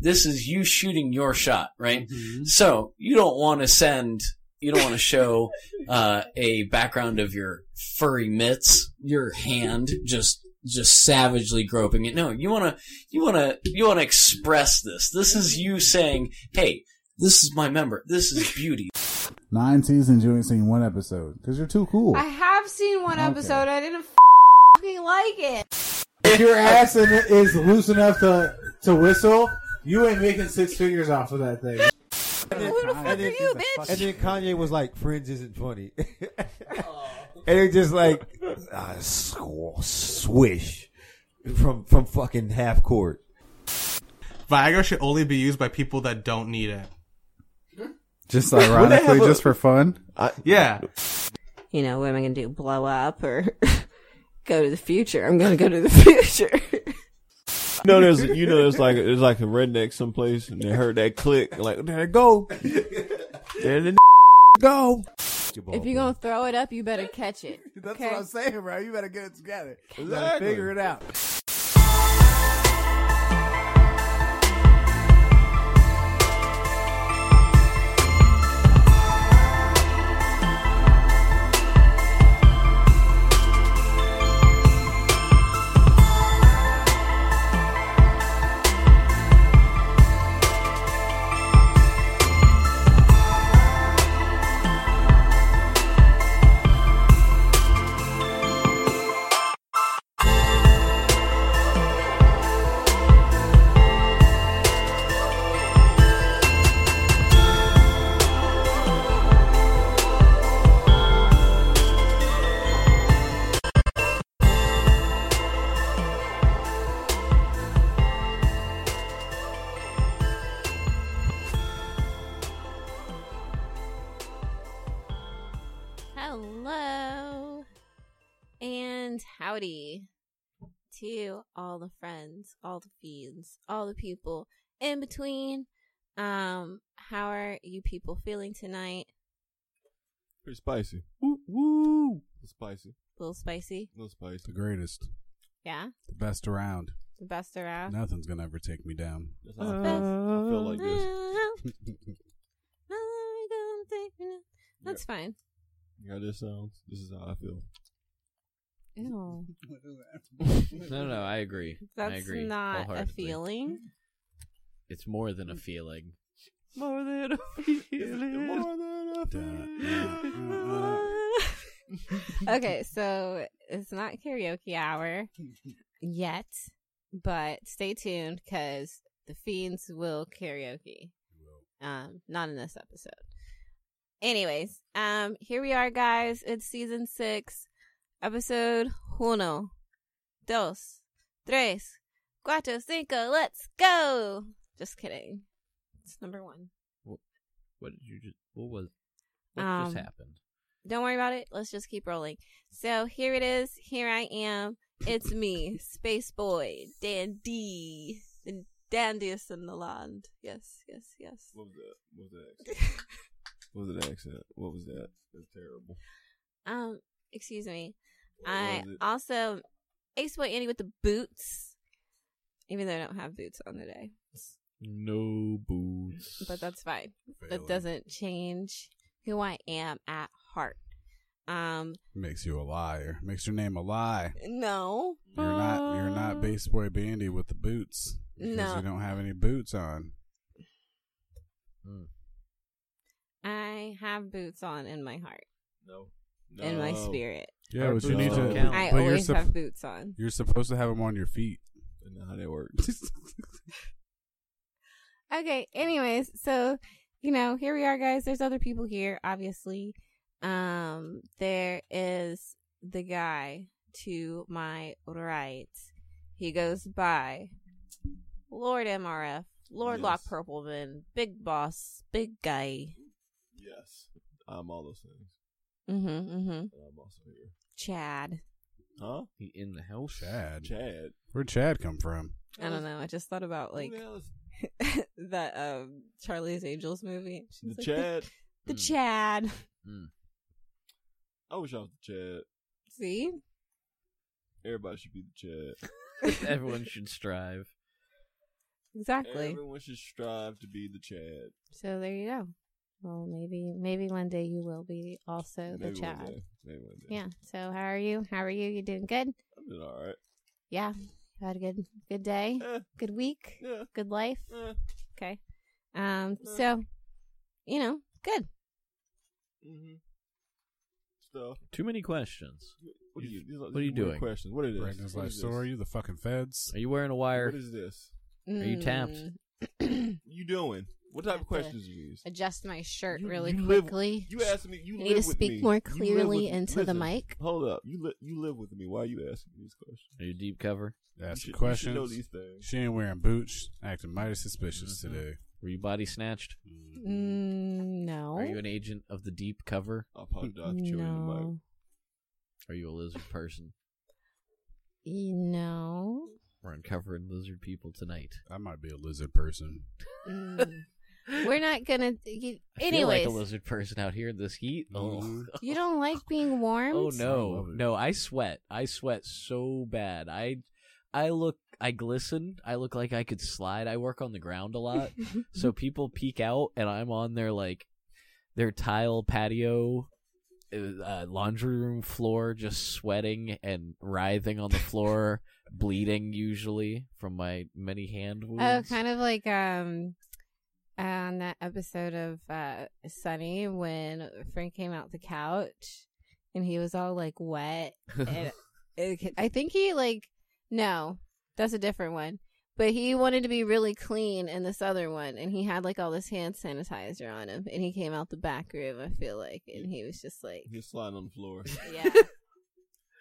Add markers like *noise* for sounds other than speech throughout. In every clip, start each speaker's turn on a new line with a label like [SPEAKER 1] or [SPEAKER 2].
[SPEAKER 1] This is you shooting your shot, right? So you don't want to send, you don't want to show uh, a background of your furry mitts, your hand just just savagely groping it. No, you want to, you want to, you want to express this. This is you saying, "Hey, this is my member. This is beauty."
[SPEAKER 2] Nine seasons, you ain't seen one episode because you're too cool.
[SPEAKER 3] I have seen one
[SPEAKER 2] Okay.
[SPEAKER 3] episode. I didn't fucking like it. *laughs*
[SPEAKER 2] if your ass in it is loose enough to to whistle, you ain't making six figures off of that thing.
[SPEAKER 4] Who
[SPEAKER 3] the fuck are you, bitch?
[SPEAKER 4] And then Kanye was like, "Friends isn't funny," *laughs* and it just like uh, squ- swish from from fucking half court.
[SPEAKER 5] Viagra should only be used by people that don't need it.
[SPEAKER 2] Just
[SPEAKER 4] Would they
[SPEAKER 2] ironically,
[SPEAKER 4] have a-
[SPEAKER 2] just for fun.
[SPEAKER 5] Yeah.
[SPEAKER 3] You know, what am I going to do? Blow up or *laughs* go to the future? I'm going to go to the *laughs* future.
[SPEAKER 6] You know, there's you know, there's like there's like a redneck someplace, and they heard that click, like there it go, there the *laughs* go.
[SPEAKER 3] if you're going to throw it up, you better *laughs* catch it.
[SPEAKER 2] That's
[SPEAKER 3] Okay.
[SPEAKER 2] what I'm saying, bro. You better get it together. You better
[SPEAKER 6] Exactly.
[SPEAKER 2] Figure it out.
[SPEAKER 3] Hello and howdy to all the friends, all the fiends, all the people in between. Um, how are you people feeling tonight?
[SPEAKER 6] Pretty spicy. Woo woo. Spicy.
[SPEAKER 3] A little spicy,
[SPEAKER 6] A little
[SPEAKER 2] The
[SPEAKER 6] spicy.
[SPEAKER 2] greatest,
[SPEAKER 3] yeah?
[SPEAKER 2] the best around.
[SPEAKER 3] The best around.
[SPEAKER 2] Nothing's gonna ever take me down.
[SPEAKER 6] That's how I feel. I feel like this.
[SPEAKER 3] *laughs* That's fine.
[SPEAKER 6] You know how this sounds? This is how I feel.
[SPEAKER 3] No, *laughs*
[SPEAKER 6] *laughs*
[SPEAKER 1] No, no, I agree. I
[SPEAKER 3] that's
[SPEAKER 1] agree
[SPEAKER 3] not a
[SPEAKER 1] wholeheartedly.
[SPEAKER 3] feeling.
[SPEAKER 1] It's more than a
[SPEAKER 3] Mm.
[SPEAKER 1] feeling.
[SPEAKER 6] More than *laughs* a feeling. More than a feeling.
[SPEAKER 3] okay, so it's not karaoke hour yet, but stay tuned because the fiends will karaoke. Um, not in this episode. Anyways, um, here we are, guys. It's season six, episode uno, dos, tres, cuatro, cinco. Let's go. Just kidding. It's number one.
[SPEAKER 1] What did you just? What was? What
[SPEAKER 3] Um,
[SPEAKER 1] just happened?
[SPEAKER 3] Don't worry about it. Let's just keep rolling. So here it is. Here I am. It's me, Space Boy, Dandy, the dandiest in the land. Yes, yes, yes.
[SPEAKER 6] What was that? What was that? accent? What was that accent? What was that? That's terrible.
[SPEAKER 3] Um, excuse me.
[SPEAKER 6] What
[SPEAKER 3] I
[SPEAKER 6] was it?
[SPEAKER 3] also Ace Boy Andy with the boots, even though I don't have boots on today,
[SPEAKER 6] No boots.
[SPEAKER 3] but that's fine. That doesn't change who I am at heart. Um,
[SPEAKER 2] makes you a liar. Makes your name a lie.
[SPEAKER 3] no, Um,
[SPEAKER 2] You're not. You're not base boy bandy with the boots because
[SPEAKER 3] Uh, No.
[SPEAKER 2] you don't have any boots on.
[SPEAKER 3] I have boots on in my heart,
[SPEAKER 6] No.
[SPEAKER 3] in my
[SPEAKER 6] No.
[SPEAKER 3] spirit.
[SPEAKER 2] Yeah,
[SPEAKER 1] Our
[SPEAKER 2] but you need
[SPEAKER 6] boots
[SPEAKER 2] to.
[SPEAKER 6] don't count.
[SPEAKER 3] I
[SPEAKER 2] but you're,
[SPEAKER 3] always
[SPEAKER 2] sup-
[SPEAKER 3] have boots on.
[SPEAKER 2] you're supposed to have them on your feet.
[SPEAKER 6] I know how that works. *laughs*
[SPEAKER 3] Okay, anyways, so you know, here we are guys. There's other people here, obviously. Um there is the guy to my right. He goes by Lord MRF, Lord Lock
[SPEAKER 6] Yes.
[SPEAKER 3] Purpleman, Big Boss, Big Guy.
[SPEAKER 6] Yes. I'm all those things.
[SPEAKER 3] Mhm, mhm.
[SPEAKER 6] And I'm also here.
[SPEAKER 3] Chad.
[SPEAKER 6] Huh?
[SPEAKER 1] He in the house.
[SPEAKER 2] Chad.
[SPEAKER 6] Chad.
[SPEAKER 2] Where'd Chad come from?
[SPEAKER 3] I don't know. I just thought about like
[SPEAKER 6] Who the hell is
[SPEAKER 3] *laughs* that um Charlie's Angels movie.
[SPEAKER 6] the
[SPEAKER 3] She's like,
[SPEAKER 6] Chad?
[SPEAKER 3] The,
[SPEAKER 1] Mm.
[SPEAKER 3] Chad. *laughs*
[SPEAKER 6] I wish I was the Chad.
[SPEAKER 3] See?
[SPEAKER 6] Everybody should be the Chad.
[SPEAKER 1] Everyone should strive.
[SPEAKER 3] *laughs* Exactly.
[SPEAKER 6] Everyone should strive to be the Chad.
[SPEAKER 3] So there you go. Well, maybe maybe one day you will be also the
[SPEAKER 6] Maybe one
[SPEAKER 3] Chad.
[SPEAKER 6] day. Maybe one day.
[SPEAKER 3] Yeah. So how are you? How are you? You doing good?
[SPEAKER 6] I'm doing all
[SPEAKER 3] *laughs*
[SPEAKER 6] right.
[SPEAKER 3] Yeah. You had a good good day,
[SPEAKER 6] Eh,
[SPEAKER 3] good week,
[SPEAKER 6] yeah, uh.
[SPEAKER 3] good life.
[SPEAKER 6] eh.
[SPEAKER 3] Okay. Um. So, you know, good.
[SPEAKER 6] Mm-hmm. Stuff.
[SPEAKER 1] Too many questions.
[SPEAKER 6] What are you, these
[SPEAKER 1] what are you
[SPEAKER 6] these weird
[SPEAKER 1] doing?
[SPEAKER 6] Questions. What it is?
[SPEAKER 7] Brandon's
[SPEAKER 6] What
[SPEAKER 7] life
[SPEAKER 6] is this?
[SPEAKER 7] story, the fucking feds.
[SPEAKER 1] Are you wearing a wire?
[SPEAKER 6] What is this?
[SPEAKER 1] Are you tapped?
[SPEAKER 3] Mm. *clears throat*
[SPEAKER 6] You doing? What type of questions are these?
[SPEAKER 3] Adjust my shirt
[SPEAKER 6] You-
[SPEAKER 3] really
[SPEAKER 6] you live-
[SPEAKER 3] quickly.
[SPEAKER 6] You asking me. You,
[SPEAKER 3] You
[SPEAKER 6] live
[SPEAKER 3] need to
[SPEAKER 6] with
[SPEAKER 3] speak
[SPEAKER 6] me.
[SPEAKER 3] more
[SPEAKER 6] You live
[SPEAKER 3] clearly
[SPEAKER 6] with-
[SPEAKER 3] into the
[SPEAKER 6] listen,
[SPEAKER 3] mic.
[SPEAKER 6] Hold up. You li- you live with me. Why are you asking me these questions?
[SPEAKER 1] Are you deep cover?
[SPEAKER 6] You
[SPEAKER 7] Asking
[SPEAKER 6] should-
[SPEAKER 7] questions.
[SPEAKER 6] You should know these things. Mm-hmm.
[SPEAKER 7] She ain't wearing boots, acting mighty suspicious
[SPEAKER 1] Mhm.
[SPEAKER 7] today.
[SPEAKER 1] Were you body snatched?
[SPEAKER 3] Mm, no.
[SPEAKER 1] Are you an agent of the deep cover?
[SPEAKER 6] I apologize for chewing the mic.
[SPEAKER 3] no.
[SPEAKER 1] Are you *laughs* a lizard person?
[SPEAKER 3] You know.
[SPEAKER 1] We're uncovering lizard people tonight.
[SPEAKER 7] I might be a lizard person.
[SPEAKER 6] *laughs*
[SPEAKER 3] Mm. We're not gonna. You, anyways,
[SPEAKER 1] I feel like a lizard person out here in this heat. Oh,
[SPEAKER 7] Mhm.
[SPEAKER 3] you don't like being warmed.
[SPEAKER 1] oh
[SPEAKER 7] I
[SPEAKER 1] no,
[SPEAKER 7] love it.
[SPEAKER 1] no! I sweat. I sweat so bad. I, I look. I glisten. I look like I could slide. I work on the ground a
[SPEAKER 7] *laughs*
[SPEAKER 3] *laughs*
[SPEAKER 1] lot,
[SPEAKER 3] Oh,
[SPEAKER 1] so people peek out, and I'm on their like, their tile patio, uh, laundry room floor, just sweating and writhing on the
[SPEAKER 7] *laughs*
[SPEAKER 1] floor, bleeding usually from my many hand wounds.
[SPEAKER 3] Oh, kind of like um on that episode of uh Sunny when Frank came out the couch and he was all like
[SPEAKER 1] *laughs*
[SPEAKER 3] wet. and it- I think he like no, that's a different one. But he wanted to be really clean in this other one, and he had like all this hand sanitizer on him, and he came out the back room. I feel like, and he was just like,
[SPEAKER 6] He was sliding on the floor.
[SPEAKER 3] *laughs* yeah,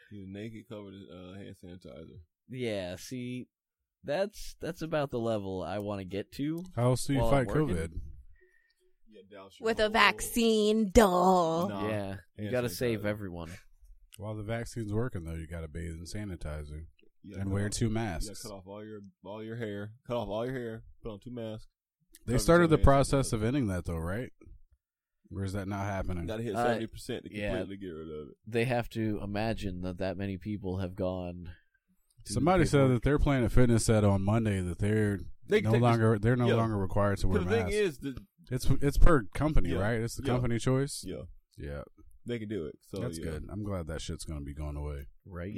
[SPEAKER 6] He was naked, covered in uh, hand sanitizer.
[SPEAKER 1] Yeah, see, that's that's about the level I want to get to.
[SPEAKER 7] How else do you
[SPEAKER 1] While I'm
[SPEAKER 7] fight
[SPEAKER 1] working.
[SPEAKER 7] COVID?
[SPEAKER 6] Yeah, douse
[SPEAKER 1] *laughs*
[SPEAKER 6] your
[SPEAKER 3] with a
[SPEAKER 6] whole-
[SPEAKER 3] vaccine doll.
[SPEAKER 6] Nah.
[SPEAKER 1] yeah, you
[SPEAKER 6] hand
[SPEAKER 1] got to
[SPEAKER 6] sanitizer.
[SPEAKER 1] save everyone.
[SPEAKER 7] While the vaccine's working, though, you got to bathe in sanitizer
[SPEAKER 6] You gotta
[SPEAKER 7] and
[SPEAKER 6] cut
[SPEAKER 7] wear
[SPEAKER 6] off-
[SPEAKER 7] two
[SPEAKER 6] You gotta
[SPEAKER 7] masks.
[SPEAKER 6] cut off all your all your hair. Cut off all your hair. Put on two masks.
[SPEAKER 7] They
[SPEAKER 6] cover
[SPEAKER 7] started the
[SPEAKER 6] somebody else's
[SPEAKER 7] process
[SPEAKER 6] nose.
[SPEAKER 7] of ending that, though, right? Or is that not
[SPEAKER 6] You
[SPEAKER 7] happening?
[SPEAKER 6] gotta hit
[SPEAKER 1] Uh,
[SPEAKER 6] seventy percent to
[SPEAKER 1] yeah.
[SPEAKER 6] completely get rid of it.
[SPEAKER 1] They have to imagine that that many people have gone. to
[SPEAKER 7] Somebody
[SPEAKER 1] the
[SPEAKER 7] said
[SPEAKER 1] paperwork.
[SPEAKER 7] that their Planet Fitness said on Monday that they're
[SPEAKER 6] They-
[SPEAKER 7] no
[SPEAKER 6] they just-
[SPEAKER 7] longer they're no
[SPEAKER 6] yeah.
[SPEAKER 7] longer required to wear
[SPEAKER 6] But the thing
[SPEAKER 7] masks.
[SPEAKER 6] is, that
[SPEAKER 7] it's it's per company,
[SPEAKER 6] Yeah.
[SPEAKER 7] right? It's the
[SPEAKER 6] Yeah.
[SPEAKER 7] company choice.
[SPEAKER 6] yeah,
[SPEAKER 7] Yeah,
[SPEAKER 6] they can do it. So
[SPEAKER 7] that's
[SPEAKER 6] yeah.
[SPEAKER 7] good. I'm glad that shit's gonna be going away.
[SPEAKER 1] right.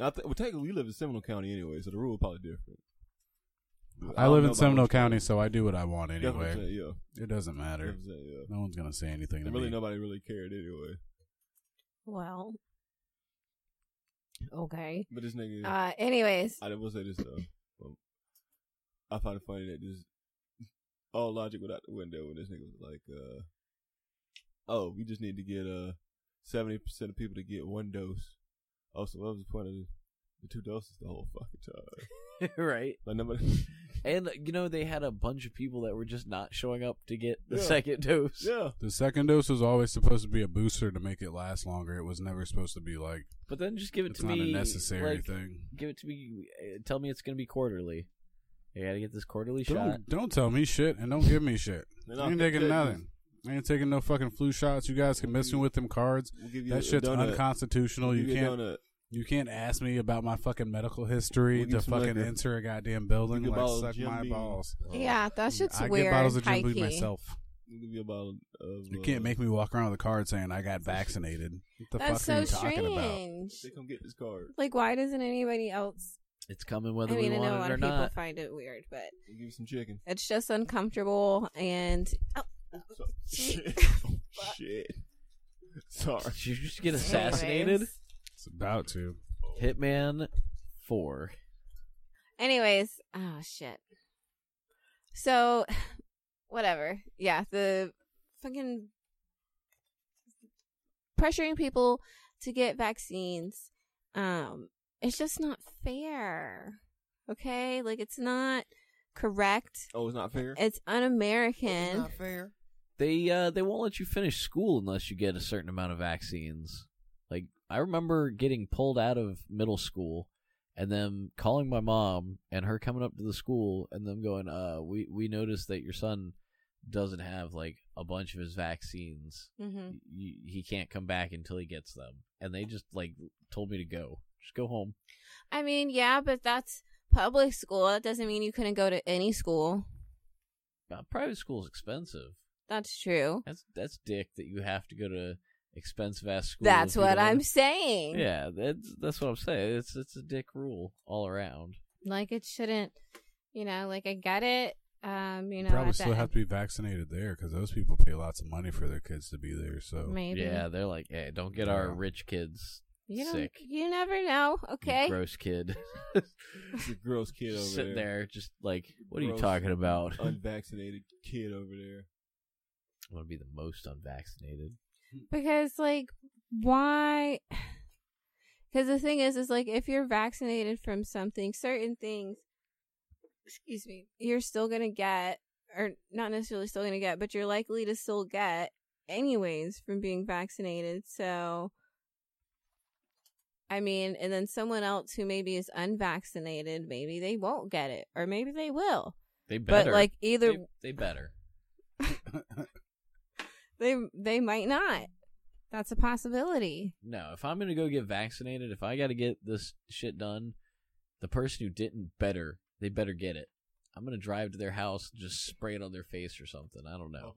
[SPEAKER 6] I th- well, technically, we live in Seminole County anyway, so the rule probably different.
[SPEAKER 7] I, live
[SPEAKER 6] don't know
[SPEAKER 7] in
[SPEAKER 6] about
[SPEAKER 7] Seminole
[SPEAKER 6] what-
[SPEAKER 7] County, so I do what I want
[SPEAKER 6] That's what I'm
[SPEAKER 7] anyway.
[SPEAKER 6] saying, yeah,
[SPEAKER 7] It doesn't
[SPEAKER 6] That's what
[SPEAKER 7] matter.
[SPEAKER 6] I'm saying, yeah.
[SPEAKER 7] No one's gonna say anything to
[SPEAKER 6] And really,
[SPEAKER 7] me.
[SPEAKER 6] nobody really cared anyway.
[SPEAKER 3] Well, okay.
[SPEAKER 6] But this nigga,
[SPEAKER 3] Uh, anyways,
[SPEAKER 6] I will say this though. Um, I find it funny that this all logic went out the window when this nigga was like, uh, "Oh, we just need to get uh seventy percent of people to get one dose." Also, what was the point of the two doses the whole fucking time?
[SPEAKER 1] *laughs* right.
[SPEAKER 7] *laughs*
[SPEAKER 6] Like nobody,
[SPEAKER 1] And you know they had a bunch of people that were just not showing up to get the
[SPEAKER 6] Yeah.
[SPEAKER 1] second dose.
[SPEAKER 6] yeah.
[SPEAKER 7] the second dose was always supposed to be a booster to make it last longer. It was never supposed to be like
[SPEAKER 1] But then just give it
[SPEAKER 7] it's
[SPEAKER 1] to
[SPEAKER 7] not
[SPEAKER 1] me.
[SPEAKER 7] a necessary
[SPEAKER 1] like,
[SPEAKER 7] thing.
[SPEAKER 1] Give it to me. uh, Tell me it's going to be quarterly. You got to get this quarterly shot.
[SPEAKER 7] Don't, don't tell me shit and don't give me shit.
[SPEAKER 6] They're
[SPEAKER 7] I
[SPEAKER 6] not
[SPEAKER 7] ain't taking
[SPEAKER 6] gonna take
[SPEAKER 7] nothing. I ain't taking no fucking flu shots. You guys can miss me with them cards.
[SPEAKER 6] We'll give you
[SPEAKER 7] That
[SPEAKER 6] a
[SPEAKER 7] shit's
[SPEAKER 6] donut.
[SPEAKER 7] unconstitutional.
[SPEAKER 6] We'll
[SPEAKER 7] You
[SPEAKER 6] give you a
[SPEAKER 7] can't
[SPEAKER 6] donut.
[SPEAKER 7] you can't ask me about my fucking medical
[SPEAKER 6] We'll
[SPEAKER 7] history
[SPEAKER 6] give you
[SPEAKER 7] to
[SPEAKER 6] some
[SPEAKER 7] fucking
[SPEAKER 6] liquor.
[SPEAKER 7] enter a goddamn building.
[SPEAKER 6] We'll give
[SPEAKER 7] Like
[SPEAKER 6] bottles of
[SPEAKER 7] suck
[SPEAKER 6] Jim
[SPEAKER 7] my
[SPEAKER 6] Beam. Uh,
[SPEAKER 7] balls.
[SPEAKER 3] yeah, that shit's
[SPEAKER 7] I
[SPEAKER 3] weird.
[SPEAKER 7] get bottles of Jim
[SPEAKER 3] high
[SPEAKER 7] Beam
[SPEAKER 3] key.
[SPEAKER 7] myself.
[SPEAKER 6] We'll give you a bottle of.
[SPEAKER 7] You
[SPEAKER 6] uh,
[SPEAKER 7] can't make me walk around with a card saying I got vaccinated. What the
[SPEAKER 3] That's
[SPEAKER 7] fuck are
[SPEAKER 3] so
[SPEAKER 7] you talking about?
[SPEAKER 3] strange.
[SPEAKER 6] They come get this card.
[SPEAKER 3] Like, why doesn't anybody else?
[SPEAKER 1] It's coming whether
[SPEAKER 3] I mean,
[SPEAKER 1] we
[SPEAKER 3] I know a
[SPEAKER 1] want it
[SPEAKER 3] lot
[SPEAKER 1] or
[SPEAKER 3] of people
[SPEAKER 1] not.
[SPEAKER 3] find it weird, but
[SPEAKER 6] We'll give you some chicken.
[SPEAKER 3] it's just uncomfortable. And oh,
[SPEAKER 7] *laughs*
[SPEAKER 6] So- shit. shit. Sorry.
[SPEAKER 1] Did you just get assassinated?
[SPEAKER 3] Anyways,
[SPEAKER 7] It's about to.
[SPEAKER 1] Hitman 4.
[SPEAKER 3] anyways oh shit. So, *sighs* whatever. Yeah, the fucking pressuring people to get vaccines. Um, it's just not fair. Okay, like it's not correct.
[SPEAKER 6] Oh, it's
[SPEAKER 7] *laughs*
[SPEAKER 6] not fair.
[SPEAKER 3] It's *laughs* un-American.
[SPEAKER 4] fair.
[SPEAKER 1] they uh, they won't let you finish school unless you get a certain amount of vaccines. Like I remember getting pulled out of middle school and them calling my mom and her coming up to the school and them going, "Uh, we we noticed that your son doesn't have like a bunch of his vaccines.
[SPEAKER 3] hmm
[SPEAKER 1] Y- y- He can't come back until he gets them." And they just like told me to go. Just go home.
[SPEAKER 3] I mean, yeah, but that's public school. That doesn't mean you couldn't go to any school.
[SPEAKER 1] Uh, private school's expensive.
[SPEAKER 3] That's true.
[SPEAKER 1] That's that's dick that you have to go to expensive ass school.
[SPEAKER 3] That's
[SPEAKER 1] if
[SPEAKER 8] Mm-hmm.
[SPEAKER 1] you
[SPEAKER 3] what
[SPEAKER 1] don't-
[SPEAKER 3] I'm saying.
[SPEAKER 1] Yeah, that's that's what I'm saying. It's it's a dick rule all around.
[SPEAKER 3] Like it shouldn't, you know. Like I get it. Um, you know,
[SPEAKER 7] Probably
[SPEAKER 3] at
[SPEAKER 7] still
[SPEAKER 3] that-
[SPEAKER 7] have to be vaccinated there because those people pay lots of money for their kids to be there. So
[SPEAKER 3] maybe.
[SPEAKER 1] Yeah, they're like, hey, don't get our
[SPEAKER 7] Yeah.
[SPEAKER 1] rich kids
[SPEAKER 3] you don't-
[SPEAKER 1] sick.
[SPEAKER 3] You never know.
[SPEAKER 1] you
[SPEAKER 3] Okay.
[SPEAKER 1] gross kid.
[SPEAKER 6] It's a
[SPEAKER 1] *laughs*
[SPEAKER 6] gross kid over
[SPEAKER 1] Just sitting
[SPEAKER 6] there.
[SPEAKER 1] there, just like, what are you
[SPEAKER 6] Gross. Uh,
[SPEAKER 1] talking about? *laughs* I'm
[SPEAKER 6] Unvaccinated kid over there.
[SPEAKER 1] gonna be the most unvaccinated.
[SPEAKER 3] Because like why *sighs* Cuz the thing is is like if you're vaccinated from something certain things excuse me you're still going to get or not necessarily still going to get but you're likely to still get anyways from being vaccinated so I mean and then someone else who maybe is unvaccinated maybe they won't get it or maybe they will
[SPEAKER 1] They better.
[SPEAKER 3] but like either
[SPEAKER 1] they, they better.
[SPEAKER 3] they they might not that's a possibility
[SPEAKER 1] No, if I'm gonna go get vaccinated, if I gotta get this shit done, the person who didn't better, they better get it. I'm gonna drive to their house, and just spray it on their face or something. I don't know.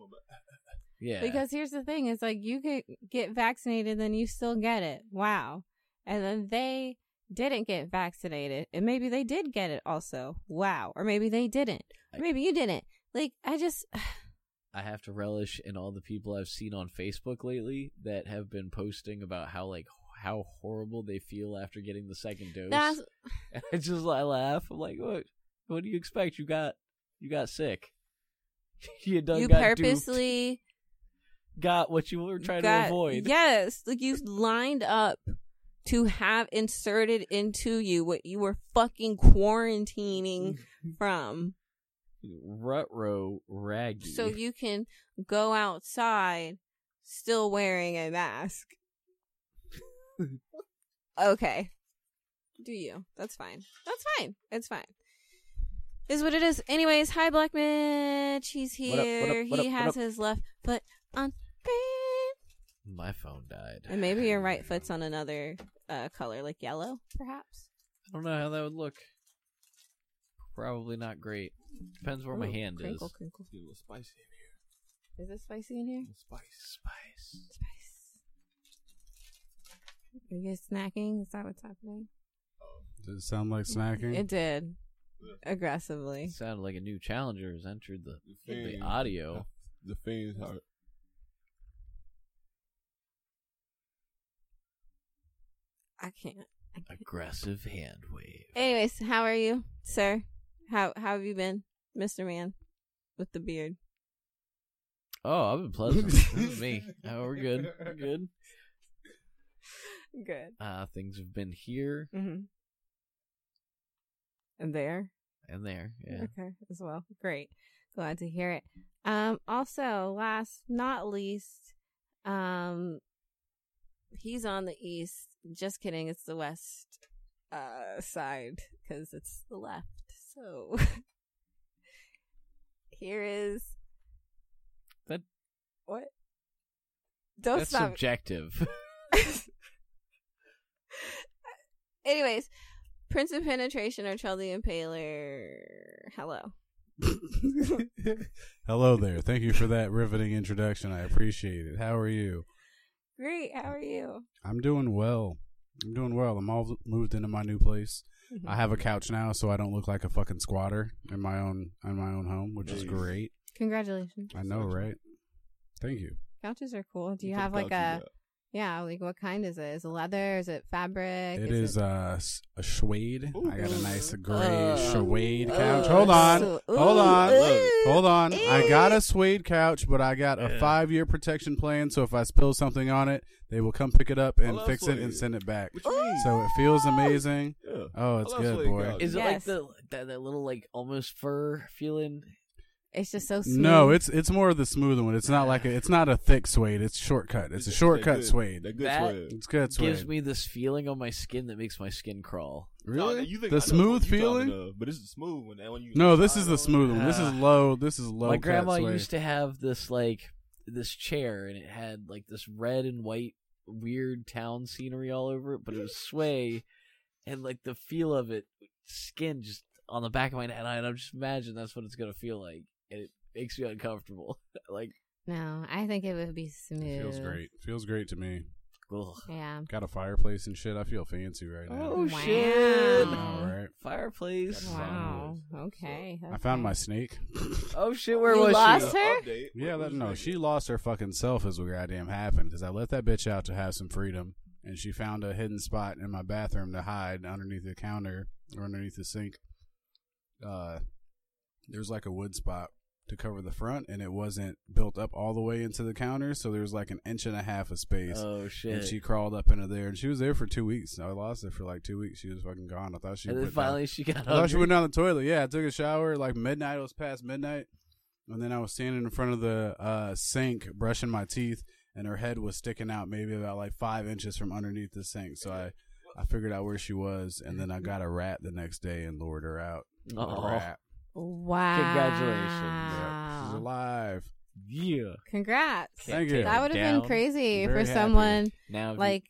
[SPEAKER 1] Yeah,
[SPEAKER 3] Because here's the thing: it's like you could get vaccinated, then you still get it. Wow. And then they didn't get vaccinated, and maybe they did get it also. Wow. Or maybe they didn't. Or maybe you didn't. Like I just, *laughs*
[SPEAKER 1] I have to relish in all the people I've seen on Facebook lately that have been posting about how like how horrible they feel after getting the second dose.
[SPEAKER 3] that's
[SPEAKER 1] And *laughs* I just I laugh. I'm like, what? What do you expect? You got you got sick. *laughs* you done
[SPEAKER 3] you
[SPEAKER 1] got duped.
[SPEAKER 3] purposely
[SPEAKER 1] got what you were trying
[SPEAKER 3] got-
[SPEAKER 1] to avoid.
[SPEAKER 3] Yes, like you lined up to have inserted into you what you were fucking
[SPEAKER 1] *laughs*
[SPEAKER 3] quarantining from.
[SPEAKER 1] Rutro raggy.
[SPEAKER 3] so you can go outside still wearing a mask. okay. Do you? That's fine. That's fine. It's fine. Is what it is. Anyways, hi Black Mitch. He's
[SPEAKER 1] What up,
[SPEAKER 3] here.
[SPEAKER 1] what up, what
[SPEAKER 3] he
[SPEAKER 1] up, what
[SPEAKER 3] has
[SPEAKER 1] up?
[SPEAKER 3] his left foot on green.
[SPEAKER 1] my phone died.
[SPEAKER 3] And maybe your right foot's on another uh, color, like yellow, perhaps.
[SPEAKER 1] I don't know how that would look. Probably not great. Depends where my
[SPEAKER 3] Ooh,
[SPEAKER 1] hand
[SPEAKER 3] crinkle,
[SPEAKER 1] is.
[SPEAKER 3] Crinkle.
[SPEAKER 6] Get a little spicy in here.
[SPEAKER 3] Is it spicy in here?
[SPEAKER 6] A little spice.
[SPEAKER 1] Spice.
[SPEAKER 3] Spice. Are you guys snacking? Is that what's happening?
[SPEAKER 7] does it sound like snacking?
[SPEAKER 3] It did. Aggressively.
[SPEAKER 1] It sounded like a new challenger has entered the,
[SPEAKER 6] The
[SPEAKER 1] the
[SPEAKER 6] fiend.
[SPEAKER 1] audio.
[SPEAKER 6] The fiend's heart.
[SPEAKER 3] I can't.
[SPEAKER 1] Aggressive hand wave.
[SPEAKER 3] Anyways, how are you, sir? How how have you been, Mr. Man? With the beard.
[SPEAKER 1] Oh, I've been
[SPEAKER 7] *laughs*
[SPEAKER 1] pleasant. this is me. Oh, we're good. We're good.
[SPEAKER 3] Good.
[SPEAKER 1] Uh, things have been here
[SPEAKER 3] Mm-hmm. And there.
[SPEAKER 1] and there. Yeah.
[SPEAKER 3] Okay, as well. Great. Glad to hear it. Um also, last not least, um he's on the east. Just kidding, it's the west uh side cuz it's the left. So *laughs* here is
[SPEAKER 1] That-
[SPEAKER 3] What? Don't
[SPEAKER 1] That's
[SPEAKER 3] stop.
[SPEAKER 1] subjective.
[SPEAKER 3] *laughs* Anyways, Prince of Penetration or Chell the Impaler. Hello.
[SPEAKER 7] Hello there. Thank you for that riveting introduction. I appreciate it. How are you?
[SPEAKER 3] Great. How are you?
[SPEAKER 7] I'm doing well. I'm doing well. I'm all moved into my new place.
[SPEAKER 3] Mm-hmm.
[SPEAKER 7] I have a couch now, so I don't look like a fucking squatter in my own in my own home, which is
[SPEAKER 6] Nice.
[SPEAKER 7] great.
[SPEAKER 3] Congratulations.
[SPEAKER 7] I know, right? Thank you.
[SPEAKER 3] Couches are cool. Do you
[SPEAKER 6] What
[SPEAKER 3] have like
[SPEAKER 6] couch
[SPEAKER 3] a
[SPEAKER 6] you got?
[SPEAKER 3] yeah? Like what kind is it? Is it leather? Is it fabric?
[SPEAKER 7] It is uh, s- a suede.
[SPEAKER 6] Ooh.
[SPEAKER 7] I got a nice
[SPEAKER 1] Oh.
[SPEAKER 7] gray
[SPEAKER 3] Uh,
[SPEAKER 7] suede
[SPEAKER 3] uh,
[SPEAKER 7] couch. Hold on.
[SPEAKER 3] so-
[SPEAKER 7] Hold
[SPEAKER 3] ooh,
[SPEAKER 7] on.
[SPEAKER 3] ooh,
[SPEAKER 7] Hold on. I
[SPEAKER 3] ooh.
[SPEAKER 7] got a suede couch, but I got a
[SPEAKER 1] Yeah.
[SPEAKER 7] five year protection plan, so if I spill something on it, they will come pick it up and
[SPEAKER 6] love
[SPEAKER 7] fix it and
[SPEAKER 6] suede.
[SPEAKER 7] send it back.
[SPEAKER 6] What
[SPEAKER 7] *gasps*
[SPEAKER 6] you mean?
[SPEAKER 7] So it feels amazing.
[SPEAKER 6] yeah.
[SPEAKER 7] Oh, it's
[SPEAKER 6] love
[SPEAKER 7] good,
[SPEAKER 6] suede
[SPEAKER 7] boy.
[SPEAKER 6] couch.
[SPEAKER 1] Is it like
[SPEAKER 3] Yes.
[SPEAKER 1] the that, that little like almost fur feeling?
[SPEAKER 3] It's just so smooth.
[SPEAKER 7] No, it's it's more of the smooth one. It's not like a, it's not a thick suede. It's shortcut. It's a shortcut
[SPEAKER 6] good,
[SPEAKER 7] suede.
[SPEAKER 6] That good
[SPEAKER 1] That-
[SPEAKER 6] suede.
[SPEAKER 7] It's good suede.
[SPEAKER 1] Gives me this feeling on my skin that makes my skin crawl.
[SPEAKER 6] No,
[SPEAKER 7] really?
[SPEAKER 6] you think- I know
[SPEAKER 7] the
[SPEAKER 6] what
[SPEAKER 7] smooth
[SPEAKER 6] you talking
[SPEAKER 7] feeling?
[SPEAKER 6] Of, but this is a smooth one. That one you
[SPEAKER 7] No, this is
[SPEAKER 6] Ah.
[SPEAKER 7] the smooth one. This is
[SPEAKER 1] Ah.
[SPEAKER 7] low. This is low.
[SPEAKER 1] my
[SPEAKER 7] cut
[SPEAKER 1] grandma
[SPEAKER 7] suede.
[SPEAKER 1] used to have this like this chair and it had like this red and white weird town scenery all over it but it was sway and like the feel of it skin just on the back of my neck, and I and I just imagine that's what it's gonna feel like, and it makes me uncomfortable. *laughs* like,
[SPEAKER 3] No, I think it would be smooth.
[SPEAKER 7] It feels great. Feels great to me.
[SPEAKER 1] ugh.
[SPEAKER 3] Yeah.
[SPEAKER 7] Got a fireplace and shit. I feel fancy right now.
[SPEAKER 1] oh
[SPEAKER 3] Wow.
[SPEAKER 1] shit!
[SPEAKER 7] All right.
[SPEAKER 1] Fireplace.
[SPEAKER 3] Wow. Okay.
[SPEAKER 7] I found my
[SPEAKER 3] okay.
[SPEAKER 7] sneak.
[SPEAKER 1] Oh shit! Where
[SPEAKER 3] You
[SPEAKER 1] was
[SPEAKER 3] lost
[SPEAKER 1] she?
[SPEAKER 3] her?
[SPEAKER 6] Update.
[SPEAKER 7] *laughs* Yeah,
[SPEAKER 6] What-
[SPEAKER 7] that,
[SPEAKER 6] what
[SPEAKER 7] no,
[SPEAKER 6] is
[SPEAKER 7] she
[SPEAKER 6] it?
[SPEAKER 7] lost her fucking self is what goddamn happened because I let that bitch out to have some freedom, and she found a hidden spot in my bathroom to hide underneath the counter or underneath the sink. Uh, there's like a wood spot to cover the front, and it wasn't built up all the way into the counter, so there was like an inch and a half of space.
[SPEAKER 1] Oh shit!
[SPEAKER 7] And she crawled up into there, and she was there for two weeks. I lost her for like two weeks. She was fucking gone. I thought she.
[SPEAKER 1] and then
[SPEAKER 7] went down-
[SPEAKER 1] finally she got.
[SPEAKER 7] I thought she
[SPEAKER 1] hungry.
[SPEAKER 7] went down the toilet. Yeah, I took a shower like midnight. It was past midnight, and then I was standing in front of the uh, sink brushing my teeth, and her head was sticking out maybe about like five inches from underneath the sink. So I, I figured out where she was, and then I got a rat the next day and lured her out.
[SPEAKER 1] Oh.
[SPEAKER 7] A rat.
[SPEAKER 3] Wow.
[SPEAKER 1] Congratulations.
[SPEAKER 7] She's alive.
[SPEAKER 1] Yeah.
[SPEAKER 3] Congrats.
[SPEAKER 7] Thank you.
[SPEAKER 1] Can't
[SPEAKER 3] That
[SPEAKER 1] tear
[SPEAKER 3] would
[SPEAKER 1] it
[SPEAKER 3] have been
[SPEAKER 1] down.
[SPEAKER 3] crazy
[SPEAKER 7] Very
[SPEAKER 3] for
[SPEAKER 7] happy.
[SPEAKER 3] someone
[SPEAKER 1] Now, if you-
[SPEAKER 3] like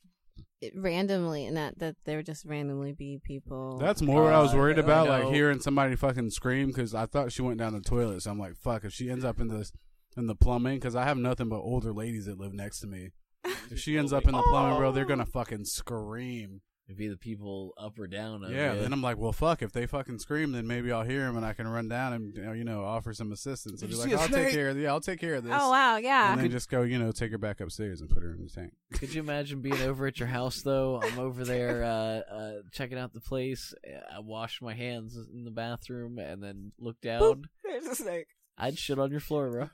[SPEAKER 3] it- randomly, not that there would just randomly be people.
[SPEAKER 7] That's more what I was
[SPEAKER 1] Uh,
[SPEAKER 7] worried
[SPEAKER 1] I
[SPEAKER 7] about, like
[SPEAKER 1] know.
[SPEAKER 7] hearing somebody fucking scream because I thought she went down the toilet. So I'm like, fuck, if she ends up in the in the plumbing, because I have nothing but older ladies that live next to me.
[SPEAKER 3] *laughs*
[SPEAKER 7] If she ends up in the plumbing, bro, they're
[SPEAKER 3] "Oh!"
[SPEAKER 7] gonna fucking scream.
[SPEAKER 1] it'd be the people up or down. Of
[SPEAKER 7] yeah.
[SPEAKER 1] it.
[SPEAKER 7] Then I'm like, well, fuck. If they fucking scream, then maybe I'll hear them and I can run down and you know, you know offer some assistance. I'll
[SPEAKER 1] Did
[SPEAKER 7] be
[SPEAKER 1] you
[SPEAKER 7] like,
[SPEAKER 1] see a
[SPEAKER 7] I'll take
[SPEAKER 1] snake?
[SPEAKER 7] care of yeah, I'll take care of this.
[SPEAKER 3] Oh wow, yeah.
[SPEAKER 7] And then just go, you know, take her back upstairs and put her in the tank.
[SPEAKER 1] Could you imagine being over at your house though? I'm over there uh, uh, checking out the place. I washed my hands in the bathroom and then looked down.
[SPEAKER 3] There's a snake.
[SPEAKER 1] I'd shit on your floor, bro.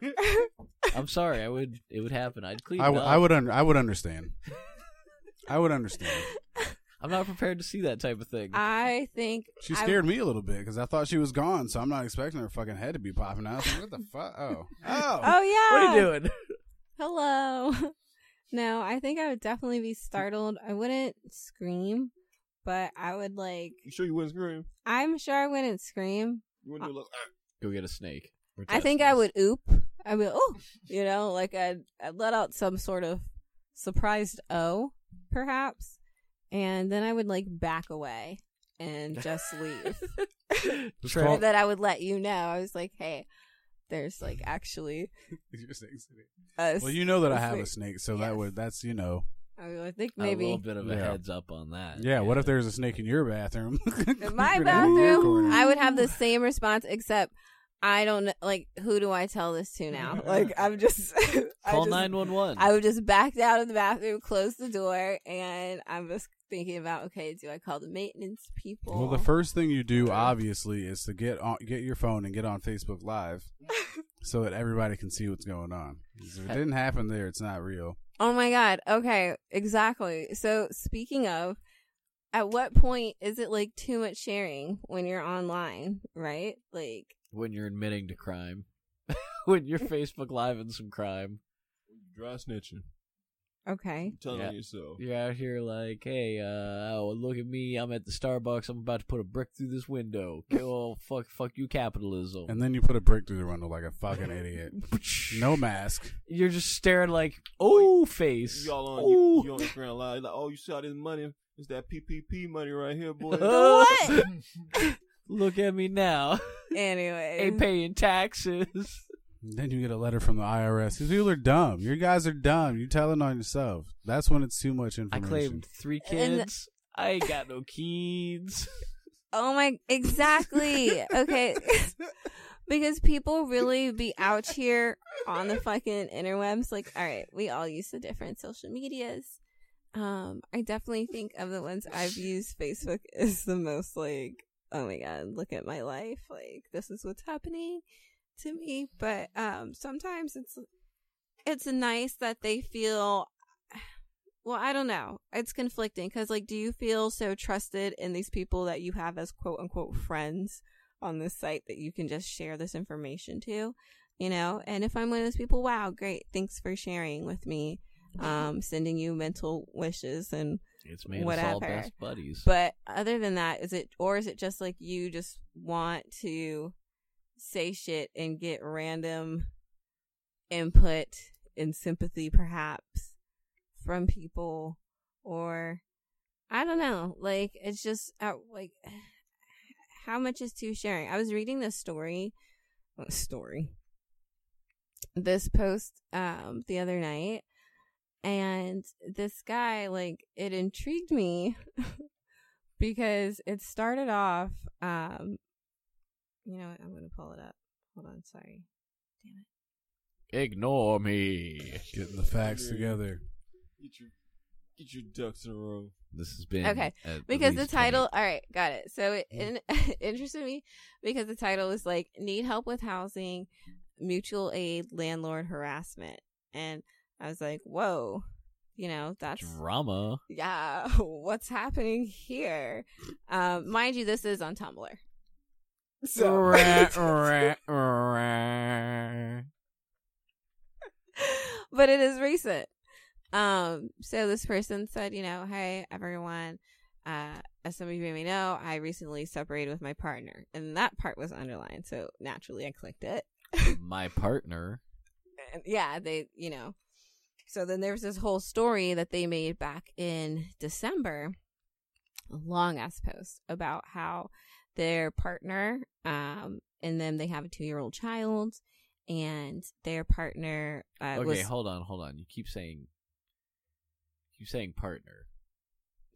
[SPEAKER 1] I'm sorry. I would. It would happen. I'd clean.
[SPEAKER 7] I,
[SPEAKER 1] it
[SPEAKER 7] w-
[SPEAKER 1] up.
[SPEAKER 7] I would un- I
[SPEAKER 1] *laughs*
[SPEAKER 7] would understand. I would understand.
[SPEAKER 1] I'm not prepared to see that type of
[SPEAKER 3] Ah.
[SPEAKER 1] thing.
[SPEAKER 3] *laughs* I think
[SPEAKER 7] She
[SPEAKER 3] I-
[SPEAKER 7] scared me a little bit because I thought she was gone, so I'm not expecting her fucking head to be popping out. I was like, what the fuck?
[SPEAKER 3] *laughs*
[SPEAKER 7] Oh, oh,
[SPEAKER 3] Oh yeah.
[SPEAKER 1] what are you doing?
[SPEAKER 3] Hello. *laughs* No, I think I would definitely be startled. I wouldn't scream, but I would like.
[SPEAKER 6] You sure you wouldn't scream?
[SPEAKER 3] I'm sure I wouldn't scream.
[SPEAKER 6] You wouldn't do "Ah." like,
[SPEAKER 1] Go get a snake. We're
[SPEAKER 3] Uh, I think
[SPEAKER 1] testing
[SPEAKER 3] I
[SPEAKER 1] this.
[SPEAKER 3] would oop. I would oh, you know, like I'd, I'd let out some sort of surprised oh, perhaps, and then I would like back away and just leave.
[SPEAKER 7] Just
[SPEAKER 1] Trey,
[SPEAKER 7] call- *laughs*
[SPEAKER 3] or that I would let you know. I was like, hey, there's like actually a.
[SPEAKER 7] well, you know that I
[SPEAKER 3] It's
[SPEAKER 7] have
[SPEAKER 3] like-
[SPEAKER 7] a snake, so
[SPEAKER 3] Yes.
[SPEAKER 7] that would that's you know.
[SPEAKER 3] I, mean, I think
[SPEAKER 1] a little
[SPEAKER 3] maybe
[SPEAKER 1] bit of a
[SPEAKER 7] Yeah.
[SPEAKER 1] heads up on that.
[SPEAKER 7] Yeah, what if there's a snake in your bathroom? *laughs*
[SPEAKER 3] in
[SPEAKER 7] Creeping
[SPEAKER 3] my
[SPEAKER 7] out your
[SPEAKER 3] bathroom,
[SPEAKER 7] corner.
[SPEAKER 3] I would have the same response, except I don't kn- like who do I tell this to now? Like I'm just *laughs* I
[SPEAKER 1] call
[SPEAKER 3] just-
[SPEAKER 1] nine one one?
[SPEAKER 3] I would just back out of the bathroom, close the door, and I'm just thinking about okay, do I call the maintenance people?
[SPEAKER 7] Well, the first thing you do obviously is to get on get your phone and get on Facebook Live,
[SPEAKER 3] *laughs*
[SPEAKER 7] so that everybody can see what's going on. 'Cause If it didn't happen there, it's not real.
[SPEAKER 3] oh my god, okay, exactly. So speaking of, at what point is it like too much sharing when you're online, right? Like
[SPEAKER 1] When you're admitting to crime, *laughs* when you're Facebook Live and some crime.
[SPEAKER 6] dry snitching.
[SPEAKER 3] okay,
[SPEAKER 6] You telling
[SPEAKER 1] Yeah.
[SPEAKER 6] on yourself.
[SPEAKER 1] You're out here like, hey, uh, oh, look at me. I'm at the Starbucks. I'm about to put a brick through this window. *laughs* Oh, fuck, fuck you, capitalism.
[SPEAKER 7] And then you put a brick through the window like a fucking idiot.
[SPEAKER 1] *laughs*
[SPEAKER 7] No mask.
[SPEAKER 1] You're just staring like, oh, face.
[SPEAKER 6] You all on
[SPEAKER 1] Ooh.
[SPEAKER 6] you, you on Instagram live you're like, oh, you see all this money? It's that PPP money right here, boy.
[SPEAKER 1] *laughs*
[SPEAKER 7] Uh, *laughs*
[SPEAKER 3] what?
[SPEAKER 1] Look at me now. *laughs*
[SPEAKER 3] anyway,
[SPEAKER 1] Ain't paying taxes.
[SPEAKER 7] Then you get a letter from the IRS. These people are dumb. You guys are dumb. You're telling on yourself. That's when it's too much
[SPEAKER 1] I
[SPEAKER 7] information.
[SPEAKER 1] claimed three
[SPEAKER 3] And-
[SPEAKER 1] kids. I ain't got no
[SPEAKER 3] *laughs*
[SPEAKER 1] kids.
[SPEAKER 3] Oh my, exactly. okay. *laughs* because people really be out here on the fucking interwebs. Like, all right, we all use the different social medias. Um, I definitely think of the ones I've used, Facebook is the most like, oh my God, look at my life. Like, this is what's happening to me. But, um, sometimes it's, it's nice that they feel well, I don't know. It's conflicting because, like, do you feel so trusted in these people that you have as quote unquote friends on this site that you can just share this information to? You know, and if I'm one of those people, wow, great. Thanks for sharing with me. Um, sending you mental wishes and
[SPEAKER 1] It's made us all
[SPEAKER 3] Whatever.
[SPEAKER 1] best buddies.
[SPEAKER 3] but other than that, is it or is it just like you just want to say shit and get random input and sympathy perhaps from people or I don't know. Like it's just uh, like *sighs* how much is too sharing? I was reading this story, uh, story, this post um the other night, and this guy like it intrigued me because it started off um, you know what? I'm gonna pull it up. Hold on, sorry.
[SPEAKER 1] Ignore me.
[SPEAKER 7] Getting the facts together.
[SPEAKER 6] Get your get your ducks in a row.
[SPEAKER 1] This has been
[SPEAKER 3] Okay,
[SPEAKER 1] at
[SPEAKER 3] because the
[SPEAKER 1] least
[SPEAKER 3] title all right got it so it in, *laughs* interested me because the title was like need help with housing mutual aid landlord harassment and i was like whoa you know that's
[SPEAKER 1] 20 drama.
[SPEAKER 3] yeah *laughs* what's happening here um mind you this is on tumblr so *laughs* but it is recent. Um, so this person said, you know, hey everyone, uh, as some of you may know, I recently separated with my partner, and that part was underlined, so naturally I clicked it.
[SPEAKER 1] My partner.
[SPEAKER 3] And yeah, they, you know, so then there's this whole story that they made back in December, a long ass post about how their partner, um, and then they have a two year old child, and their partner uh,
[SPEAKER 1] okay,
[SPEAKER 3] was *laughs*
[SPEAKER 1] hold on, hold on. You keep saying, keep saying partner.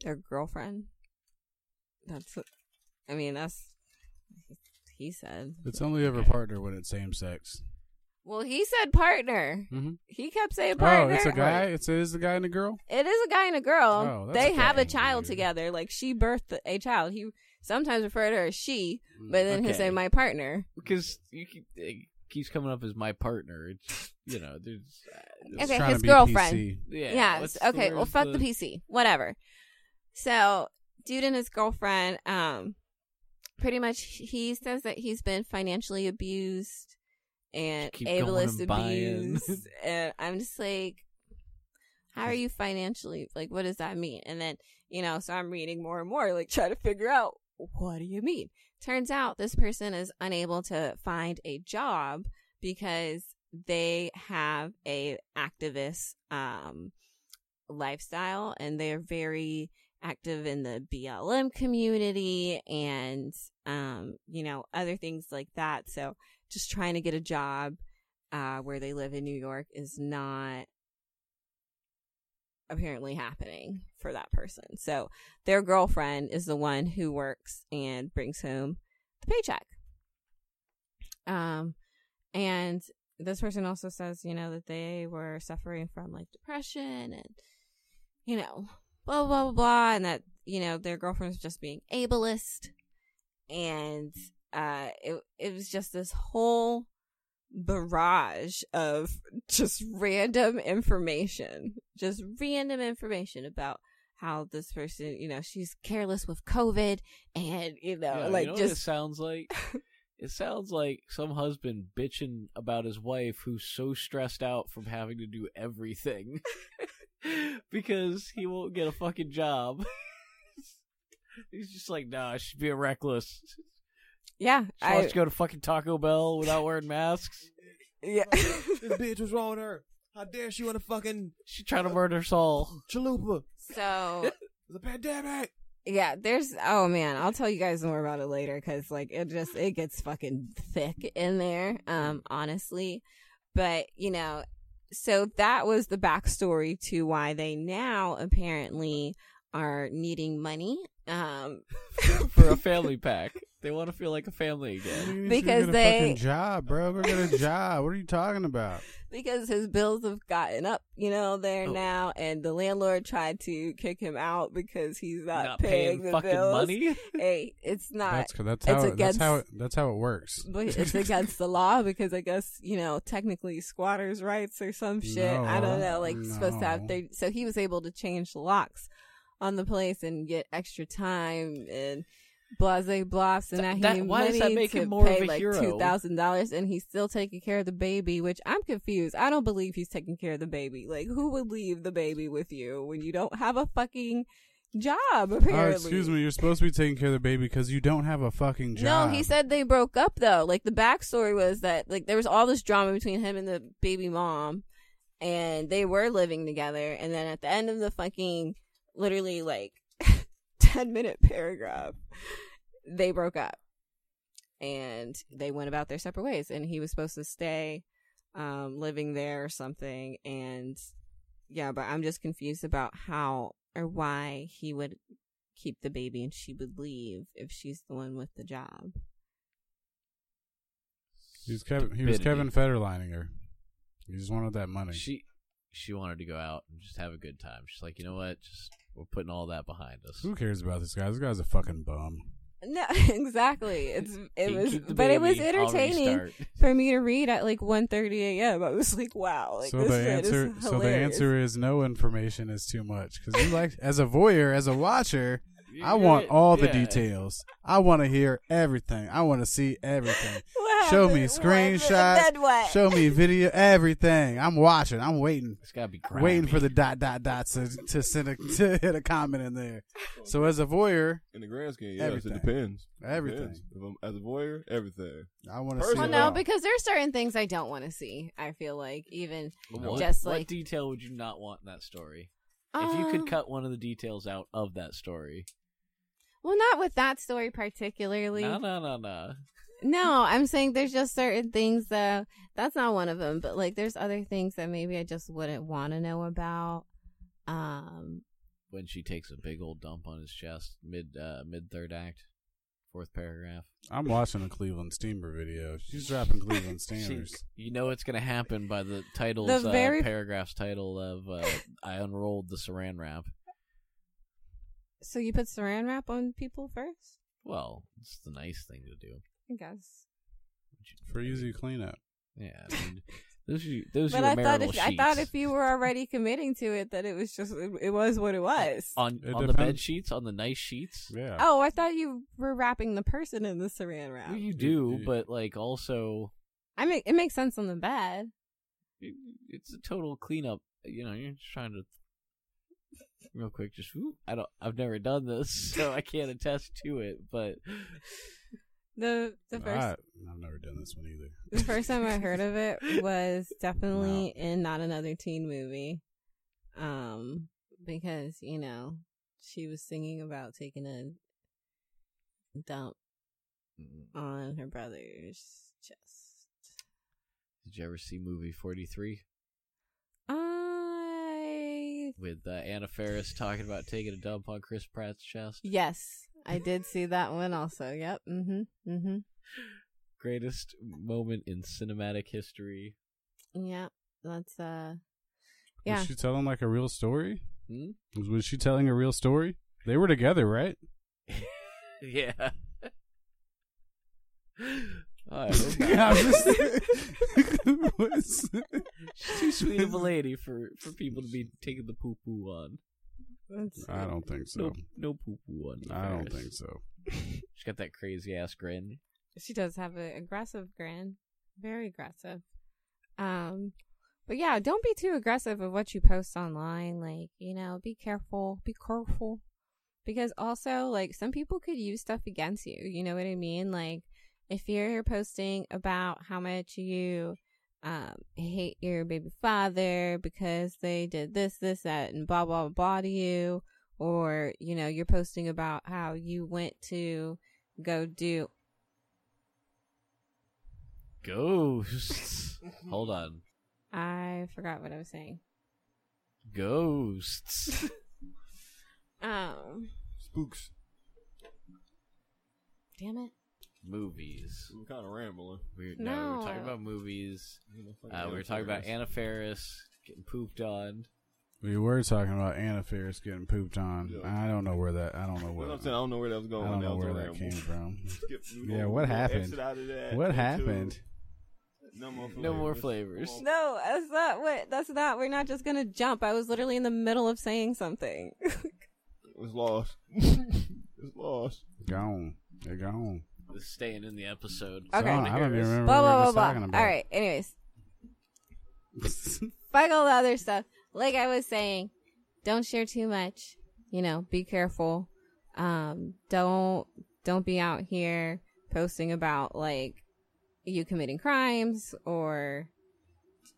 [SPEAKER 3] their girlfriend. That's, what- I mean, that's he said.
[SPEAKER 7] It's only ever partner when it's same sex.
[SPEAKER 3] Well, he said partner.
[SPEAKER 7] Mm-hmm.
[SPEAKER 3] He kept saying
[SPEAKER 7] Oh,
[SPEAKER 3] partner.
[SPEAKER 7] it's a guy. It's it is a guy and a girl.
[SPEAKER 3] It is a guy and a girl.
[SPEAKER 7] Oh, that's
[SPEAKER 3] they have a
[SPEAKER 7] okay.
[SPEAKER 3] child together. Like she birthed a child. He sometimes referred to her as she, but then he'll say
[SPEAKER 1] Okay.
[SPEAKER 3] my partner.
[SPEAKER 1] Because you keep, it keeps coming up as my partner. It's, you know, there's.
[SPEAKER 7] It's
[SPEAKER 3] Okay,
[SPEAKER 7] trying to
[SPEAKER 3] his
[SPEAKER 7] be
[SPEAKER 3] girlfriend.
[SPEAKER 7] PC.
[SPEAKER 1] Yeah.
[SPEAKER 3] yes.
[SPEAKER 1] what's the-
[SPEAKER 3] Okay. Well,
[SPEAKER 1] where's
[SPEAKER 3] fuck the... PC. Whatever. So, dude and his girlfriend, um, pretty much he says that he's been financially abused and
[SPEAKER 1] Keep going
[SPEAKER 3] ableist
[SPEAKER 1] and buying. *laughs*
[SPEAKER 3] abuse, and I'm just like, how are you financially? Like, what does that mean? And then you know, so I'm reading more and more, like trying to figure out what do you mean. Turns out this person is unable to find a job because they have a activist um lifestyle and they're very active in the BLM community and um you know other things like that so just trying to get a job uh where they live in New York is not apparently happening for that person so their girlfriend is the one who works and brings home the paycheck um and this person also says, you know, that they were suffering from like depression and, you know, blah, blah, blah, blah. And that, you know, their girlfriend's just being ableist. And uh, it, it was just this whole barrage of just random information, just random information about how this person, you know, she's careless with COVID and, you know,
[SPEAKER 1] Yeah,
[SPEAKER 3] Uh, like
[SPEAKER 1] you know what it
[SPEAKER 3] just.
[SPEAKER 1] sounds like
[SPEAKER 3] *laughs*
[SPEAKER 1] it sounds like some husband bitching about his wife who's so stressed out from having to do everything *laughs* because he won't get a fucking job *laughs* he's just like nah she's being reckless
[SPEAKER 3] Yeah.
[SPEAKER 1] she wants to go to fucking taco bell without wearing
[SPEAKER 3] *laughs*
[SPEAKER 1] masks
[SPEAKER 3] yeah. *laughs*
[SPEAKER 4] This bitch was wrong with her. How dare she want a fucking
[SPEAKER 1] she trying to murder us all
[SPEAKER 4] chalupa?
[SPEAKER 3] so.
[SPEAKER 4] It's a pandemic.
[SPEAKER 3] yeah there's oh man i'll tell you guys more about it later because like it just it gets fucking thick in there um honestly but you know so that was the backstory to why they now apparently are needing money um
[SPEAKER 1] *laughs* for a family pack they want to feel like a family
[SPEAKER 7] What do
[SPEAKER 1] again
[SPEAKER 7] you mean
[SPEAKER 3] Because
[SPEAKER 7] she'll get a
[SPEAKER 3] they-
[SPEAKER 7] fucking job, bro. Go get
[SPEAKER 3] *laughs*
[SPEAKER 7] a job. What are you talking about?
[SPEAKER 3] *laughs* because his bills have gotten up you know there
[SPEAKER 1] Oh.
[SPEAKER 3] now and the landlord tried to kick him out because he's not,
[SPEAKER 1] not paying
[SPEAKER 3] paying, the
[SPEAKER 1] fucking
[SPEAKER 3] bills
[SPEAKER 1] money
[SPEAKER 3] hey it's not
[SPEAKER 7] That's that's
[SPEAKER 3] it's
[SPEAKER 7] how it, that's
[SPEAKER 3] against-
[SPEAKER 7] how it, that's how it works.
[SPEAKER 3] *laughs* But it's against the law because I guess you know technically squatters' rights or some shit. I don't
[SPEAKER 7] No,
[SPEAKER 3] know, like supposed to have
[SPEAKER 7] no.
[SPEAKER 3] they. So he was able to change the locks on the place and get extra time and blase bluffs and now
[SPEAKER 1] Th-
[SPEAKER 3] he
[SPEAKER 1] that-
[SPEAKER 3] need
[SPEAKER 1] why does
[SPEAKER 3] money
[SPEAKER 1] that make
[SPEAKER 3] to
[SPEAKER 1] him more of
[SPEAKER 3] pay
[SPEAKER 1] a
[SPEAKER 3] like
[SPEAKER 1] hero?
[SPEAKER 3] two thousand dollars and he's still taking care of the baby, which I'm confused. I don't believe he's taking care of the baby. Like who would leave the baby with you when you don't have a fucking job?
[SPEAKER 1] Uh,
[SPEAKER 3] Apparently,
[SPEAKER 7] Oh, excuse me. You're supposed to be taking care of the baby because you don't have a fucking job.
[SPEAKER 3] no, he said they broke up though. Like the backstory was that like there was all this drama between him and the baby mom, and they were living together. And then at the end of the fucking *laughs* literally like ten minute paragraph, they broke up. and they went about their separate ways. And he was supposed to stay um, living there or something. And yeah, but I'm just confused about how or why he would keep the baby and she would leave if she's the one with the job.
[SPEAKER 7] He was Kevin. He was
[SPEAKER 1] Stupidity.
[SPEAKER 7] Kevin Federlining her. He just wanted that money.
[SPEAKER 1] She she wanted to go out and just have a good time. She's like, you know what? Just we're putting all that behind us.
[SPEAKER 7] Who cares about this guy? This guy's a fucking bum.
[SPEAKER 3] No, *laughs*
[SPEAKER 7] *laughs*
[SPEAKER 3] exactly. It's it
[SPEAKER 1] Keep-
[SPEAKER 3] was,
[SPEAKER 1] keep the
[SPEAKER 3] but it was
[SPEAKER 1] baby. I'll
[SPEAKER 3] entertaining
[SPEAKER 1] *laughs* restart.
[SPEAKER 3] for me to read at like 1.30 a.m. I was like, wow, like
[SPEAKER 7] so
[SPEAKER 3] this
[SPEAKER 7] the
[SPEAKER 3] shit
[SPEAKER 7] answer,
[SPEAKER 3] is
[SPEAKER 7] so the
[SPEAKER 3] hilarious. *laughs*
[SPEAKER 7] answer is no information is too much because you like as a voyeur, as a watcher. I want all the
[SPEAKER 1] Yeah.
[SPEAKER 7] details. I want to hear everything. I want to see everything.
[SPEAKER 3] *laughs* What
[SPEAKER 7] Show me
[SPEAKER 3] happened? What happened? Then
[SPEAKER 7] screenshots. *laughs*
[SPEAKER 3] what?
[SPEAKER 7] Show me video. Everything. I'm watching. I'm waiting.
[SPEAKER 1] It's gotta be
[SPEAKER 7] Waiting for the dot dot dot to, to send a *laughs* to hit a comment in there. So as a voyeur,
[SPEAKER 6] In the grand scheme, yes,
[SPEAKER 7] Everything.
[SPEAKER 6] it depends.
[SPEAKER 7] Everything.
[SPEAKER 6] Depends. If I'm, as a voyeur, everything.
[SPEAKER 7] I want to see.
[SPEAKER 6] First
[SPEAKER 3] Well,
[SPEAKER 6] of
[SPEAKER 7] it
[SPEAKER 3] no,
[SPEAKER 7] all.
[SPEAKER 6] all-
[SPEAKER 3] because there's certain things I don't want to see. I feel like even
[SPEAKER 1] what,
[SPEAKER 3] just
[SPEAKER 1] what
[SPEAKER 3] like
[SPEAKER 1] detail would you not want in that story? if you
[SPEAKER 3] Um,
[SPEAKER 1] could cut one of the details out of that story,
[SPEAKER 3] Well, not with that story particularly.
[SPEAKER 1] no, no, no, no.
[SPEAKER 3] No, I'm saying there's just certain things that that's not one of them, but like there's other things that maybe I just wouldn't want to know about. Um,
[SPEAKER 1] When she takes a big old dump on his chest, mid uh, mid third act, fourth paragraph.
[SPEAKER 7] I'm watching a Cleveland Steamer video. She's dropping
[SPEAKER 1] *laughs*
[SPEAKER 7] Cleveland Steamers.
[SPEAKER 1] She- you know it's gonna happen by the titles,
[SPEAKER 3] The very-
[SPEAKER 1] uh, paragraph's title of uh, "I unrolled the Saran wrap."
[SPEAKER 3] so you put saran wrap on people first,
[SPEAKER 1] Well, it's the nice thing to do.
[SPEAKER 3] I guess.
[SPEAKER 7] for easy cleanup.
[SPEAKER 1] Yeah, I mean, those are you- those
[SPEAKER 3] but
[SPEAKER 1] are your
[SPEAKER 3] I thought
[SPEAKER 1] marital
[SPEAKER 3] if I
[SPEAKER 1] sheets.
[SPEAKER 3] thought if you were already committing to it, that it was just it, it was what it was.
[SPEAKER 1] on
[SPEAKER 7] It
[SPEAKER 1] on the bed
[SPEAKER 7] depends.
[SPEAKER 1] sheets, on the nice sheets,
[SPEAKER 7] Yeah.
[SPEAKER 3] Oh, I thought you were wrapping the person in the saran wrap.
[SPEAKER 1] Well, you do, but like also,
[SPEAKER 3] I mean, it makes sense on the bed.
[SPEAKER 1] it- it's a total cleanup. You know, you're just trying to *laughs* real quick. Just whoop. I don't. I've never done this, so I can't attest to it. But
[SPEAKER 3] *laughs* The the first
[SPEAKER 7] I, have never done this one either.
[SPEAKER 3] the first time I heard of it was definitely in not another teen movie, um, because you know she was singing about taking a dump on her brother's chest.
[SPEAKER 1] did you ever see movie Forty Three
[SPEAKER 3] I
[SPEAKER 1] with uh, Anna Faris talking about taking a dump on Chris Pratt's chest?
[SPEAKER 3] yes, I did see that one also. Yep. Mm-hmm. Mm-hmm.
[SPEAKER 1] Greatest moment in cinematic history.
[SPEAKER 3] Yeah. That's uh. Yeah.
[SPEAKER 7] Was she telling like a real story?
[SPEAKER 1] Hmm?
[SPEAKER 7] Was, was she telling a real story? They were together, right?
[SPEAKER 1] Yeah. *laughs* I
[SPEAKER 7] *laughs*
[SPEAKER 1] hope not.
[SPEAKER 7] Yeah, I'm
[SPEAKER 1] *laughs*
[SPEAKER 7] just- *laughs* What's-
[SPEAKER 1] She's too sweet
[SPEAKER 7] *laughs*
[SPEAKER 1] of a lady for, for people to be taking the poo poo on.
[SPEAKER 3] that's-
[SPEAKER 7] I don't think so.
[SPEAKER 1] No, no poo poo on.
[SPEAKER 7] I don't
[SPEAKER 1] Ferris.
[SPEAKER 7] think so.
[SPEAKER 1] She's got that crazy ass grin.
[SPEAKER 3] She does have an aggressive grin, very aggressive. Um, but yeah, don't be too aggressive of what you post online. Like, you know, be careful, be careful, because also like some people could use stuff against you. You know what I mean? Like, if you're posting about how much you um hate your baby father because they did this, this, that, and blah blah blah to you, or you know, you're posting about how you went to go do *laughs*
[SPEAKER 1] Ghosts. Hold on.
[SPEAKER 3] I forgot what I was saying. *laughs*
[SPEAKER 1] Ghosts.
[SPEAKER 3] Um,
[SPEAKER 6] Spooks.
[SPEAKER 3] damn it.
[SPEAKER 1] movies.
[SPEAKER 6] I'm kind of rambling.
[SPEAKER 1] We, no. we were talking
[SPEAKER 3] No.
[SPEAKER 1] about movies. Uh, we were talking about Anna Ferris getting pooped on.
[SPEAKER 7] We were talking about Anna Faris getting pooped on.
[SPEAKER 6] Yeah.
[SPEAKER 7] I don't know where that. I don't know
[SPEAKER 6] Well,
[SPEAKER 7] where.
[SPEAKER 6] I'm saying I don't know where that was going.
[SPEAKER 7] I don't know
[SPEAKER 6] was
[SPEAKER 7] where
[SPEAKER 6] a
[SPEAKER 7] that
[SPEAKER 6] ramble.
[SPEAKER 7] came from. *laughs*
[SPEAKER 6] *laughs* Skip- we
[SPEAKER 7] Yeah,
[SPEAKER 6] gonna-
[SPEAKER 7] what
[SPEAKER 6] we gonna
[SPEAKER 7] happened?
[SPEAKER 6] exit out of that
[SPEAKER 7] What
[SPEAKER 6] into-
[SPEAKER 7] happened?
[SPEAKER 6] No more flavors.
[SPEAKER 1] No more flavors.
[SPEAKER 6] Come on.
[SPEAKER 3] No, that's not what. That's not. We're not just gonna jump. I was literally in the middle of saying something.
[SPEAKER 6] It was lost. *laughs* it was lost.
[SPEAKER 7] Gone. They're gone.
[SPEAKER 1] This is staying in the episode.
[SPEAKER 3] Okay.
[SPEAKER 7] Gone. I don't even remember what
[SPEAKER 3] blah
[SPEAKER 7] we
[SPEAKER 3] blah
[SPEAKER 7] were
[SPEAKER 3] blah
[SPEAKER 7] talking
[SPEAKER 3] blah.
[SPEAKER 7] about.
[SPEAKER 3] All right. Anyways, fuck all the other stuff. Like I was saying, don't share too much. You know, be careful. Um, don't don't be out here posting about like you committing crimes or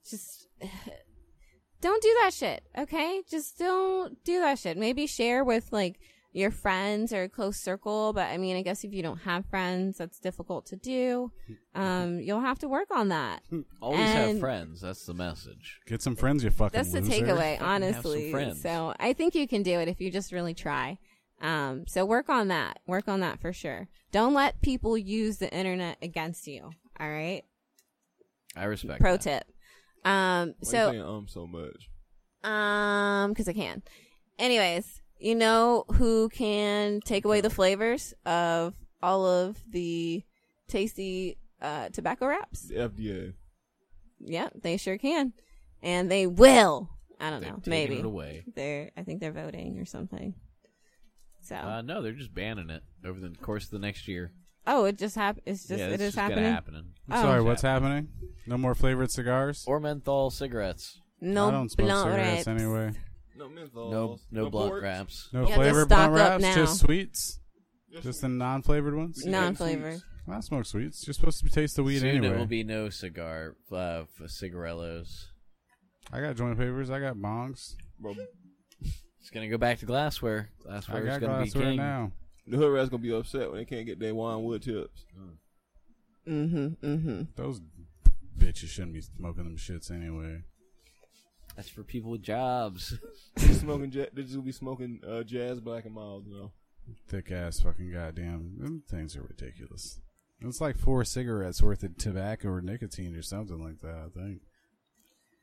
[SPEAKER 3] just *sighs* don't do that shit. Okay, just don't do that shit. Maybe share with like your friends or a close circle. But I mean, I guess if you don't have friends, that's difficult to do. Um, you'll have to work on that.
[SPEAKER 1] Always have
[SPEAKER 3] And-
[SPEAKER 1] friends. That's the message.
[SPEAKER 7] Get some friends, you fucking
[SPEAKER 3] That's the
[SPEAKER 7] loser.
[SPEAKER 3] takeaway,
[SPEAKER 1] Fucking have some
[SPEAKER 3] honestly.
[SPEAKER 1] friends.
[SPEAKER 3] So I think you can do it if you just really try. Um, so work on that. Work on that for sure. Don't let people use the internet against you. All right.
[SPEAKER 1] I respect.
[SPEAKER 3] Pro
[SPEAKER 1] that.
[SPEAKER 3] tip. Um,
[SPEAKER 6] Why
[SPEAKER 3] so
[SPEAKER 6] you saying um so much?
[SPEAKER 3] Um, because I can. Anyways, you know who can take away the flavors of all of the tasty uh, tobacco wraps?
[SPEAKER 6] The FDA.
[SPEAKER 3] Yeah, they sure can, and they will. I don't
[SPEAKER 1] They've
[SPEAKER 3] know.
[SPEAKER 1] taken
[SPEAKER 3] Maybe
[SPEAKER 1] it away.
[SPEAKER 3] they're. I think they're voting or something. So,
[SPEAKER 1] Uh, no, they're just banning it over the course of the next year.
[SPEAKER 3] oh, it just happened. It's just
[SPEAKER 1] yeah,
[SPEAKER 3] it
[SPEAKER 1] it's
[SPEAKER 3] is
[SPEAKER 1] just gonna
[SPEAKER 3] happening.
[SPEAKER 1] happen.
[SPEAKER 7] I'm
[SPEAKER 3] Oh.
[SPEAKER 7] sorry, what's happening? No more flavored cigars.
[SPEAKER 1] Or menthol cigarettes.
[SPEAKER 3] No
[SPEAKER 7] I don't smoke
[SPEAKER 3] blunt
[SPEAKER 7] cigarettes
[SPEAKER 3] wraps.
[SPEAKER 7] anyway.
[SPEAKER 6] No menthol.
[SPEAKER 1] No, no, blunt
[SPEAKER 6] pork.
[SPEAKER 1] wraps.
[SPEAKER 7] No
[SPEAKER 3] You have to
[SPEAKER 7] flavor
[SPEAKER 3] stock
[SPEAKER 7] blunt
[SPEAKER 3] up
[SPEAKER 7] wraps,
[SPEAKER 3] now.
[SPEAKER 7] just sweets, just the non-flavored ones.
[SPEAKER 6] No.
[SPEAKER 3] Non-flavored.
[SPEAKER 7] I smoke sweets. You're supposed to taste the weed
[SPEAKER 1] Soon
[SPEAKER 7] anyway.
[SPEAKER 1] it will be no cigar uh, f- cigarillos.
[SPEAKER 7] I got joint papers. I got bongs.
[SPEAKER 6] Bro,
[SPEAKER 1] It's gonna go back to glassware. Glassware
[SPEAKER 7] I
[SPEAKER 1] is
[SPEAKER 7] got
[SPEAKER 1] gonna be
[SPEAKER 7] glassware
[SPEAKER 1] king.
[SPEAKER 7] now.
[SPEAKER 6] the hood rat's gonna be upset when they can't get their wine wood tips.
[SPEAKER 1] *laughs*
[SPEAKER 3] Mm-hmm. Mm-hmm.
[SPEAKER 7] Those bitches shouldn't be smoking them shits anyway.
[SPEAKER 1] That's for people with jobs.
[SPEAKER 6] They smoking, ja- they just gonna be smoking uh, jazz black and miles now.
[SPEAKER 7] Thick ass fucking goddamn. Them things are ridiculous. It's like four cigarettes worth of tobacco or nicotine or something like that. I think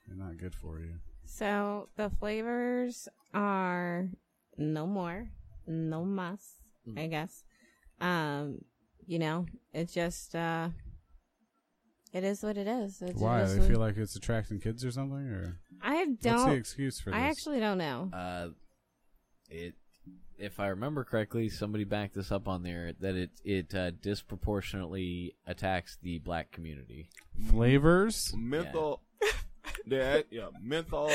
[SPEAKER 7] they're not good for you.
[SPEAKER 3] So the flavors are no more, no mas, I guess. Um, you know, it just uh it is what it is. It's
[SPEAKER 7] Why?
[SPEAKER 3] just
[SPEAKER 7] They
[SPEAKER 3] what-
[SPEAKER 7] feel like it's attracting kids or something, or
[SPEAKER 3] I
[SPEAKER 7] what's the
[SPEAKER 3] don't
[SPEAKER 7] excuse for this?
[SPEAKER 3] I actually don't know.
[SPEAKER 1] Uh, it, if I remember correctly, somebody backed this up on there that it it uh, disproportionately attacks the black community.
[SPEAKER 7] Flavors.
[SPEAKER 6] Menthol. Yeah. yeah, menthol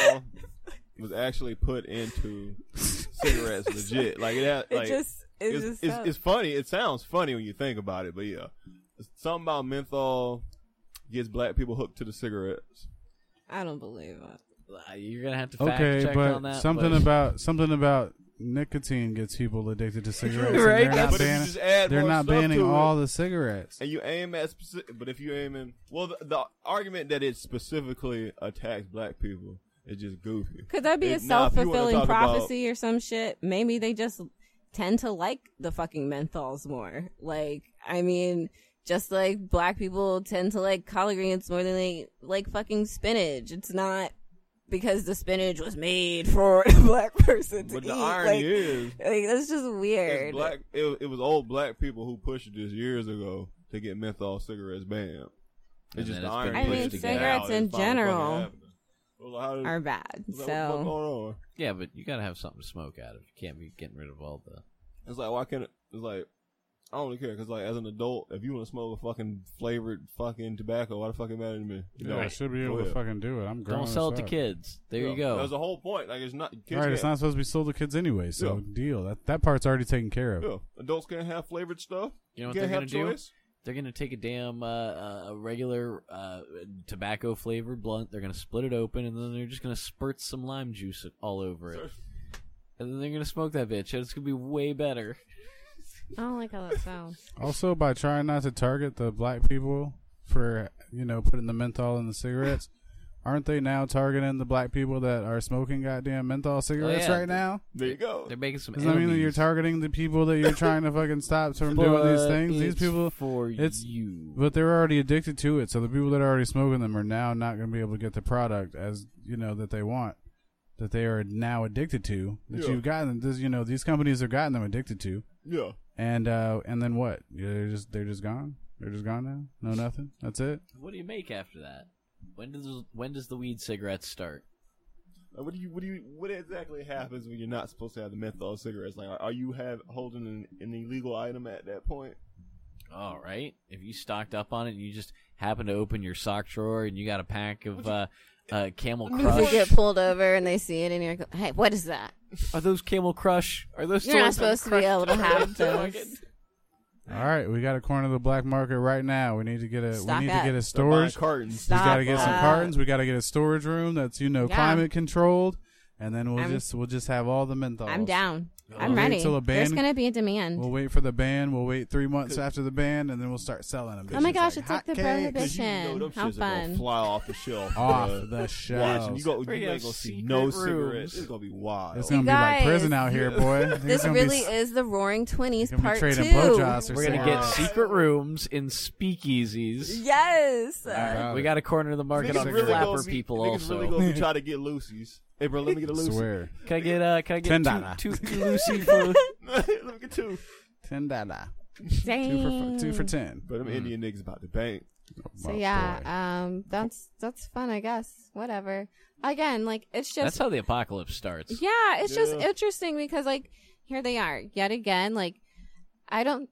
[SPEAKER 6] was actually put into
[SPEAKER 3] *laughs*
[SPEAKER 6] cigarettes legit. Like it, had,
[SPEAKER 3] It
[SPEAKER 6] Uh, like
[SPEAKER 3] just- it
[SPEAKER 6] it's,
[SPEAKER 3] just
[SPEAKER 6] it's,
[SPEAKER 3] sounds-
[SPEAKER 6] it's funny. It sounds funny when you think about it, but yeah, something about menthol gets black people hooked to the cigarettes.
[SPEAKER 3] I don't believe it.
[SPEAKER 1] Uh, You're gonna have to fact
[SPEAKER 7] Okay,
[SPEAKER 1] check
[SPEAKER 7] but
[SPEAKER 1] on that.
[SPEAKER 7] something
[SPEAKER 1] but-
[SPEAKER 7] about something about nicotine gets people addicted to cigarettes. and
[SPEAKER 1] Right,
[SPEAKER 7] They're not
[SPEAKER 6] but if you
[SPEAKER 7] banning,
[SPEAKER 6] just add
[SPEAKER 7] they're
[SPEAKER 6] more
[SPEAKER 7] not
[SPEAKER 6] stuff
[SPEAKER 7] banning
[SPEAKER 6] to it-
[SPEAKER 7] all the cigarettes.
[SPEAKER 6] And you aim at specific, but if you aim in, well, the, the argument that it specifically attacks black people is just goofy.
[SPEAKER 3] Could that be a
[SPEAKER 6] It- now,
[SPEAKER 3] self
[SPEAKER 6] if you wanna
[SPEAKER 3] fulfilling
[SPEAKER 6] talk about-
[SPEAKER 3] prophecy or some shit? Maybe they just tend to like the fucking menthols more. Like, I mean, just like black people tend to like collard greens more than they like fucking spinach. It's not because the spinach was made *laughs* for a black person to
[SPEAKER 6] But
[SPEAKER 3] eat.
[SPEAKER 6] the irony
[SPEAKER 3] like,
[SPEAKER 6] is,
[SPEAKER 3] like, that's just weird.
[SPEAKER 6] It's black. It, it was old black people who pushed this years ago to get menthol cigarettes banned.
[SPEAKER 1] And
[SPEAKER 6] It's just
[SPEAKER 1] then it's
[SPEAKER 6] the
[SPEAKER 1] been
[SPEAKER 6] irony.
[SPEAKER 1] pushed
[SPEAKER 6] that
[SPEAKER 1] again.
[SPEAKER 6] it's now
[SPEAKER 3] cigarettes
[SPEAKER 6] it's finally
[SPEAKER 3] in
[SPEAKER 6] fucking
[SPEAKER 3] general
[SPEAKER 6] happening. Well, how did-
[SPEAKER 3] Are bad.
[SPEAKER 6] it's like, what the fuck
[SPEAKER 3] So
[SPEAKER 6] going on?
[SPEAKER 1] yeah, but you gotta have something to smoke out of. You can't be getting rid of all the.
[SPEAKER 6] It's like why can't? It, it's like I don't really care because like as an adult, if you want to smoke a fucking flavored fucking tobacco, why the fuck it matter to me? You
[SPEAKER 7] Yeah, I
[SPEAKER 6] know?
[SPEAKER 7] should be able
[SPEAKER 6] Go
[SPEAKER 7] to
[SPEAKER 6] ahead.
[SPEAKER 7] fucking do it. I'm growing
[SPEAKER 1] Don't sell it
[SPEAKER 7] this
[SPEAKER 1] to
[SPEAKER 7] up.
[SPEAKER 1] kids. There you
[SPEAKER 6] Yeah,
[SPEAKER 1] go.
[SPEAKER 6] That's the whole point. Like it's not. Kids
[SPEAKER 7] All right, it's
[SPEAKER 6] can't-
[SPEAKER 7] not supposed to be sold to kids anyway, so
[SPEAKER 6] Yeah.
[SPEAKER 7] deal. That that part's already taken care of.
[SPEAKER 6] Yeah, adults can't have flavored stuff.
[SPEAKER 1] You know what
[SPEAKER 6] can't
[SPEAKER 1] they're
[SPEAKER 6] have
[SPEAKER 1] gonna do?
[SPEAKER 6] choice.
[SPEAKER 1] They're gonna take a damn uh, uh, a regular uh, tobacco flavored blunt. They're gonna split it open, and then they're just gonna spurt some lime juice all over it, and then they're gonna smoke that bitch, and it's gonna be way better.
[SPEAKER 3] I don't like how that sounds. *laughs*
[SPEAKER 7] Also, by trying not to target the black people for you know putting the menthol in the
[SPEAKER 6] *laughs*
[SPEAKER 7] cigarettes, aren't they now targeting the black people that are smoking goddamn menthol cigarettes
[SPEAKER 1] Oh, yeah.
[SPEAKER 7] right now?
[SPEAKER 6] There you go.
[SPEAKER 1] They're making some.
[SPEAKER 7] Does that mean that you're
[SPEAKER 1] enemies.
[SPEAKER 7] targeting the people that you're trying to fucking stop from doing these
[SPEAKER 1] But
[SPEAKER 7] things? These
[SPEAKER 1] it's
[SPEAKER 7] people,
[SPEAKER 1] for
[SPEAKER 7] it's-
[SPEAKER 1] you.
[SPEAKER 7] *laughs*
[SPEAKER 1] *laughs*
[SPEAKER 7] but they're already addicted to it, so the people that are already smoking them are now not going to be able to get the product as you know that they want, that they are now addicted to. That
[SPEAKER 6] Yeah.
[SPEAKER 7] you've gotten, this, you know, these companies have gotten them addicted to.
[SPEAKER 6] Yeah.
[SPEAKER 7] And uh and then what? They're just they're just gone. They're just gone now. No nothing. That's it.
[SPEAKER 1] What do you make after that? When does when does the weed cigarettes start?
[SPEAKER 6] Like, what do you? What do you? What exactly happens when you're not supposed to have the menthol cigarettes? Like, are you have holding an, an illegal item at that point?
[SPEAKER 1] All right. If you stocked up on it and you just happen to open your sock drawer and you got a pack of uh, uh, Camel
[SPEAKER 3] You
[SPEAKER 1] Crush,
[SPEAKER 3] get pulled over and they see it and you're like, hey, what is that?
[SPEAKER 1] are those Camel Crush? Are those?
[SPEAKER 3] You're
[SPEAKER 1] still
[SPEAKER 3] not
[SPEAKER 1] in Camel
[SPEAKER 3] supposed to be
[SPEAKER 1] Crush?
[SPEAKER 3] able to
[SPEAKER 6] *laughs*
[SPEAKER 3] have those.
[SPEAKER 7] All right, we got a corner of the black market right now. We need to get a
[SPEAKER 3] Stock
[SPEAKER 7] we need
[SPEAKER 3] up.
[SPEAKER 7] to get a
[SPEAKER 6] They're buying
[SPEAKER 7] storage. We
[SPEAKER 6] cartons.
[SPEAKER 3] Stop
[SPEAKER 7] got to get some
[SPEAKER 3] up.
[SPEAKER 7] cartons. We got to get a storage room that's you know
[SPEAKER 3] Yeah.
[SPEAKER 7] climate controlled, and then we'll
[SPEAKER 3] I'm-
[SPEAKER 7] just we'll just have all the menthol.
[SPEAKER 3] I'm down. I'm
[SPEAKER 7] Wait
[SPEAKER 3] ready.
[SPEAKER 7] till a
[SPEAKER 3] There's
[SPEAKER 7] band-
[SPEAKER 3] gonna be a demand.
[SPEAKER 7] We'll wait for the ban. We'll wait three months after the ban, and then we'll start selling them.
[SPEAKER 3] oh my
[SPEAKER 7] Bitches
[SPEAKER 3] gosh, it's like the
[SPEAKER 7] hotcakes.
[SPEAKER 6] Uh, Cause you know
[SPEAKER 3] prohibition.
[SPEAKER 6] them
[SPEAKER 3] How
[SPEAKER 6] shits are gonna
[SPEAKER 3] fun!
[SPEAKER 6] fly off the shelf.
[SPEAKER 1] Uh,
[SPEAKER 7] Off
[SPEAKER 6] bruh.
[SPEAKER 7] the
[SPEAKER 6] Watch, and
[SPEAKER 7] shelves.
[SPEAKER 6] you, go, you
[SPEAKER 1] We
[SPEAKER 6] ain't
[SPEAKER 1] have
[SPEAKER 6] gonna see
[SPEAKER 1] secret
[SPEAKER 6] no
[SPEAKER 1] rooms.
[SPEAKER 6] cigarettes. It's gonna be wild.
[SPEAKER 7] It's gonna be like
[SPEAKER 3] guys,
[SPEAKER 7] prison out here, boy.
[SPEAKER 3] This really
[SPEAKER 7] is.
[SPEAKER 3] is the Roaring Twenties
[SPEAKER 7] Gonna be
[SPEAKER 3] part
[SPEAKER 7] trading
[SPEAKER 3] two.
[SPEAKER 7] blowjobs or
[SPEAKER 1] We're gonna
[SPEAKER 7] something.
[SPEAKER 1] get secret rooms in speakeasies.
[SPEAKER 3] Yes.
[SPEAKER 7] Alright.
[SPEAKER 1] We got to corner the market
[SPEAKER 6] Niggas
[SPEAKER 1] on
[SPEAKER 6] really
[SPEAKER 1] flapper
[SPEAKER 6] gonna be-
[SPEAKER 1] people.
[SPEAKER 6] niggas
[SPEAKER 1] Also,
[SPEAKER 6] really gonna be trying to get Lucy's. Hey, bro, let
[SPEAKER 7] *laughs*
[SPEAKER 6] me get a Lucy.
[SPEAKER 7] Swear.
[SPEAKER 1] can I get uh, can I
[SPEAKER 7] Ten
[SPEAKER 1] get
[SPEAKER 7] dollar.
[SPEAKER 1] two,
[SPEAKER 3] *laughs*
[SPEAKER 1] two, two Lucy for
[SPEAKER 6] *laughs* let me get two.
[SPEAKER 7] *laughs* Ten dollar.
[SPEAKER 3] Dang.
[SPEAKER 7] Two for f- two for ten.
[SPEAKER 6] But them Indian niggas about to bank.
[SPEAKER 3] So
[SPEAKER 7] Oh,
[SPEAKER 3] yeah,
[SPEAKER 7] boy.
[SPEAKER 3] um, that's that's fun, I guess. Whatever. Again, like it's
[SPEAKER 1] That's
[SPEAKER 3] just
[SPEAKER 1] how the apocalypse starts.
[SPEAKER 3] yeah, it's just
[SPEAKER 6] Yeah.
[SPEAKER 3] interesting because like here they are yet again. Like I don't,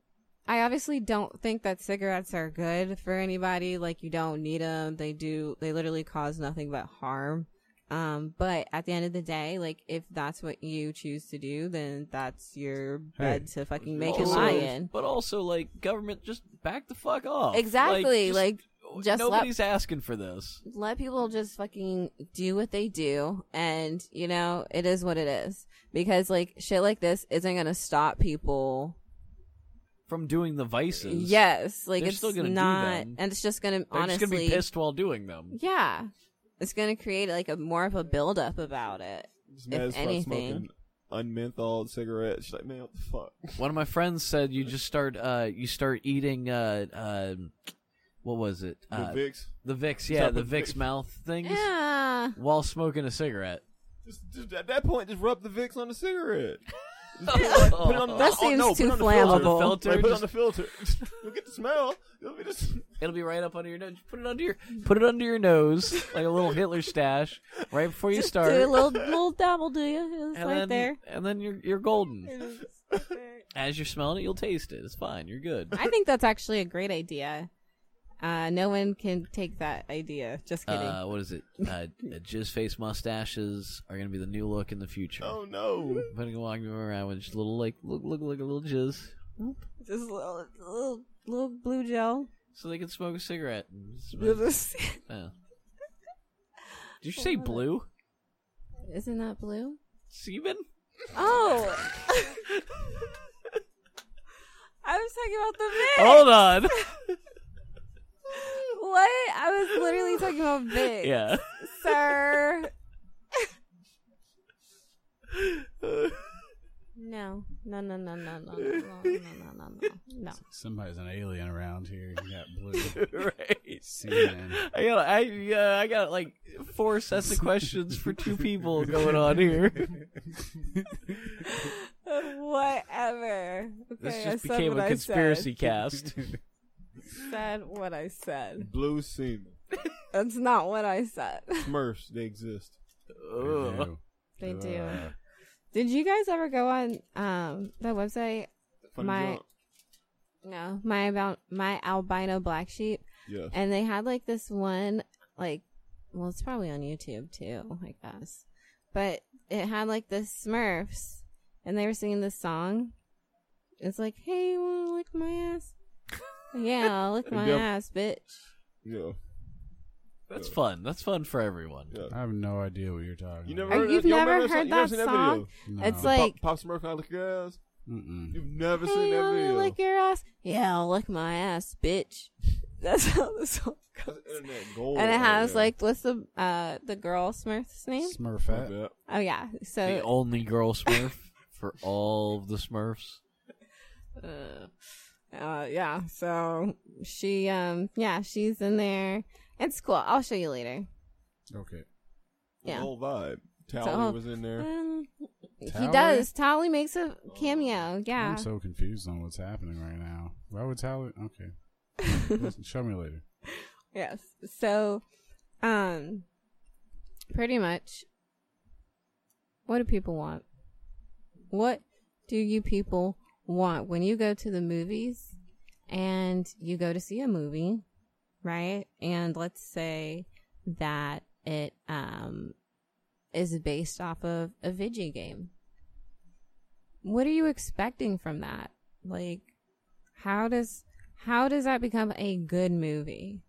[SPEAKER 3] I obviously don't think that cigarettes are good for anybody. Like you don't need them. They do. They literally cause nothing but harm. Um, but at the end of the day, like if that's what you choose to do, then that's your bed to fucking make and
[SPEAKER 1] Also-
[SPEAKER 3] lie in.
[SPEAKER 1] But also, like, government just back the fuck off.
[SPEAKER 3] Exactly, like, just let-
[SPEAKER 1] nobody's asking for this.
[SPEAKER 3] let people just fucking do what they do and you know it is what it is because like shit like this isn't gonna stop people
[SPEAKER 1] From doing the vices.
[SPEAKER 3] yes like
[SPEAKER 1] They're
[SPEAKER 3] it's
[SPEAKER 1] still gonna do
[SPEAKER 3] not
[SPEAKER 1] them.
[SPEAKER 3] and it's just gonna
[SPEAKER 1] They're
[SPEAKER 3] honestly
[SPEAKER 1] just gonna be pissed while doing
[SPEAKER 3] *laughs*
[SPEAKER 1] them.
[SPEAKER 3] yeah it's gonna create like a more of a buildup about it
[SPEAKER 6] This man's
[SPEAKER 3] anything.
[SPEAKER 6] smoking unmentholed cigarettes. She's like, man, what the fuck?
[SPEAKER 1] One of my friends said you just start, uh, you start eating, uh, uh, what was it?
[SPEAKER 6] The
[SPEAKER 1] Uh,
[SPEAKER 6] Vicks.
[SPEAKER 1] the Vicks, yeah,
[SPEAKER 6] Type
[SPEAKER 1] the
[SPEAKER 6] of
[SPEAKER 1] Vicks
[SPEAKER 6] Vicks.
[SPEAKER 1] mouth things *laughs*
[SPEAKER 3] yeah
[SPEAKER 1] while smoking a cigarette.
[SPEAKER 6] Just, just at that point, just rub the Vicks on the
[SPEAKER 3] *laughs*
[SPEAKER 6] cigarette. Put it on the,
[SPEAKER 1] That
[SPEAKER 3] That
[SPEAKER 6] oh, no,
[SPEAKER 3] seems too
[SPEAKER 6] put it on
[SPEAKER 1] On
[SPEAKER 6] the
[SPEAKER 1] the filter,
[SPEAKER 3] flammable.
[SPEAKER 6] filter. Like, put it on
[SPEAKER 1] just-
[SPEAKER 6] the filter. *laughs* You'll get the smell. You'll be just. *laughs*
[SPEAKER 1] it'll be right up under your nose. Put it under your, put it under your
[SPEAKER 3] *laughs*
[SPEAKER 1] nose like a little Hitler stash right before you
[SPEAKER 3] Just
[SPEAKER 1] start.
[SPEAKER 3] do a little little dabble do you it's right
[SPEAKER 1] then,
[SPEAKER 3] there
[SPEAKER 1] and then you're you're golden. As you're smelling it, you'll taste it. It's fine. You're good.
[SPEAKER 3] i think that's actually a great idea uh no one can take that idea just kidding
[SPEAKER 1] Uh, what
[SPEAKER 3] *laughs*
[SPEAKER 1] is it? Uh, jizz face mustaches are gonna be the new look in the future.
[SPEAKER 6] Oh no.
[SPEAKER 1] I'm gonna go walking around with just a little like look look like a little jizz,
[SPEAKER 3] just a little, little, little blue gel.
[SPEAKER 1] so they can smoke a cigarette.
[SPEAKER 6] Mm,
[SPEAKER 1] and smoke-
[SPEAKER 3] Isn't *laughs*
[SPEAKER 1] yeah. Did you say blue
[SPEAKER 3] that blue?
[SPEAKER 1] semen? *laughs*
[SPEAKER 3] Oh! I was talking about the Vic.
[SPEAKER 1] Hold on.
[SPEAKER 3] What? I was literally talking about Vic.
[SPEAKER 1] yeah. *laughs*
[SPEAKER 3] Sir. no. No, no, no, no, no, no, no, no, no, no, no. No.
[SPEAKER 7] Somebody's an alien around here. You got blue.
[SPEAKER 1] *laughs* right.
[SPEAKER 7] Semen.
[SPEAKER 1] I got I yeah I got like four sets of questions for two people going on
[SPEAKER 7] *laughs*
[SPEAKER 1] here.
[SPEAKER 3] Whatever. Okay,
[SPEAKER 1] This
[SPEAKER 3] I
[SPEAKER 1] just
[SPEAKER 3] said
[SPEAKER 1] became
[SPEAKER 3] what
[SPEAKER 1] a
[SPEAKER 3] I
[SPEAKER 1] conspiracy
[SPEAKER 7] *laughs*
[SPEAKER 1] cast.
[SPEAKER 3] Said. said what I said.
[SPEAKER 6] Blue semen.
[SPEAKER 3] That's not what I said.
[SPEAKER 6] Smurfs, they exist.
[SPEAKER 1] Ugh.
[SPEAKER 3] They do.
[SPEAKER 7] Uh,
[SPEAKER 3] Did you guys ever go on um that website?
[SPEAKER 6] Funny
[SPEAKER 3] My-
[SPEAKER 6] junk.
[SPEAKER 3] No, my about my albino black sheep,
[SPEAKER 6] Yes.
[SPEAKER 3] and they had like this one like, well, it's probably on YouTube too, I guess, but it had like the Smurfs, and they were singing this song. It's like, hey, you wanna lick my
[SPEAKER 6] *laughs*
[SPEAKER 3] ass? yeah, I'll lick my
[SPEAKER 6] Yep.
[SPEAKER 3] ass, bitch.
[SPEAKER 6] Yeah.
[SPEAKER 1] That's fun. That's fun for everyone.
[SPEAKER 6] Yeah.
[SPEAKER 7] I have no idea what you're talking.
[SPEAKER 6] You never
[SPEAKER 7] about.
[SPEAKER 3] Are-
[SPEAKER 6] heard
[SPEAKER 3] you've
[SPEAKER 6] that? you
[SPEAKER 3] never
[SPEAKER 6] remember
[SPEAKER 3] heard
[SPEAKER 6] You never
[SPEAKER 3] that
[SPEAKER 6] seen
[SPEAKER 3] song?
[SPEAKER 6] Video?
[SPEAKER 7] No.
[SPEAKER 3] It's like,
[SPEAKER 6] Pop, Pop Smurf, I lick your ass.
[SPEAKER 7] Mm-mm.
[SPEAKER 6] You've never
[SPEAKER 3] hey,
[SPEAKER 6] seen
[SPEAKER 3] you
[SPEAKER 6] that
[SPEAKER 3] wanna
[SPEAKER 6] video.
[SPEAKER 3] lick your ass? Yeah, I'll lick my ass, bitch. *laughs* That's how the song
[SPEAKER 6] That's
[SPEAKER 3] goes.
[SPEAKER 6] internet gold
[SPEAKER 3] and it
[SPEAKER 6] right
[SPEAKER 3] has
[SPEAKER 6] there.
[SPEAKER 3] like what's the uh the girl Smurf's name?
[SPEAKER 7] Smurfette.
[SPEAKER 6] Yeah.
[SPEAKER 3] Oh yeah,
[SPEAKER 1] The
[SPEAKER 3] so
[SPEAKER 1] only girl Smurf for all of the Smurfs.
[SPEAKER 3] uh, yeah, so she um yeah she's in there. It's cool. I'll show you later.
[SPEAKER 7] Okay.
[SPEAKER 3] Yeah.
[SPEAKER 6] The whole vibe. Tally
[SPEAKER 3] whole-
[SPEAKER 6] was in there.
[SPEAKER 3] Um, he
[SPEAKER 7] Tally?
[SPEAKER 3] does. Tally makes a cameo. Yeah.
[SPEAKER 7] I'm so confused on what's happening right now. Why would Tyler? Okay. Listen, Show me later.
[SPEAKER 3] yes. So, um, pretty much, what do people want? What do you people want when you go to the movies and you go to see a movie, right? And let's say that it, um, is based off of a video game. What are you expecting from that? Like, how does how does that become a good movie?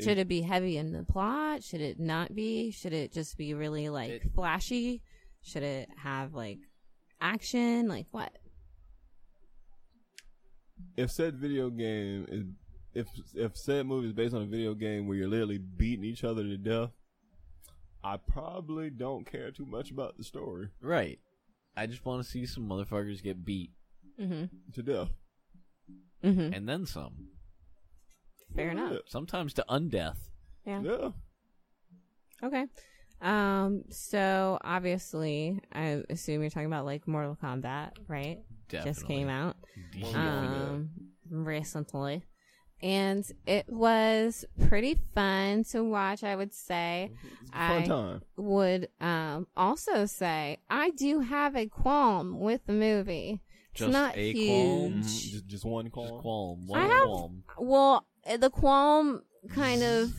[SPEAKER 3] Should it be heavy in the plot? Should it not be? Should it just be really like
[SPEAKER 1] It-
[SPEAKER 3] flashy? Should it have like action? Like what?
[SPEAKER 6] if said video game is if if said movie is based on a video game where you're literally beating each other to death, I probably don't care too much about the story
[SPEAKER 1] Right. I just want to see some motherfuckers get beat
[SPEAKER 3] Mm-hmm.
[SPEAKER 6] to death.
[SPEAKER 3] Mm-hmm.
[SPEAKER 1] and then some.
[SPEAKER 3] Fair enough.
[SPEAKER 1] Sometimes to undeath.
[SPEAKER 3] Yeah.
[SPEAKER 6] Yeah.
[SPEAKER 3] Okay. Um. So obviously, I assume you're talking about like Mortal Kombat, right?
[SPEAKER 1] Definitely.
[SPEAKER 3] Just came out.
[SPEAKER 6] Yeah.
[SPEAKER 3] um, recently. And it was pretty fun to watch, I would say.
[SPEAKER 6] It's a fun
[SPEAKER 3] I
[SPEAKER 6] time.
[SPEAKER 3] would um, also say I do have a qualm with the movie.
[SPEAKER 1] Just
[SPEAKER 3] it's not
[SPEAKER 1] a qualm?
[SPEAKER 3] huge.
[SPEAKER 6] Mhm. Just, just one call.
[SPEAKER 1] Mm-hmm. Just qualm.
[SPEAKER 3] I
[SPEAKER 1] One
[SPEAKER 3] have-
[SPEAKER 1] qualm.
[SPEAKER 3] Well, uh, the qualm kind of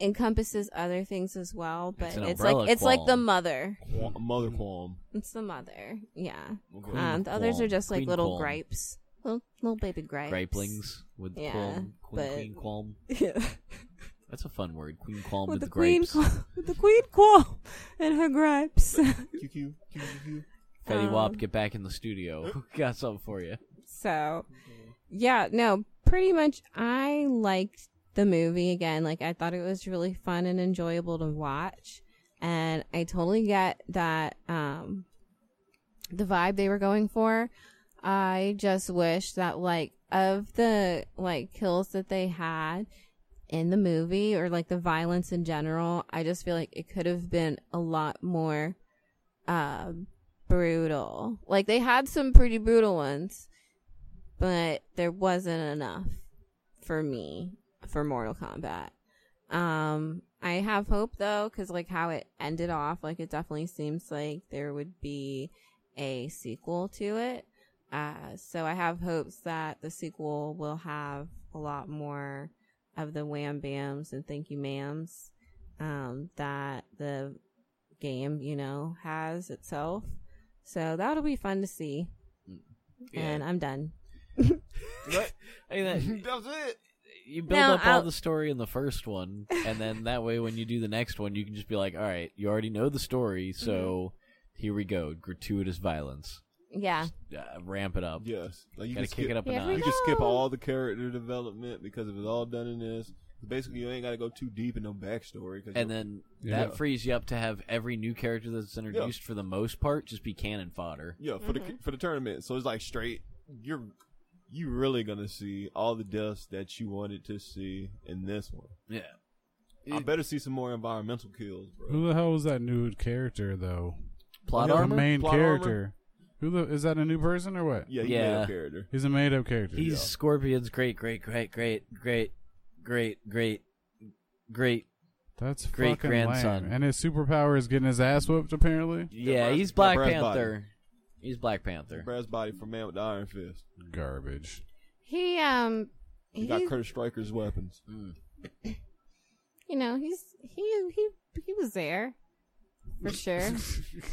[SPEAKER 3] encompasses other things as well, but
[SPEAKER 1] It's an
[SPEAKER 3] it's,
[SPEAKER 1] umbrella
[SPEAKER 3] like it's like the
[SPEAKER 1] qualm.
[SPEAKER 3] mother.
[SPEAKER 6] Qual- mother qualm.
[SPEAKER 3] It's the mother. Yeah.
[SPEAKER 6] Okay.
[SPEAKER 3] Um, the others
[SPEAKER 1] qualm.
[SPEAKER 3] are just like
[SPEAKER 1] Queen
[SPEAKER 3] little
[SPEAKER 1] qualm.
[SPEAKER 3] gripes. Little, little baby gripes.
[SPEAKER 1] Gripelings with
[SPEAKER 3] Yeah,
[SPEAKER 1] qualm. Queen,
[SPEAKER 3] but-
[SPEAKER 1] queen qualm.
[SPEAKER 3] *laughs* Yeah.
[SPEAKER 1] That's a fun word. Queen qualm with,
[SPEAKER 3] with the, queen,
[SPEAKER 1] grapes.
[SPEAKER 3] qual- *laughs* with the queen qual and her gripes.
[SPEAKER 6] QQ. QQ.
[SPEAKER 1] Fetty Wap,
[SPEAKER 3] Um,
[SPEAKER 1] get back in the studio. *laughs* Got something for you.
[SPEAKER 3] so, yeah, no, pretty much. I liked the movie again. Like I thought it was really fun and enjoyable to watch, and I totally get that um, the vibe they were going for. I just wish that like of the like kills that they had in the movie or like the violence in general, I just feel like it could have been a lot more uh brutal. Like they had some pretty brutal ones, but there wasn't enough for me for Mortal Kombat. Um I have hope though cuz like how it ended off, like it definitely seems like there would be a sequel to it. Uh, so I have hopes that the sequel will have a lot more of the wham bams and thank you ma'ams um, that the game, you know, has itself. So that'll be fun to see. And I'm done.
[SPEAKER 1] *laughs* I mean, *laughs* that,
[SPEAKER 6] That's it.
[SPEAKER 1] you build
[SPEAKER 3] Now,
[SPEAKER 1] up all
[SPEAKER 3] I'll-
[SPEAKER 1] the story in the first one, and
[SPEAKER 3] *laughs*
[SPEAKER 1] then that way when you do the next one, you can just be like, all right, you already know the story,
[SPEAKER 3] Mm-hmm.
[SPEAKER 1] so here we go. Gratuitous violence.
[SPEAKER 3] Yeah.
[SPEAKER 1] Uh, ramp it up.
[SPEAKER 6] Yes. Like you
[SPEAKER 1] Gotta
[SPEAKER 6] can
[SPEAKER 1] kick
[SPEAKER 6] skip-
[SPEAKER 1] it up a
[SPEAKER 3] Here we
[SPEAKER 6] You
[SPEAKER 1] notch.
[SPEAKER 6] can skip
[SPEAKER 3] No.
[SPEAKER 6] all the character development because it was all done in this. Basically, you ain't got to go too deep in no backstory. 'cause
[SPEAKER 1] And
[SPEAKER 6] you'll-
[SPEAKER 1] then
[SPEAKER 7] Yeah.
[SPEAKER 1] that frees you up to have every new character that's introduced for the most part just be cannon fodder.
[SPEAKER 6] yeah, for
[SPEAKER 3] Mm-hmm.
[SPEAKER 6] the for the tournament, so it's like straight. You're you really gonna see all the deaths that you wanted to see in this one.
[SPEAKER 1] Yeah.
[SPEAKER 6] I better see some more environmental kills, bro.
[SPEAKER 7] Who the hell was that new character though?
[SPEAKER 1] Plot
[SPEAKER 7] the
[SPEAKER 1] armor?
[SPEAKER 7] main
[SPEAKER 6] Plot
[SPEAKER 7] character. Who the is that a new person or what?
[SPEAKER 6] Yeah, you
[SPEAKER 1] Yeah.
[SPEAKER 6] made a character.
[SPEAKER 7] He's a made up character.
[SPEAKER 1] He's Scorpion's great, great, great, great, great, great, great, great.
[SPEAKER 7] That's
[SPEAKER 1] great
[SPEAKER 7] fucking
[SPEAKER 1] grandson.
[SPEAKER 7] lame. And his superpower is getting his ass whooped apparently.
[SPEAKER 1] Yeah,
[SPEAKER 6] Brad-
[SPEAKER 1] he's Black
[SPEAKER 6] Brad's body.
[SPEAKER 1] Panther. He's Black Panther.
[SPEAKER 6] Brad's body from Man with the Iron Fist.
[SPEAKER 7] Garbage.
[SPEAKER 3] He, um,
[SPEAKER 6] You
[SPEAKER 3] he,
[SPEAKER 6] got Curtis Stryker's weapons.
[SPEAKER 1] Mm.
[SPEAKER 3] you know, he's, he, he, he was there for sure.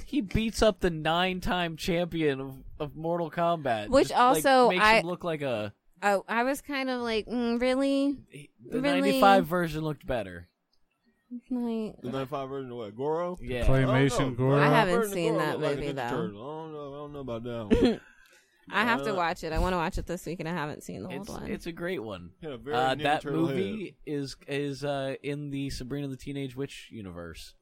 [SPEAKER 1] He beats up the nine-time champion of, of Mortal Kombat,
[SPEAKER 3] Which
[SPEAKER 1] Just, like,
[SPEAKER 3] also
[SPEAKER 1] makes
[SPEAKER 3] I-
[SPEAKER 1] him look like a.
[SPEAKER 3] oh, I was kind of like, mm, really?
[SPEAKER 1] he- The
[SPEAKER 3] Really?
[SPEAKER 1] '95 version looked better.
[SPEAKER 3] Like,
[SPEAKER 6] The 95 version of what? Goro?
[SPEAKER 1] Yeah,
[SPEAKER 7] Clay-
[SPEAKER 6] I don't
[SPEAKER 7] Animation
[SPEAKER 6] know.
[SPEAKER 7] Goro? I
[SPEAKER 6] 95
[SPEAKER 3] haven't
[SPEAKER 6] version of
[SPEAKER 3] seen
[SPEAKER 6] Goro
[SPEAKER 3] that
[SPEAKER 6] looked like a
[SPEAKER 3] movie,
[SPEAKER 6] Ninja
[SPEAKER 3] though.
[SPEAKER 6] Turtle. I don't know. I don't know about
[SPEAKER 1] *laughs*
[SPEAKER 6] that one.
[SPEAKER 3] I have to
[SPEAKER 6] Uh,
[SPEAKER 3] watch it. I want to watch it this week and I haven't seen the old
[SPEAKER 1] it's,
[SPEAKER 3] one.
[SPEAKER 1] it's a great one.
[SPEAKER 6] Had a very
[SPEAKER 1] Uh,
[SPEAKER 6] Ninja
[SPEAKER 1] that
[SPEAKER 6] Turtle
[SPEAKER 1] movie is is uh, in the Sabrina the Teenage Witch universe.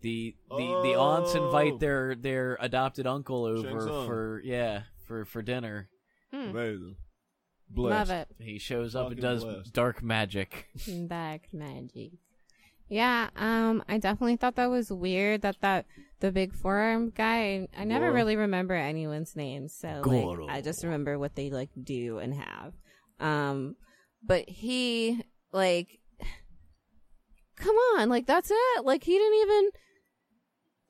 [SPEAKER 1] The the, the aunts
[SPEAKER 6] Oh.
[SPEAKER 1] invite their their adopted uncle
[SPEAKER 6] Shang
[SPEAKER 1] over
[SPEAKER 6] Tsung.
[SPEAKER 1] for yeah for for dinner.
[SPEAKER 3] Hmm.
[SPEAKER 6] head. Amazing.
[SPEAKER 3] Love
[SPEAKER 6] Blessed.
[SPEAKER 3] it.
[SPEAKER 1] He shows up and
[SPEAKER 6] Fucking
[SPEAKER 1] does
[SPEAKER 6] blessed.
[SPEAKER 1] dark magic.
[SPEAKER 3] Dark magic. Yeah, um, I definitely thought that was weird that that the big forearm guy. I never
[SPEAKER 6] Goro.
[SPEAKER 3] really remember anyone's name, so
[SPEAKER 1] Goro.
[SPEAKER 3] like I just remember what they like do and have. Um, but he like, come on, like that's it. Like he didn't even.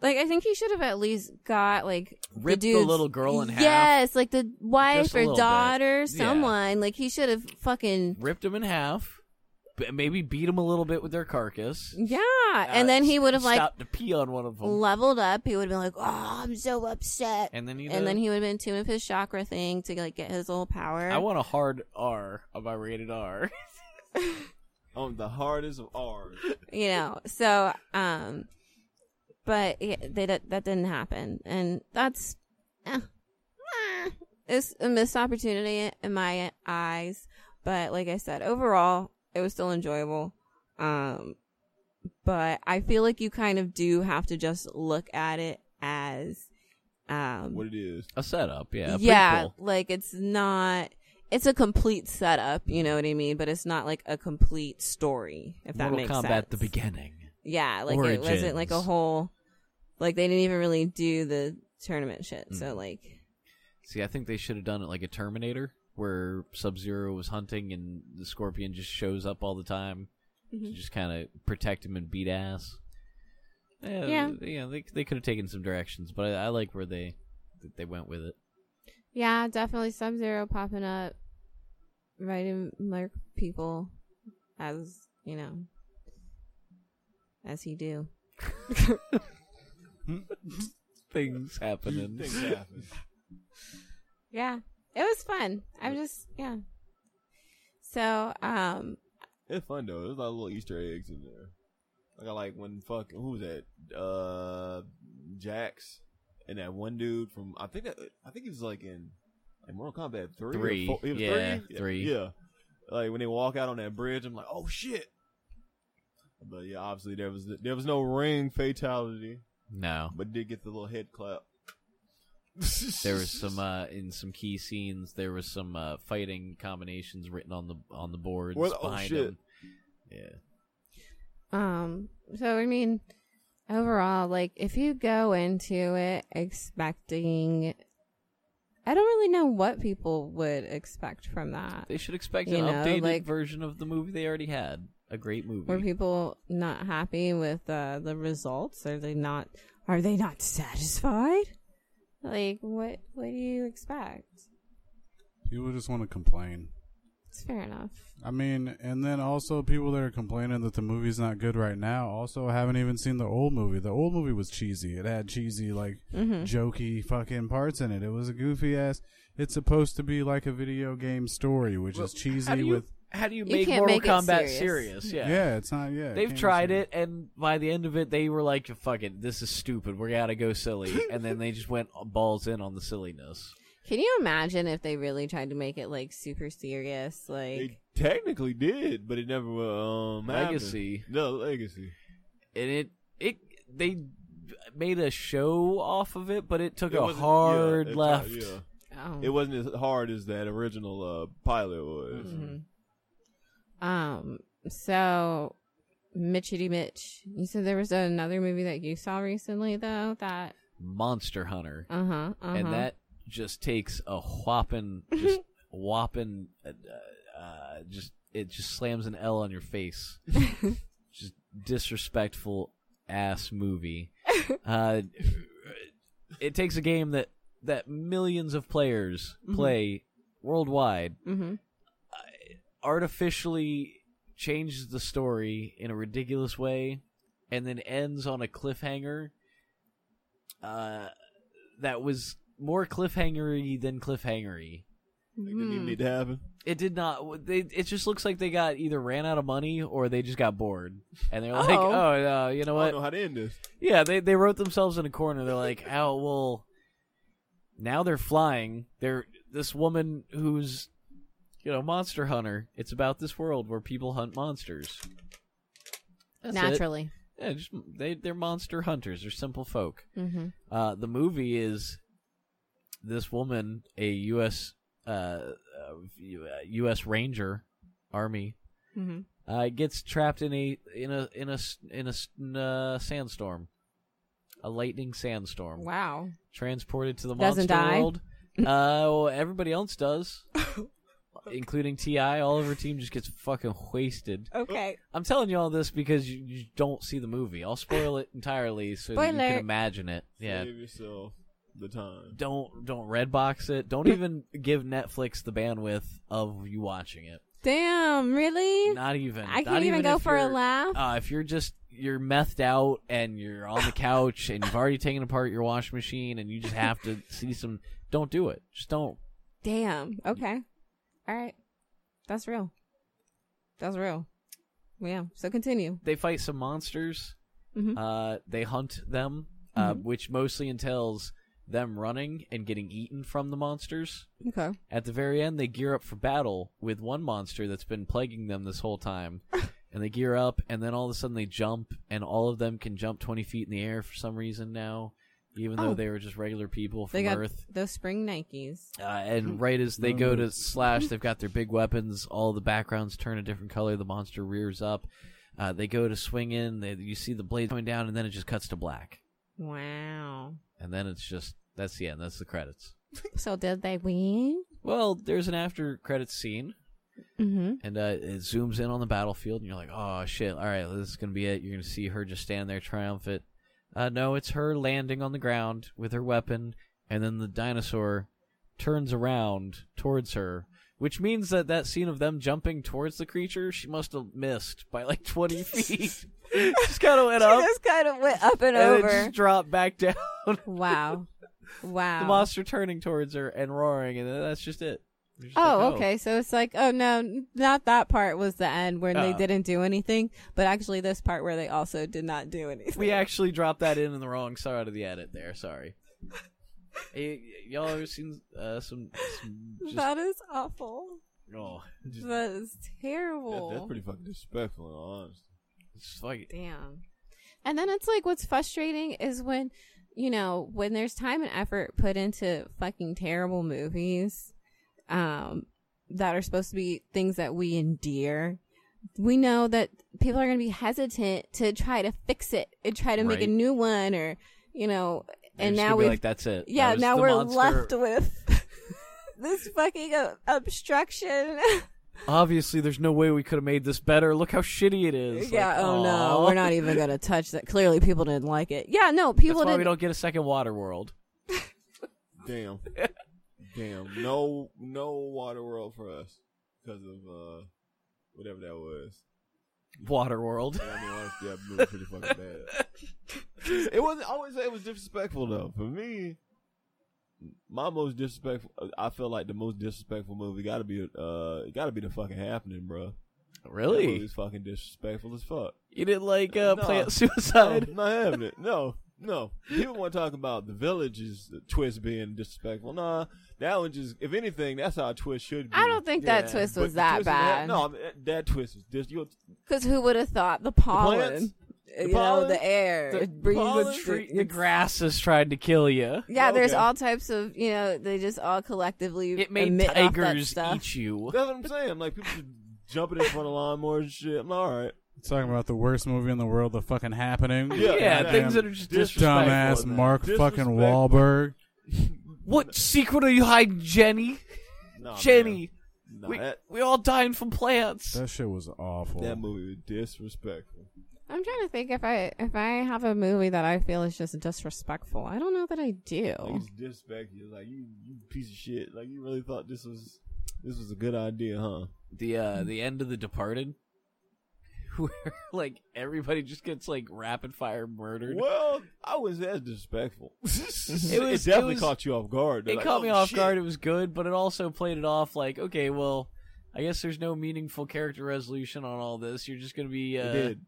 [SPEAKER 3] Like I think he should have at least got like
[SPEAKER 1] Ripped the
[SPEAKER 3] dude's-
[SPEAKER 1] little girl in half.
[SPEAKER 3] Yes, like the
[SPEAKER 1] Just
[SPEAKER 3] wife
[SPEAKER 1] a
[SPEAKER 3] or
[SPEAKER 1] little bit.
[SPEAKER 3] daughter,
[SPEAKER 1] Yeah.
[SPEAKER 3] someone. Like he should have fucking
[SPEAKER 1] Ripped him in half. b- Maybe beat him a little bit with their carcass.
[SPEAKER 3] yeah.
[SPEAKER 1] Uh,
[SPEAKER 3] and then he would have like
[SPEAKER 1] stopped to pee on one of them.
[SPEAKER 3] leveled up, he would have been like, "Oh, I'm so upset,"
[SPEAKER 1] And then he.
[SPEAKER 3] and then he would have been tuned with his chakra thing to like get his old power.
[SPEAKER 1] I want a hard R on my rated R. *laughs*
[SPEAKER 6] On the hardest of R's.
[SPEAKER 3] you know, so um, but yeah, they that that didn't happen, and that's eh, eh, it's a missed opportunity in my eyes. But like I said, overall, it was still enjoyable. Um, but I feel like you kind of do have to just look at it as um
[SPEAKER 6] What it is.
[SPEAKER 1] A setup, yeah. a prequel.
[SPEAKER 3] like it's not it's a complete setup, you know what I mean? But it's not like a complete story, if that
[SPEAKER 1] Mortal
[SPEAKER 3] makes
[SPEAKER 1] Kombat
[SPEAKER 3] sense.
[SPEAKER 1] the beginning.
[SPEAKER 3] Yeah, like it wasn't like a
[SPEAKER 1] Origins.
[SPEAKER 3] whole like they didn't even really do the tournament shit.
[SPEAKER 1] Mm.
[SPEAKER 3] So like
[SPEAKER 1] See, I think they should have done it like a Terminator, where Sub Zero was hunting and the Scorpion just shows up all the time
[SPEAKER 3] Mm-hmm.
[SPEAKER 1] to just kind of protect him and beat ass. Yeah,
[SPEAKER 3] Yeah.
[SPEAKER 1] yeah. They they could have taken some directions, but I, I like where they that they went *laughs* with it.
[SPEAKER 3] Yeah, definitely Sub Zero popping up writing like people as you know as he do.
[SPEAKER 1] Things happening.
[SPEAKER 6] Things happen.
[SPEAKER 3] Yeah. It was fun. I'm just yeah. So, um
[SPEAKER 6] It's fun though. There's a lot of little Easter eggs in there. Like I like when fuck who was that? Uh, Jax and that one dude from I think that I think he was like in like Mortal Kombat three. or
[SPEAKER 1] Three.
[SPEAKER 6] four- it was
[SPEAKER 1] Yeah,
[SPEAKER 6] three.
[SPEAKER 1] three.
[SPEAKER 6] Yeah. Like when they walk out on that bridge, I'm like, oh shit. But yeah, obviously there was there was no ring fatality,
[SPEAKER 1] *laughs* No,
[SPEAKER 6] but did get the little head clap.
[SPEAKER 1] there was some uh, in some key scenes. There was some uh, fighting combinations written on the on the boards
[SPEAKER 6] *laughs* Well, oh,
[SPEAKER 1] behind
[SPEAKER 6] shit.
[SPEAKER 1] him. Yeah.
[SPEAKER 3] Um, so I mean, overall, like if you go into it expecting, I don't really know what people would expect from that.
[SPEAKER 1] They should expect
[SPEAKER 3] You
[SPEAKER 1] an
[SPEAKER 3] know,
[SPEAKER 1] updated
[SPEAKER 3] like-
[SPEAKER 1] version of the movie they already had. A great movie.
[SPEAKER 3] Were people not happy with uh, the results? Are they not? Are they not satisfied? Like what? What do you expect?
[SPEAKER 7] People just want to complain.
[SPEAKER 3] It's fair enough.
[SPEAKER 7] I mean, and then also people that are complaining that the movie's not good right now also haven't even seen the old movie. The old movie was cheesy. It had cheesy, like,
[SPEAKER 1] Mm-hmm.
[SPEAKER 7] jokey fucking parts in it. It was a goofy ass. It's supposed to be like a video game story, which is cheesy
[SPEAKER 1] how do you,
[SPEAKER 7] with.
[SPEAKER 1] how do you
[SPEAKER 3] You
[SPEAKER 1] make
[SPEAKER 3] can't
[SPEAKER 1] Mortal
[SPEAKER 3] make it
[SPEAKER 1] Kombat
[SPEAKER 3] serious.
[SPEAKER 1] serious? *laughs*
[SPEAKER 7] Yeah.
[SPEAKER 1] Yeah.
[SPEAKER 7] it's not. Yeah, it
[SPEAKER 1] They've
[SPEAKER 7] can't
[SPEAKER 1] tried
[SPEAKER 7] be-
[SPEAKER 1] it, and by the end of it, they were like, "Fuck it, this is stupid. We gotta go silly." and then they just went balls in on the silliness.
[SPEAKER 3] Can you imagine if they really tried to make it like super serious? Like
[SPEAKER 6] They technically did, but it never um happened.
[SPEAKER 1] Legacy.
[SPEAKER 6] No legacy.
[SPEAKER 1] And it, it, they made a show off of it, but it took
[SPEAKER 6] It
[SPEAKER 1] a
[SPEAKER 6] wasn't- yeah,
[SPEAKER 1] hard
[SPEAKER 6] it's-
[SPEAKER 1] left.
[SPEAKER 6] yeah.
[SPEAKER 3] oh.
[SPEAKER 6] It wasn't as hard as that original uh, pilot was.
[SPEAKER 3] Mm-hmm.
[SPEAKER 6] Mm-hmm.
[SPEAKER 3] Um. So, Mitchity Mitch, you said there was another movie that you saw recently, though. That
[SPEAKER 1] Monster Hunter,
[SPEAKER 3] uh huh. Uh-huh.
[SPEAKER 1] and
[SPEAKER 3] *laughs*
[SPEAKER 1] that just takes a whopping, just whopping, uh, uh, just it just slams an L on your face.
[SPEAKER 3] Mm-hmm.
[SPEAKER 1] just disrespectful ass movie. Uh, it takes a game that that millions of players play worldwide
[SPEAKER 3] hmm
[SPEAKER 1] artificially changes the story in a ridiculous way and then ends on a cliffhanger uh that was more cliffhangery than cliffhangery
[SPEAKER 6] Like, didn't
[SPEAKER 3] Mm-hmm.
[SPEAKER 6] even need to happen.
[SPEAKER 1] it did not they, it just looks like they got either ran out of money or they just got bored and they're like
[SPEAKER 3] Oh.
[SPEAKER 1] oh no you know
[SPEAKER 6] I
[SPEAKER 1] what
[SPEAKER 6] don't know how to end this.
[SPEAKER 1] yeah, they they wrote themselves in a corner. They're like, *laughs* "Oh well." Now they're flying. They're this woman who's, you know, monster hunter. It's about this world where people hunt monsters. That's it.
[SPEAKER 3] Naturally.
[SPEAKER 1] Yeah, just, they they're monster hunters. They're simple folk.
[SPEAKER 3] Mm-hmm.
[SPEAKER 1] Uh, the movie is this woman, a U.S. Uh, uh, U.S. Ranger Army,
[SPEAKER 3] Mm-hmm.
[SPEAKER 1] uh, gets trapped in a in a in a s- in a s- in a sandstorm, a lightning sandstorm.
[SPEAKER 3] Wow.
[SPEAKER 1] Transported to the
[SPEAKER 3] Doesn't
[SPEAKER 1] monster
[SPEAKER 3] die. *laughs*
[SPEAKER 1] world. Uh, well, everybody else does, including Ti. All of her team just gets fucking wasted.
[SPEAKER 3] Okay.
[SPEAKER 1] I'm telling you all this because you, you don't see the movie. I'll spoil it entirely so that you
[SPEAKER 3] Spoiler.
[SPEAKER 1] can imagine it. Yeah.
[SPEAKER 6] Save yourself the time.
[SPEAKER 1] Don't don't red box it.
[SPEAKER 3] *laughs*
[SPEAKER 1] Don't even give Netflix the bandwidth of you watching it.
[SPEAKER 3] Damn. Really?
[SPEAKER 1] Not even.
[SPEAKER 3] I
[SPEAKER 1] not
[SPEAKER 3] can't even go
[SPEAKER 1] if
[SPEAKER 3] for a
[SPEAKER 1] you're-
[SPEAKER 3] laugh?
[SPEAKER 1] Uh, if you're just you're methed out and you're on the couch and you've already taken apart your washing machine and you just have
[SPEAKER 3] *laughs*
[SPEAKER 1] to see some, don't do it. Just don't.
[SPEAKER 3] Damn. Okay. All right. That's real. That's real. Yeah. So continue.
[SPEAKER 1] They fight some monsters.
[SPEAKER 3] Mhm.
[SPEAKER 1] Uh, they hunt them, uh,
[SPEAKER 3] Mm-hmm.
[SPEAKER 1] which mostly entails them running and getting eaten from the monsters.
[SPEAKER 3] Okay.
[SPEAKER 1] At the very end, they gear up for battle with one monster that's been plaguing them this whole
[SPEAKER 3] *laughs*
[SPEAKER 1] time. and they gear up, and then all of a sudden they jump, and all of them can jump 20 feet in the air for some reason now, even though
[SPEAKER 3] Oh.
[SPEAKER 1] they were just regular people from
[SPEAKER 3] They got
[SPEAKER 1] Earth.
[SPEAKER 3] those spring Nikes.
[SPEAKER 1] Uh, and right as they go to slash, *laughs* they've got their big weapons. All the backgrounds turn a different color. The monster rears up. Uh, they go to swing in. They, you see the blade coming down, and then it just cuts to black.
[SPEAKER 3] Wow.
[SPEAKER 1] And then it's just that's the end. That's the credits.
[SPEAKER 3] So did they win?
[SPEAKER 1] Well, there's an after credits scene,
[SPEAKER 3] Mm-hmm.
[SPEAKER 1] and uh, it zooms in on the battlefield, and you're like, "Oh shit! All right, this is gonna be it." You're gonna see her just stand there triumphant. Uh, no, it's her landing on the ground with her weapon, and then the dinosaur turns around towards her, which means that that scene of them jumping towards the creature, she must have missed by like
[SPEAKER 3] *laughs*
[SPEAKER 1] 20 feet. just kind of went up
[SPEAKER 3] She just kind of went up
[SPEAKER 1] *laughs*
[SPEAKER 3] and,
[SPEAKER 1] and
[SPEAKER 3] over.
[SPEAKER 1] then just dropped back down.
[SPEAKER 3] *laughs* Wow. Wow.
[SPEAKER 1] The monster turning towards her and roaring, and then that's just it. You're just
[SPEAKER 3] Oh,
[SPEAKER 1] like,
[SPEAKER 3] okay. So it's like, oh no, n- not that part was the end where they
[SPEAKER 1] Oh.
[SPEAKER 3] didn't do anything, but actually this part where they also did not do anything.
[SPEAKER 1] We actually dropped that in in the wrong side of the edit there. Sorry. Hey, y'all ever seen uh, some,
[SPEAKER 3] *laughs*
[SPEAKER 1] some just,
[SPEAKER 3] *laughs* that is awful.
[SPEAKER 1] oh,
[SPEAKER 6] Just-
[SPEAKER 3] *laughs* That is terrible.
[SPEAKER 6] That- that's pretty fucking disrespectful, in all honesty.
[SPEAKER 1] it's like
[SPEAKER 3] Damn. And then it's like what's frustrating is when, you know, when there's time and effort put into fucking terrible movies um that are supposed to be things that we endear. We know that people are going to be hesitant to try to fix it and try to make
[SPEAKER 1] Right.
[SPEAKER 3] a new one or, you know, and
[SPEAKER 1] they're just
[SPEAKER 3] now
[SPEAKER 1] gonna be
[SPEAKER 3] we
[SPEAKER 1] like that's it. That
[SPEAKER 3] yeah,
[SPEAKER 1] was
[SPEAKER 3] now
[SPEAKER 1] the
[SPEAKER 3] we're
[SPEAKER 1] monster.
[SPEAKER 3] left
[SPEAKER 1] *laughs*
[SPEAKER 3] with this fucking uh, obstruction. *laughs*
[SPEAKER 1] Obviously, there's no way we could have made this better. Look how shitty it is. Like,
[SPEAKER 3] yeah, oh no,
[SPEAKER 1] aw.
[SPEAKER 3] we're
[SPEAKER 1] *laughs*
[SPEAKER 3] not even going to touch that. Clearly people didn't like it. Yeah, no, people
[SPEAKER 1] That's why
[SPEAKER 3] didn't
[SPEAKER 1] we don't get a second Water World.
[SPEAKER 6] Damn. *laughs* Damn. No no water world for us. Because of uh whatever that was.
[SPEAKER 1] Water World.
[SPEAKER 6] *laughs* Yeah, I mean honestly that movie was pretty fucking bad. *laughs* It wasn't I always say it was disrespectful though. For me my most disrespectful I feel like the most disrespectful movie gotta be uh it gotta be the fucking happening, bro. That
[SPEAKER 1] really?
[SPEAKER 6] movie's fucking disrespectful as fuck.
[SPEAKER 1] You didn't like uh,
[SPEAKER 6] No.
[SPEAKER 1] Plant
[SPEAKER 6] No,
[SPEAKER 3] *laughs*
[SPEAKER 1] Suicide?
[SPEAKER 6] not having it. No, no. People want to talk about the village's twist being disrespectful. Nah, that one just, if anything, that's how a twist should be.
[SPEAKER 3] I don't think that twist
[SPEAKER 6] But
[SPEAKER 3] was
[SPEAKER 6] the
[SPEAKER 3] that
[SPEAKER 6] twist in
[SPEAKER 3] bad.
[SPEAKER 6] no, I mean, that, that twist was just, you
[SPEAKER 3] Because who would have thought the pollen?
[SPEAKER 6] plants? The
[SPEAKER 3] you know,
[SPEAKER 6] pollen?
[SPEAKER 3] the air,
[SPEAKER 1] The
[SPEAKER 3] it breathes
[SPEAKER 1] pollen? Oh,
[SPEAKER 3] the
[SPEAKER 1] Tree-
[SPEAKER 3] tree.
[SPEAKER 1] the grass is trying to kill you.
[SPEAKER 3] Yeah, there's
[SPEAKER 6] Okay.
[SPEAKER 3] all types of you know. They just all collectively
[SPEAKER 1] It made
[SPEAKER 3] emit off that
[SPEAKER 1] tigers
[SPEAKER 3] stuff.
[SPEAKER 1] eat you.
[SPEAKER 6] *laughs* that's what I'm saying. I'm like, people just jumping in front of lawnmowers and shit. I'm like, all right.
[SPEAKER 7] Talking about the worst movie in the world, the fucking happening.
[SPEAKER 1] *laughs*
[SPEAKER 6] Yeah,
[SPEAKER 1] Yeah,
[SPEAKER 6] goddamn
[SPEAKER 1] things that are just disrespectful.
[SPEAKER 7] Dumbass
[SPEAKER 6] man.
[SPEAKER 7] Mark fucking
[SPEAKER 6] Disrespectful.
[SPEAKER 7] Wahlberg.
[SPEAKER 1] What secret are you hiding, Jenny?
[SPEAKER 6] Nah,
[SPEAKER 1] Jenny,
[SPEAKER 6] Oh, man. Nah,
[SPEAKER 1] we,
[SPEAKER 6] that,
[SPEAKER 1] we all dying from plants.
[SPEAKER 7] That shit was awful. *laughs*
[SPEAKER 6] that movie was disrespectful.
[SPEAKER 3] I'm trying to think if I if I have a movie that I feel is just disrespectful. I don't know that I
[SPEAKER 1] Oh.
[SPEAKER 6] Like,
[SPEAKER 3] do.
[SPEAKER 6] it's disrespectful. Like, you, you piece of shit. Like, you really thought this was, this was a good idea, huh?
[SPEAKER 1] the
[SPEAKER 6] Hmm.
[SPEAKER 1] uh, the end of The Departed, *laughs* where like everybody just gets like rapid fire murdered.
[SPEAKER 6] Well, I was as disrespectful. *laughs* it,
[SPEAKER 1] was- it
[SPEAKER 6] definitely
[SPEAKER 1] was-
[SPEAKER 6] caught you off guard. They're
[SPEAKER 1] It
[SPEAKER 6] like,
[SPEAKER 1] caught
[SPEAKER 6] "Oh,
[SPEAKER 1] me off
[SPEAKER 6] shit."
[SPEAKER 1] guard. It was good, but it also played it off like, okay, well, I guess there's no meaningful character resolution on all this. You're just gonna be
[SPEAKER 6] It
[SPEAKER 1] uh,
[SPEAKER 6] did.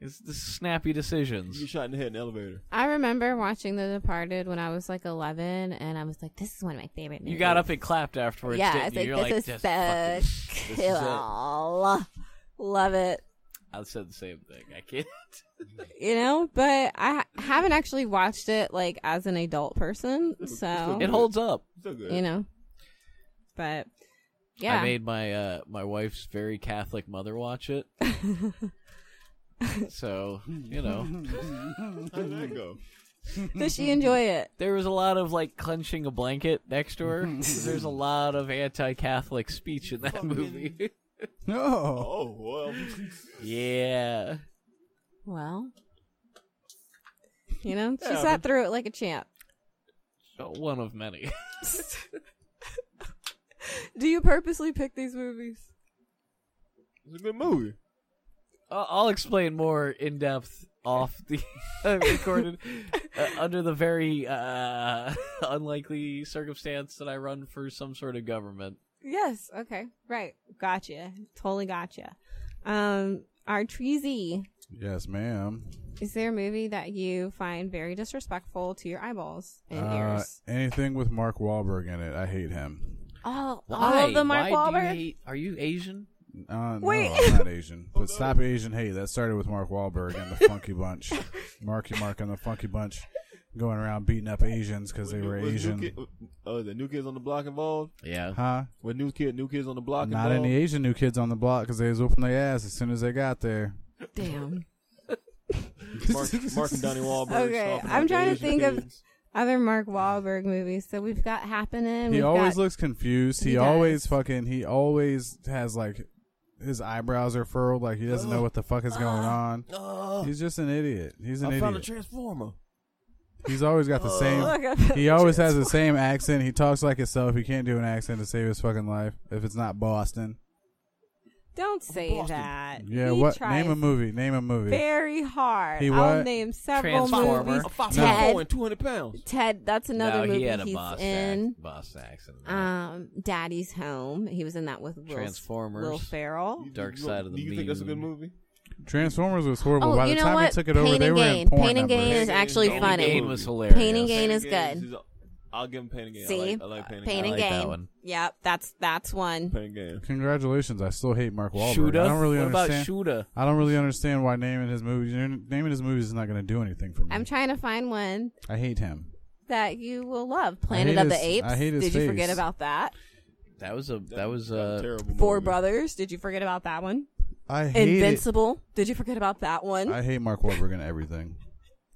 [SPEAKER 1] it's this snappy
[SPEAKER 6] You
[SPEAKER 1] decisions.
[SPEAKER 6] get shot in the head in the elevator.
[SPEAKER 3] I remember watching The Departed when I was like 11, and I was like, "This is one of my favorite." Movies.
[SPEAKER 1] You got up and clapped afterwards.
[SPEAKER 3] Yeah,
[SPEAKER 1] didn't
[SPEAKER 3] it's
[SPEAKER 1] you?
[SPEAKER 3] like
[SPEAKER 1] You're
[SPEAKER 3] this
[SPEAKER 1] like, "Just
[SPEAKER 3] is *laughs*
[SPEAKER 1] fucking-
[SPEAKER 3] so
[SPEAKER 1] *laughs* this is it."
[SPEAKER 3] *laughs* cool. Love it.
[SPEAKER 1] I said the same thing. I
[SPEAKER 3] *laughs*
[SPEAKER 1] can't.
[SPEAKER 3] you know but i ha- haven't actually watched it like as an adult person
[SPEAKER 1] *laughs*
[SPEAKER 3] so
[SPEAKER 1] It holds up.
[SPEAKER 6] Still good.
[SPEAKER 3] you know but yeah
[SPEAKER 1] I made my uh, my wife's very Catholic mother watch
[SPEAKER 3] *laughs*
[SPEAKER 1] it. so you know,
[SPEAKER 6] How did that go?
[SPEAKER 3] does
[SPEAKER 1] mm-hmm.
[SPEAKER 3] she enjoy it
[SPEAKER 1] there was a lot of like clenching a blanket next to *laughs* her. There's a lot of anti-Catholic speech in that *laughs* movie.
[SPEAKER 7] No.
[SPEAKER 6] Oh well. *laughs*
[SPEAKER 1] yeah,
[SPEAKER 3] well you know she
[SPEAKER 6] Yeah,
[SPEAKER 3] sat through it like a champ
[SPEAKER 1] Oh, one of many. *laughs*
[SPEAKER 3] do you purposely pick these movies
[SPEAKER 6] It's a good movie.
[SPEAKER 1] I'll I'll explain more in depth off the *laughs* recorded uh, under the very uh, *laughs* unlikely circumstance that I run for some sort of government.
[SPEAKER 3] yes okay right gotcha totally gotcha um our treesy
[SPEAKER 7] Yes, ma'am.
[SPEAKER 3] Is there a movie that you find very disrespectful to your eyeballs and
[SPEAKER 7] Uh,
[SPEAKER 3] ears?
[SPEAKER 7] anything with Mark Wahlberg in it, I hate him.
[SPEAKER 3] Oh,
[SPEAKER 1] Why?
[SPEAKER 3] all of the
[SPEAKER 1] Why do
[SPEAKER 3] Mark
[SPEAKER 1] you
[SPEAKER 3] Wahlberg.
[SPEAKER 1] hate- are you
[SPEAKER 3] *laughs*
[SPEAKER 1] Asian?
[SPEAKER 7] Uh, no,
[SPEAKER 3] Wait.
[SPEAKER 7] I'm not
[SPEAKER 6] *laughs*
[SPEAKER 7] Asian. But stop Asian hate. That started with Mark Wahlberg and
[SPEAKER 3] *laughs*
[SPEAKER 7] the Funky Bunch. Marky Mark and the Funky Bunch going around beating up Asians because they were
[SPEAKER 6] Was New
[SPEAKER 7] Asian.
[SPEAKER 6] Kid- Oh, is the new kids on the block involved?
[SPEAKER 1] Yeah.
[SPEAKER 7] Huh?
[SPEAKER 6] With new kid, new kids on the block
[SPEAKER 7] Not
[SPEAKER 6] involved?
[SPEAKER 7] any Asian new kids on the block because they was whooping their ass as soon as they got there.
[SPEAKER 3] Damn.
[SPEAKER 6] Mark, Mark and Donnie Wahlberg.
[SPEAKER 3] *laughs* Okay,
[SPEAKER 6] stomping
[SPEAKER 3] I'm
[SPEAKER 6] out the
[SPEAKER 3] trying to
[SPEAKER 6] Asian
[SPEAKER 3] think of-
[SPEAKER 6] kids.
[SPEAKER 3] Other Mark Wahlberg movies. So we've got Happening.
[SPEAKER 7] He
[SPEAKER 3] we've
[SPEAKER 7] always
[SPEAKER 3] got,
[SPEAKER 7] looks confused. He,
[SPEAKER 3] He does.
[SPEAKER 7] always fucking. He always has like his eyebrows are furrowed, like he doesn't know what the fuck is going on.
[SPEAKER 6] Oh,
[SPEAKER 7] He's just an idiot. He's an
[SPEAKER 6] I found a
[SPEAKER 7] idiot.
[SPEAKER 6] transformer.
[SPEAKER 7] He's always got the same.
[SPEAKER 3] *laughs* Look at
[SPEAKER 7] He always has the same accent. He talks like himself. He can't do an accent to save his fucking life if it's not Boston.
[SPEAKER 3] Don't say
[SPEAKER 6] Boston.
[SPEAKER 3] that.
[SPEAKER 7] Yeah.
[SPEAKER 3] He
[SPEAKER 7] what?
[SPEAKER 3] tries
[SPEAKER 7] Name a movie. Name a movie.
[SPEAKER 3] Very hard.
[SPEAKER 7] He
[SPEAKER 3] I'll
[SPEAKER 7] what?
[SPEAKER 3] name several
[SPEAKER 1] Transformer.
[SPEAKER 3] movies.
[SPEAKER 6] I'm five
[SPEAKER 7] No.
[SPEAKER 6] foot four and two hundred pounds.
[SPEAKER 3] Ted, that's another
[SPEAKER 1] no,
[SPEAKER 3] movie
[SPEAKER 1] he had a
[SPEAKER 3] he's
[SPEAKER 1] boss
[SPEAKER 3] in.
[SPEAKER 1] Act, boss accent.
[SPEAKER 3] Um, Daddy's Home. He was in that with Will,
[SPEAKER 1] Transformers.
[SPEAKER 3] Will Ferrell.
[SPEAKER 1] Dark
[SPEAKER 6] You-
[SPEAKER 1] side of the
[SPEAKER 6] Do you think that's a good
[SPEAKER 1] Moon.
[SPEAKER 6] movie?
[SPEAKER 7] Transformers was horrible.
[SPEAKER 3] Oh,
[SPEAKER 7] By
[SPEAKER 3] you
[SPEAKER 7] the
[SPEAKER 3] know
[SPEAKER 7] time
[SPEAKER 3] what?
[SPEAKER 7] they took it over,
[SPEAKER 3] Pain
[SPEAKER 7] they
[SPEAKER 3] and
[SPEAKER 7] were
[SPEAKER 3] Gain.
[SPEAKER 7] in porn
[SPEAKER 3] Pain and Gain
[SPEAKER 7] numbers.
[SPEAKER 3] is actually
[SPEAKER 1] Pain
[SPEAKER 3] funny.
[SPEAKER 1] and Gain was hilarious.
[SPEAKER 3] Pain and Gain is
[SPEAKER 6] Gaines
[SPEAKER 3] good.
[SPEAKER 6] I'll give him Pain and Gain.
[SPEAKER 3] See,
[SPEAKER 6] I like, I like Pain and
[SPEAKER 3] Pain
[SPEAKER 1] I
[SPEAKER 3] and
[SPEAKER 1] like that
[SPEAKER 3] Gain.
[SPEAKER 1] one.
[SPEAKER 3] Yep, that's that's one.
[SPEAKER 6] Pain and Gain.
[SPEAKER 7] Congratulations. I still hate Mark Wahlberg.
[SPEAKER 1] Shooter.
[SPEAKER 7] I don't really
[SPEAKER 1] what
[SPEAKER 7] understand.
[SPEAKER 1] about Shooter?
[SPEAKER 7] I don't really understand why naming his movies naming his movies is not going to do anything for me.
[SPEAKER 3] I'm trying to find one
[SPEAKER 7] I hate him.
[SPEAKER 3] that you will love. Planet
[SPEAKER 7] hate
[SPEAKER 3] of the
[SPEAKER 7] his-
[SPEAKER 3] Apes.
[SPEAKER 7] I hate his
[SPEAKER 3] Did you forget
[SPEAKER 7] face.
[SPEAKER 3] about that?
[SPEAKER 1] That was a that was
[SPEAKER 6] That's
[SPEAKER 1] a
[SPEAKER 6] terrible.
[SPEAKER 3] Four
[SPEAKER 6] movie.
[SPEAKER 3] Brothers. Did you forget about that one?
[SPEAKER 7] I hate it.
[SPEAKER 3] Invincible. Did you forget about that one?
[SPEAKER 7] I hate Mark Wahlberg and everything.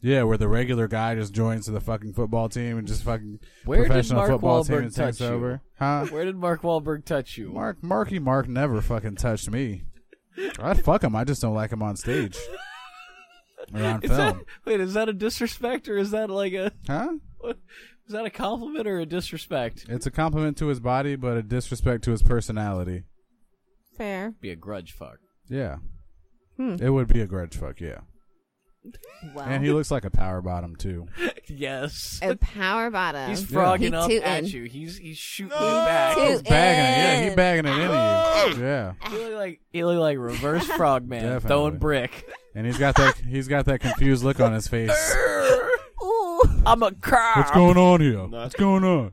[SPEAKER 7] Yeah, where the regular guy just joins to the fucking football team and just fucking
[SPEAKER 1] Where did
[SPEAKER 7] professional
[SPEAKER 1] Mark
[SPEAKER 7] football
[SPEAKER 1] Wahlberg
[SPEAKER 7] team and takes
[SPEAKER 1] touch you?
[SPEAKER 7] over. Huh?
[SPEAKER 1] Where did Mark Wahlberg touch you? *laughs*
[SPEAKER 7] Mark Marky Mark never fucking touched me. I'd fuck him. I just don't like him on stage or on
[SPEAKER 1] Is that,
[SPEAKER 7] film.
[SPEAKER 1] wait, is that a disrespect or is that like a
[SPEAKER 7] Huh?
[SPEAKER 1] is that a compliment or a disrespect?
[SPEAKER 7] It's a compliment to his body, but a disrespect to his personality.
[SPEAKER 3] Fair.
[SPEAKER 1] Be a grudge fuck.
[SPEAKER 7] Yeah,
[SPEAKER 3] Hmm.
[SPEAKER 7] it would be a grudge fuck. Yeah,
[SPEAKER 3] Well,
[SPEAKER 7] and he looks like a power bottom too.
[SPEAKER 1] Yes.
[SPEAKER 3] a power bottom.
[SPEAKER 1] He's
[SPEAKER 7] Yeah.
[SPEAKER 1] frogging
[SPEAKER 3] He
[SPEAKER 1] up at
[SPEAKER 3] tootin'.
[SPEAKER 1] you. He's he's shooting
[SPEAKER 6] No!
[SPEAKER 1] back.
[SPEAKER 3] Toot.
[SPEAKER 7] He's bagging it. Yeah,
[SPEAKER 3] in.
[SPEAKER 7] he bagging it into you. Yeah,
[SPEAKER 1] He looked like he looked like reverse frogman
[SPEAKER 7] Definitely.
[SPEAKER 1] throwing brick.
[SPEAKER 7] and he's got that he's got that confused look on his face. *laughs*
[SPEAKER 3] Ooh.
[SPEAKER 1] I'm a crab.
[SPEAKER 7] What's going on here?
[SPEAKER 6] Nah.
[SPEAKER 7] What's going on?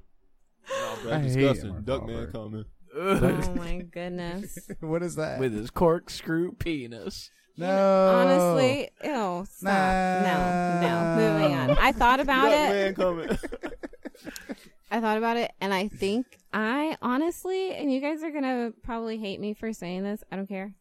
[SPEAKER 6] No, bro,
[SPEAKER 7] I hate
[SPEAKER 6] disgusting.
[SPEAKER 7] Mark
[SPEAKER 6] Duckman
[SPEAKER 7] Wahlberg.
[SPEAKER 6] coming.
[SPEAKER 3] oh my goodness.
[SPEAKER 7] *laughs* what is
[SPEAKER 1] *laughs*
[SPEAKER 7] that?
[SPEAKER 1] with his corkscrew penis.
[SPEAKER 7] no.
[SPEAKER 3] Honestly, ew. Stop. No. no, Moving on. I thought about
[SPEAKER 6] Duckman
[SPEAKER 3] it. *laughs*
[SPEAKER 6] coming.
[SPEAKER 3] I thought about it, and I think I honestly, and you guys are gonna probably hate me for saying this. I don't care.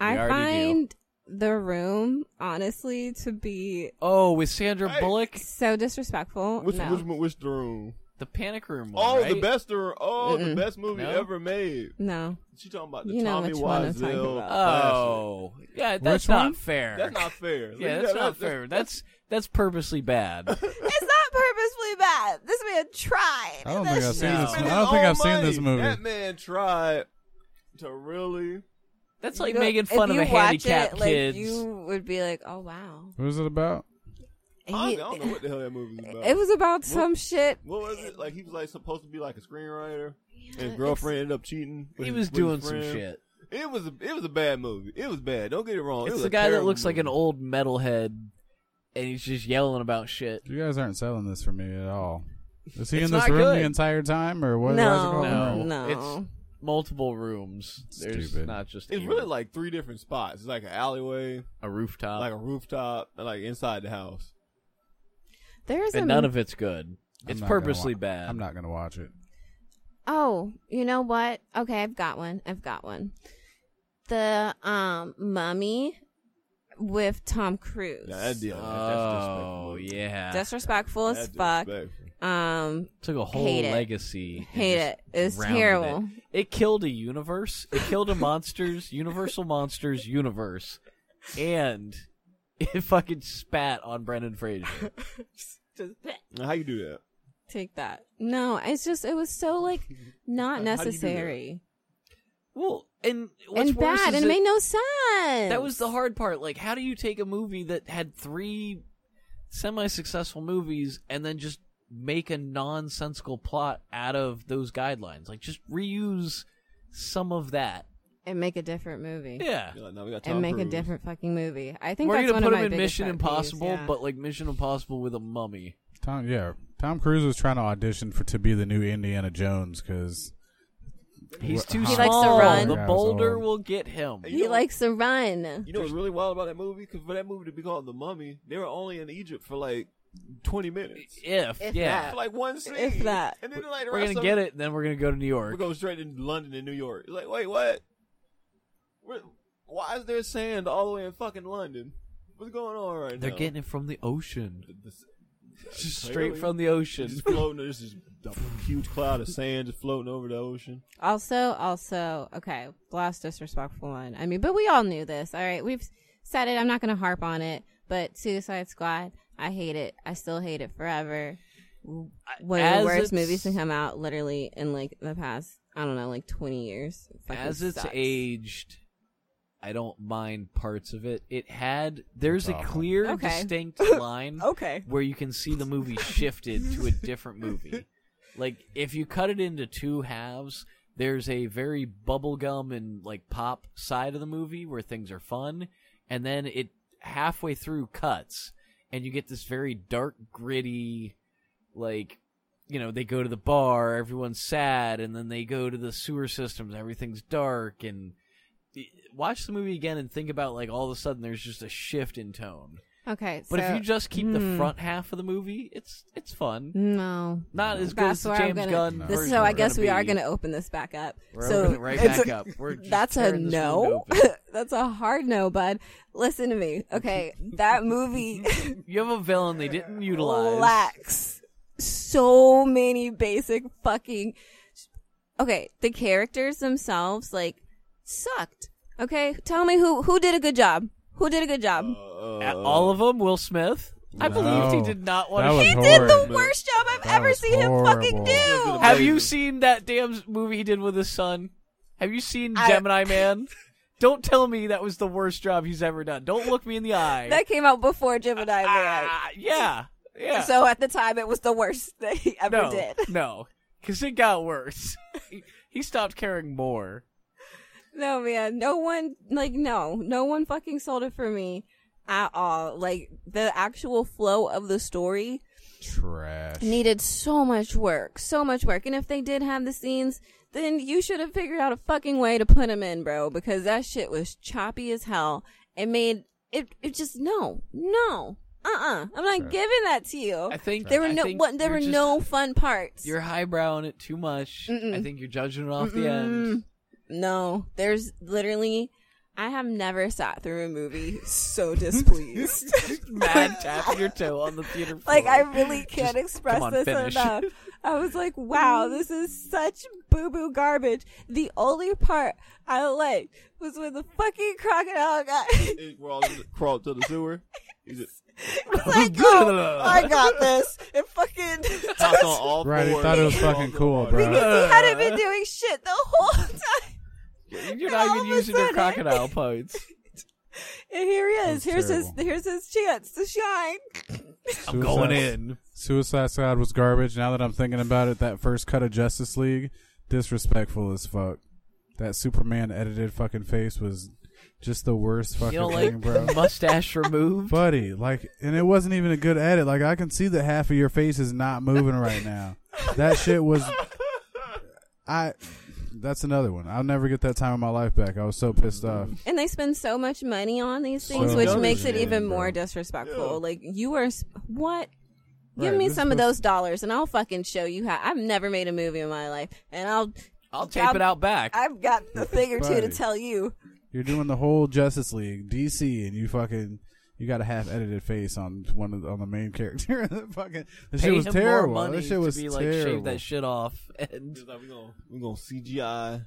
[SPEAKER 3] I
[SPEAKER 1] already do.
[SPEAKER 3] find the room honestly to be
[SPEAKER 1] Oh, with Sandra
[SPEAKER 6] Hey.
[SPEAKER 1] Bullock,
[SPEAKER 3] so disrespectful.
[SPEAKER 6] which,
[SPEAKER 3] no.
[SPEAKER 6] which which which the room?
[SPEAKER 1] the panic room. one,
[SPEAKER 6] Oh, the
[SPEAKER 1] right?
[SPEAKER 6] best room. Oh,
[SPEAKER 3] Mm-mm.
[SPEAKER 6] the best movie
[SPEAKER 1] No?
[SPEAKER 6] ever made.
[SPEAKER 3] no.
[SPEAKER 6] She talking about the
[SPEAKER 3] You know
[SPEAKER 6] Tommy
[SPEAKER 3] which one I'm talking
[SPEAKER 6] Wiseau.
[SPEAKER 3] about.
[SPEAKER 6] classic.
[SPEAKER 1] Oh, yeah, that's
[SPEAKER 7] Which
[SPEAKER 1] not
[SPEAKER 7] one?
[SPEAKER 1] fair.
[SPEAKER 6] that's not fair. Like,
[SPEAKER 1] yeah, that's
[SPEAKER 6] that-
[SPEAKER 1] not
[SPEAKER 6] that-
[SPEAKER 1] fair. That's that's purposely bad.
[SPEAKER 3] It's not purposefully bad. This man tried.
[SPEAKER 7] I don't think I've seen
[SPEAKER 1] No.
[SPEAKER 7] this.
[SPEAKER 6] Spend
[SPEAKER 7] I
[SPEAKER 6] his
[SPEAKER 7] don't think
[SPEAKER 6] own
[SPEAKER 7] I've seen this
[SPEAKER 6] money.
[SPEAKER 7] movie.
[SPEAKER 6] That man tried to really.
[SPEAKER 1] That's like
[SPEAKER 3] You-
[SPEAKER 1] making
[SPEAKER 3] if
[SPEAKER 1] fun of
[SPEAKER 3] you
[SPEAKER 1] a
[SPEAKER 3] watch
[SPEAKER 1] handicapped
[SPEAKER 3] it,
[SPEAKER 1] kid.
[SPEAKER 3] Like, you would be like, oh wow.
[SPEAKER 7] What is it about?
[SPEAKER 6] I
[SPEAKER 3] He- *laughs*
[SPEAKER 6] don't know what the hell that movie was about.
[SPEAKER 3] it was about some shit.
[SPEAKER 6] What was it? Like he was like supposed to be like a screenwriter, and his
[SPEAKER 3] it's-
[SPEAKER 6] girlfriend ended up cheating. with
[SPEAKER 1] he
[SPEAKER 6] his-
[SPEAKER 1] was
[SPEAKER 6] with his
[SPEAKER 1] doing some
[SPEAKER 6] friend.
[SPEAKER 1] shit.
[SPEAKER 6] It was a, it was a bad movie. It was bad. Don't get it wrong. It
[SPEAKER 1] It's
[SPEAKER 6] was
[SPEAKER 1] the
[SPEAKER 6] a
[SPEAKER 1] guy that
[SPEAKER 6] Oh, terrible
[SPEAKER 1] looks like an
[SPEAKER 6] movie.
[SPEAKER 1] old metalhead, and he's just yelling about shit.
[SPEAKER 7] You guys aren't selling this for me at all. Is he
[SPEAKER 1] It's
[SPEAKER 7] in this
[SPEAKER 1] not
[SPEAKER 7] room
[SPEAKER 1] good.
[SPEAKER 7] the entire time, or what? why is it
[SPEAKER 3] no,
[SPEAKER 7] called the
[SPEAKER 1] No.
[SPEAKER 3] Oh, no,
[SPEAKER 7] room?
[SPEAKER 1] It's- Multiple rooms. There's
[SPEAKER 7] Stupid.
[SPEAKER 1] not just
[SPEAKER 6] It's
[SPEAKER 1] a-
[SPEAKER 6] really like three different spots. It's like an alleyway,
[SPEAKER 1] a rooftop,
[SPEAKER 6] like a rooftop, and like inside the house.
[SPEAKER 3] There's a
[SPEAKER 1] and none of it's good.
[SPEAKER 7] I'm
[SPEAKER 1] It's
[SPEAKER 7] not gonna
[SPEAKER 1] purposely
[SPEAKER 7] wa-
[SPEAKER 1] bad.
[SPEAKER 7] I'm not gonna watch it.
[SPEAKER 3] Oh, you know what? Okay, I've got one. I've got one. The um mummy with Tom Cruise.
[SPEAKER 6] Yeah, that'd be a,
[SPEAKER 1] Oh yeah,
[SPEAKER 3] disrespectful as
[SPEAKER 6] that's disrespectful.
[SPEAKER 3] fuck.
[SPEAKER 6] That's disrespectful.
[SPEAKER 3] Um
[SPEAKER 1] took a whole
[SPEAKER 3] Hate it.
[SPEAKER 1] legacy. and
[SPEAKER 3] Hate
[SPEAKER 1] just
[SPEAKER 3] it. It's
[SPEAKER 1] rounded
[SPEAKER 3] terrible.
[SPEAKER 1] It. It killed a universe. It killed a monsters, *laughs* Universal Monsters universe, and *laughs* it fucking spat on Brendan Fraser.
[SPEAKER 3] just
[SPEAKER 6] Now, How you do that?
[SPEAKER 3] take that. No, it's just it was so
[SPEAKER 1] *laughs*
[SPEAKER 3] like not
[SPEAKER 6] How- how do you do that?
[SPEAKER 3] necessary.
[SPEAKER 1] Well, and what's
[SPEAKER 3] And
[SPEAKER 1] worse
[SPEAKER 3] bad
[SPEAKER 1] is
[SPEAKER 3] and it
[SPEAKER 1] it-
[SPEAKER 3] made no sense.
[SPEAKER 1] that was the hard part. Like, how do you take a movie that had three semi-successful movies and then just make a nonsensical plot out of those guidelines? Like, just reuse some of that
[SPEAKER 3] and make a different movie.
[SPEAKER 1] Yeah.
[SPEAKER 6] You're like, no, we got Tom
[SPEAKER 3] And make a
[SPEAKER 6] Cruise.
[SPEAKER 3] different fucking movie. I think
[SPEAKER 1] We're
[SPEAKER 3] that's
[SPEAKER 1] gonna
[SPEAKER 3] one
[SPEAKER 1] put
[SPEAKER 3] of
[SPEAKER 1] him
[SPEAKER 3] my
[SPEAKER 1] in
[SPEAKER 3] biggest
[SPEAKER 1] Mission
[SPEAKER 3] pet peeves,
[SPEAKER 1] Impossible,
[SPEAKER 3] yeah.
[SPEAKER 1] but like Mission Impossible with a mummy.
[SPEAKER 7] Tom, yeah, Tom Cruise was trying to audition for to be the new Indiana Jones because
[SPEAKER 1] He's
[SPEAKER 7] Wh-
[SPEAKER 1] too
[SPEAKER 7] He
[SPEAKER 1] small.
[SPEAKER 3] likes to run.
[SPEAKER 1] The
[SPEAKER 7] Yeah,
[SPEAKER 1] boulder
[SPEAKER 7] so-
[SPEAKER 1] will get him.
[SPEAKER 6] Hey, you
[SPEAKER 3] he
[SPEAKER 6] know-
[SPEAKER 3] likes to run.
[SPEAKER 6] You know what's really wild about that movie? Because for that movie to be called The Mummy, they were only in Egypt for like 20 minutes.
[SPEAKER 1] If,
[SPEAKER 3] If
[SPEAKER 1] yeah,
[SPEAKER 3] that.
[SPEAKER 6] For like one scene.
[SPEAKER 3] If that.
[SPEAKER 6] And then like, the
[SPEAKER 1] we're
[SPEAKER 6] rest
[SPEAKER 1] gonna
[SPEAKER 6] of
[SPEAKER 1] get it, and then we're gonna go to New
[SPEAKER 6] We're
[SPEAKER 1] York.
[SPEAKER 6] going straight to London and New York. It's like, wait, what? Where, why is there sand all the way in fucking London? What's going on right
[SPEAKER 1] They're
[SPEAKER 6] now?
[SPEAKER 1] getting it from the ocean,
[SPEAKER 6] The- the-
[SPEAKER 1] just
[SPEAKER 6] clearly.
[SPEAKER 1] straight from the ocean.
[SPEAKER 6] Just floating. There's this huge cloud of sand just floating over the ocean.
[SPEAKER 3] Also, also, okay, last disrespectful one. I mean, but we all knew this. All right, we've said it. I'm not going to harp on it, but Suicide Squad, I hate it. I still hate it forever. One of
[SPEAKER 1] As
[SPEAKER 3] the worst
[SPEAKER 1] it's-
[SPEAKER 3] movies to come out, literally, in like the past, I don't know, like 20 years. It fucking
[SPEAKER 1] As it's
[SPEAKER 3] sucks.
[SPEAKER 1] aged, I don't mind parts of it. It had there's a
[SPEAKER 7] Problem.
[SPEAKER 1] clear,
[SPEAKER 3] Okay. *laughs*
[SPEAKER 1] distinct line
[SPEAKER 3] Okay.
[SPEAKER 1] where you can see the movie shifted to a different movie. Like if you cut it into two halves, there's a very bubblegum and like pop side of the movie where things are fun, and then it halfway through cuts and you get this very dark, gritty like you know, they go to the bar, everyone's sad, and then they go to the sewer systems, everything's dark and watch the movie again and think about like all of a sudden there's just a shift in tone.
[SPEAKER 3] Okay.
[SPEAKER 1] But
[SPEAKER 3] so-
[SPEAKER 1] if you just keep
[SPEAKER 3] Hmm.
[SPEAKER 1] the front half of the movie, it's it's fun.
[SPEAKER 3] No.
[SPEAKER 1] Not as good
[SPEAKER 3] That's
[SPEAKER 1] as the
[SPEAKER 3] where I'm
[SPEAKER 1] James
[SPEAKER 3] gonna-
[SPEAKER 1] Gunn.
[SPEAKER 3] This is
[SPEAKER 1] version
[SPEAKER 3] how I
[SPEAKER 1] we're
[SPEAKER 3] guess
[SPEAKER 1] gonna
[SPEAKER 3] we are
[SPEAKER 1] be.
[SPEAKER 3] going to open this back up.
[SPEAKER 1] We're
[SPEAKER 3] so
[SPEAKER 1] opening it right
[SPEAKER 3] it's
[SPEAKER 1] back
[SPEAKER 3] a-
[SPEAKER 1] up. We're just
[SPEAKER 3] that's a
[SPEAKER 1] tearing this wound
[SPEAKER 3] no.
[SPEAKER 1] *laughs* open.
[SPEAKER 3] *laughs* that's a hard no, bud. Listen to me. Okay, that
[SPEAKER 1] *laughs*
[SPEAKER 3] movie
[SPEAKER 1] You have a villain they didn't utilize.
[SPEAKER 3] lacks so many basic fucking. Okay, the characters themselves like sucked. Okay, tell me who who did a good job. Who did a good job?
[SPEAKER 6] Uh,
[SPEAKER 1] At all of them, Will Smith. I believed
[SPEAKER 7] No.
[SPEAKER 1] he did not
[SPEAKER 7] That
[SPEAKER 1] want
[SPEAKER 7] was
[SPEAKER 1] to.
[SPEAKER 3] he
[SPEAKER 7] horrible.
[SPEAKER 3] did the worst job I've
[SPEAKER 7] That
[SPEAKER 3] ever
[SPEAKER 7] was
[SPEAKER 3] seen him fucking
[SPEAKER 7] horrible.
[SPEAKER 3] do.
[SPEAKER 1] Have you seen that damn movie he did with his son? Have you seen
[SPEAKER 3] I- *laughs*
[SPEAKER 1] Gemini Man? Don't tell me that was the worst job he's ever done. Don't look me in the eye.
[SPEAKER 3] *laughs* That came out before Gemini Man.
[SPEAKER 1] Ah, yeah, yeah.
[SPEAKER 3] So at the time, it was the worst *laughs* that he ever
[SPEAKER 1] no,
[SPEAKER 3] did.
[SPEAKER 1] no, because it got worse. he, he stopped caring more.
[SPEAKER 3] No, man. No one, like, no. No one fucking sold it for me at all. Like, the actual flow of the story
[SPEAKER 7] trash.
[SPEAKER 3] needed so much work. So much work. And if they did have the scenes, then you should have figured out a fucking way to put them in, bro, because that shit was choppy as hell. It made, it, it just, no, no. Uh uh-uh. uh. i am not giving that to you.
[SPEAKER 1] I think
[SPEAKER 3] there were
[SPEAKER 1] I
[SPEAKER 3] no,
[SPEAKER 1] think
[SPEAKER 3] what, there
[SPEAKER 1] you're
[SPEAKER 3] were
[SPEAKER 1] just-
[SPEAKER 3] no fun parts.
[SPEAKER 1] You're highbrowing it too much.
[SPEAKER 3] Mm-mm.
[SPEAKER 1] I think you're judging it off the
[SPEAKER 3] Mm-mm.
[SPEAKER 1] end.
[SPEAKER 3] No, there's literally. I have never sat through a movie
[SPEAKER 1] *laughs*
[SPEAKER 3] so displeased.
[SPEAKER 1] Mad
[SPEAKER 3] *laughs*
[SPEAKER 1] tapping your toe on the theater floor.
[SPEAKER 3] like I really
[SPEAKER 1] *laughs*
[SPEAKER 3] can't
[SPEAKER 1] Just,
[SPEAKER 3] express
[SPEAKER 1] come on,
[SPEAKER 3] this
[SPEAKER 1] finish.
[SPEAKER 3] enough. I
[SPEAKER 1] *laughs*
[SPEAKER 3] was like, wow, this is such boo boo garbage. The only part I liked was when the fucking crocodile guy
[SPEAKER 6] We're all crawled to the sewer. He's just
[SPEAKER 3] *laughs*
[SPEAKER 1] *laughs*
[SPEAKER 3] was like, oh, I got this. And fucking *laughs*
[SPEAKER 6] hopped on all
[SPEAKER 7] Right, he
[SPEAKER 6] fours.
[SPEAKER 7] thought it was
[SPEAKER 6] Crawled
[SPEAKER 7] fucking
[SPEAKER 6] to the
[SPEAKER 7] cool,
[SPEAKER 6] water.
[SPEAKER 7] bro.
[SPEAKER 3] because he hadn't been doing shit the whole *laughs* time.
[SPEAKER 1] You're
[SPEAKER 3] all
[SPEAKER 1] not
[SPEAKER 3] of
[SPEAKER 1] even
[SPEAKER 3] a
[SPEAKER 1] using your
[SPEAKER 3] sudden- *laughs*
[SPEAKER 1] crocodile points.
[SPEAKER 3] And here he
[SPEAKER 7] That's
[SPEAKER 3] is. Here's his
[SPEAKER 7] terrible.
[SPEAKER 3] here's his chance to shine.
[SPEAKER 1] I'm going
[SPEAKER 7] Suicide-
[SPEAKER 1] in.
[SPEAKER 7] Suicide Squad was garbage. Now that I'm thinking about it, that first cut of Justice League, disrespectful as fuck. That Superman edited fucking face was just the worst
[SPEAKER 1] You
[SPEAKER 7] fucking
[SPEAKER 1] know,
[SPEAKER 7] thing,
[SPEAKER 1] like
[SPEAKER 7] bro.
[SPEAKER 1] the mustache removed.
[SPEAKER 7] Buddy, like, and it wasn't even a good edit. Like, I can see that half of your face is not moving right now. That shit was. I. That's another one. I'll never get that time in my life back. I was so pissed off.
[SPEAKER 3] And they spend so much money on these
[SPEAKER 7] So
[SPEAKER 3] things, which
[SPEAKER 7] much
[SPEAKER 3] makes it
[SPEAKER 7] money,
[SPEAKER 3] even
[SPEAKER 7] bro.
[SPEAKER 3] more disrespectful.
[SPEAKER 6] Yeah.
[SPEAKER 3] Like you are s- what? Give
[SPEAKER 7] Right,
[SPEAKER 3] me
[SPEAKER 7] this
[SPEAKER 3] some of
[SPEAKER 7] was-
[SPEAKER 3] those dollars, and I'll fucking show you how. I've never made a movie in my life, and I'll
[SPEAKER 1] I'll tape it out back.
[SPEAKER 3] I've got
[SPEAKER 7] *laughs*
[SPEAKER 3] a thing or two to
[SPEAKER 7] Buddy.
[SPEAKER 3] tell you.
[SPEAKER 7] You're doing the whole Justice League DC, and you fucking you got a half edited face on one of the, on the main *laughs* character. That fucking that
[SPEAKER 1] Pay
[SPEAKER 7] shit was
[SPEAKER 1] him
[SPEAKER 7] terrible.
[SPEAKER 1] More money
[SPEAKER 7] that shit was
[SPEAKER 1] to be like
[SPEAKER 7] terrible.
[SPEAKER 1] shave that shit off *laughs* and
[SPEAKER 6] He's like, we're gonna we're gonna CGI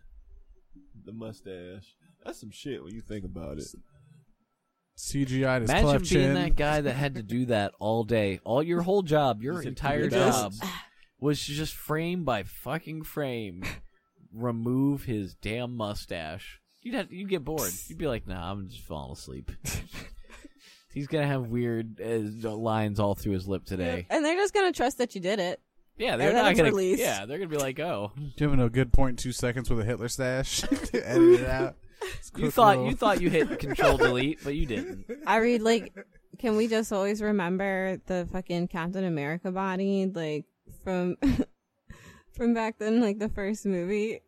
[SPEAKER 6] the mustache. That's some shit when you think about it.
[SPEAKER 7] CGI his
[SPEAKER 1] Imagine
[SPEAKER 7] cleft
[SPEAKER 1] being
[SPEAKER 7] chin.
[SPEAKER 1] that guy that had to do that all day, all your whole job, your
[SPEAKER 6] Just a
[SPEAKER 1] entire
[SPEAKER 6] few
[SPEAKER 1] job
[SPEAKER 6] minutes.
[SPEAKER 1] was to just frame by fucking frame, remove his damn mustache. You'd have, you'd get bored. You'd be like, "Nah, I'm just falling
[SPEAKER 6] *laughs*
[SPEAKER 1] asleep." He's gonna have weird uh, lines all through his lip today.
[SPEAKER 3] And they're just gonna trust that you did it.
[SPEAKER 1] Yeah, they're
[SPEAKER 3] And then
[SPEAKER 1] not
[SPEAKER 3] it's
[SPEAKER 1] gonna.
[SPEAKER 6] *laughs*
[SPEAKER 3] released.
[SPEAKER 1] Yeah, they're gonna be like, "Oh,
[SPEAKER 7] *laughs* Giving a good point two seconds with a Hitler stash. Edit it out.
[SPEAKER 8] You thought you thought you hit control delete, but you didn't.
[SPEAKER 6] *laughs*
[SPEAKER 3] I read like, can we just always remember the fucking Captain America body, like from *laughs* from back then, like the first movie?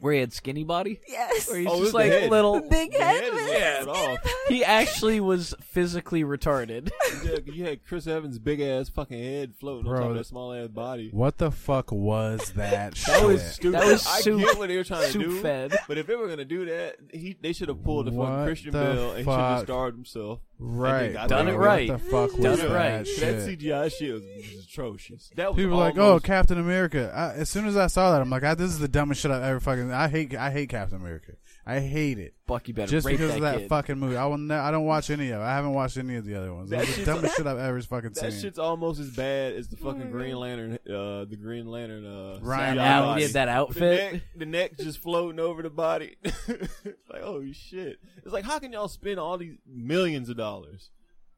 [SPEAKER 8] Where he had skinny body,
[SPEAKER 3] Yes,
[SPEAKER 8] where he's
[SPEAKER 6] Oh, it was
[SPEAKER 8] just
[SPEAKER 6] the
[SPEAKER 8] like
[SPEAKER 6] head.
[SPEAKER 8] little.
[SPEAKER 3] the *laughs* big
[SPEAKER 7] Oh,
[SPEAKER 3] head.
[SPEAKER 6] head is
[SPEAKER 3] with
[SPEAKER 6] what
[SPEAKER 3] the
[SPEAKER 6] cut off.
[SPEAKER 3] skinny body.
[SPEAKER 8] He actually was physically retarded.
[SPEAKER 6] Yeah, you had Chris Evans' big ass fucking head floating
[SPEAKER 7] Bro.
[SPEAKER 6] on top of that small ass body.
[SPEAKER 7] What the fuck
[SPEAKER 6] *laughs*
[SPEAKER 7] was that? shit?
[SPEAKER 6] That was stupid.
[SPEAKER 8] That was
[SPEAKER 6] I
[SPEAKER 8] soup-
[SPEAKER 6] get what they were trying to
[SPEAKER 8] soup
[SPEAKER 6] do,
[SPEAKER 8] fed.
[SPEAKER 6] but if they were gonna do that, he they should have pulled the
[SPEAKER 7] What
[SPEAKER 6] fucking Christian
[SPEAKER 7] the
[SPEAKER 6] Bale and should have
[SPEAKER 7] fuck?
[SPEAKER 6] starved himself.
[SPEAKER 7] right.
[SPEAKER 6] got
[SPEAKER 8] Done
[SPEAKER 7] bro,
[SPEAKER 8] it right.
[SPEAKER 7] What the fuck was
[SPEAKER 8] Done it
[SPEAKER 7] that
[SPEAKER 8] right.
[SPEAKER 6] That
[SPEAKER 7] shit?
[SPEAKER 6] CGI shit was, was atrocious. That was
[SPEAKER 7] People are like, oh,
[SPEAKER 6] almost-
[SPEAKER 7] Captain America. I, as soon as I saw that, I'm like, I, this is the dumbest shit I've ever fucking. I hate, I hate Captain America. I hate it
[SPEAKER 8] Bucky better
[SPEAKER 7] just
[SPEAKER 8] rape
[SPEAKER 7] because of that
[SPEAKER 8] kid.
[SPEAKER 7] fucking movie. I will. Ne- I don't watch any of. it. I haven't watched any of the other ones.
[SPEAKER 6] That
[SPEAKER 7] That's the
[SPEAKER 6] shit's- *laughs*
[SPEAKER 7] dumbest shit I've ever fucking
[SPEAKER 6] that
[SPEAKER 7] seen.
[SPEAKER 6] shit's almost as bad as the fucking Green Lantern. Uh, the Green Lantern. Uh,
[SPEAKER 7] Ryan
[SPEAKER 6] CGI
[SPEAKER 8] Al
[SPEAKER 6] body.
[SPEAKER 8] did
[SPEAKER 6] *laughs*
[SPEAKER 8] that
[SPEAKER 6] The
[SPEAKER 8] outfit.
[SPEAKER 6] neck, the neck just floating over the body. *laughs* It's like, oh shit! It's like, how can y'all spend all these millions of dollars?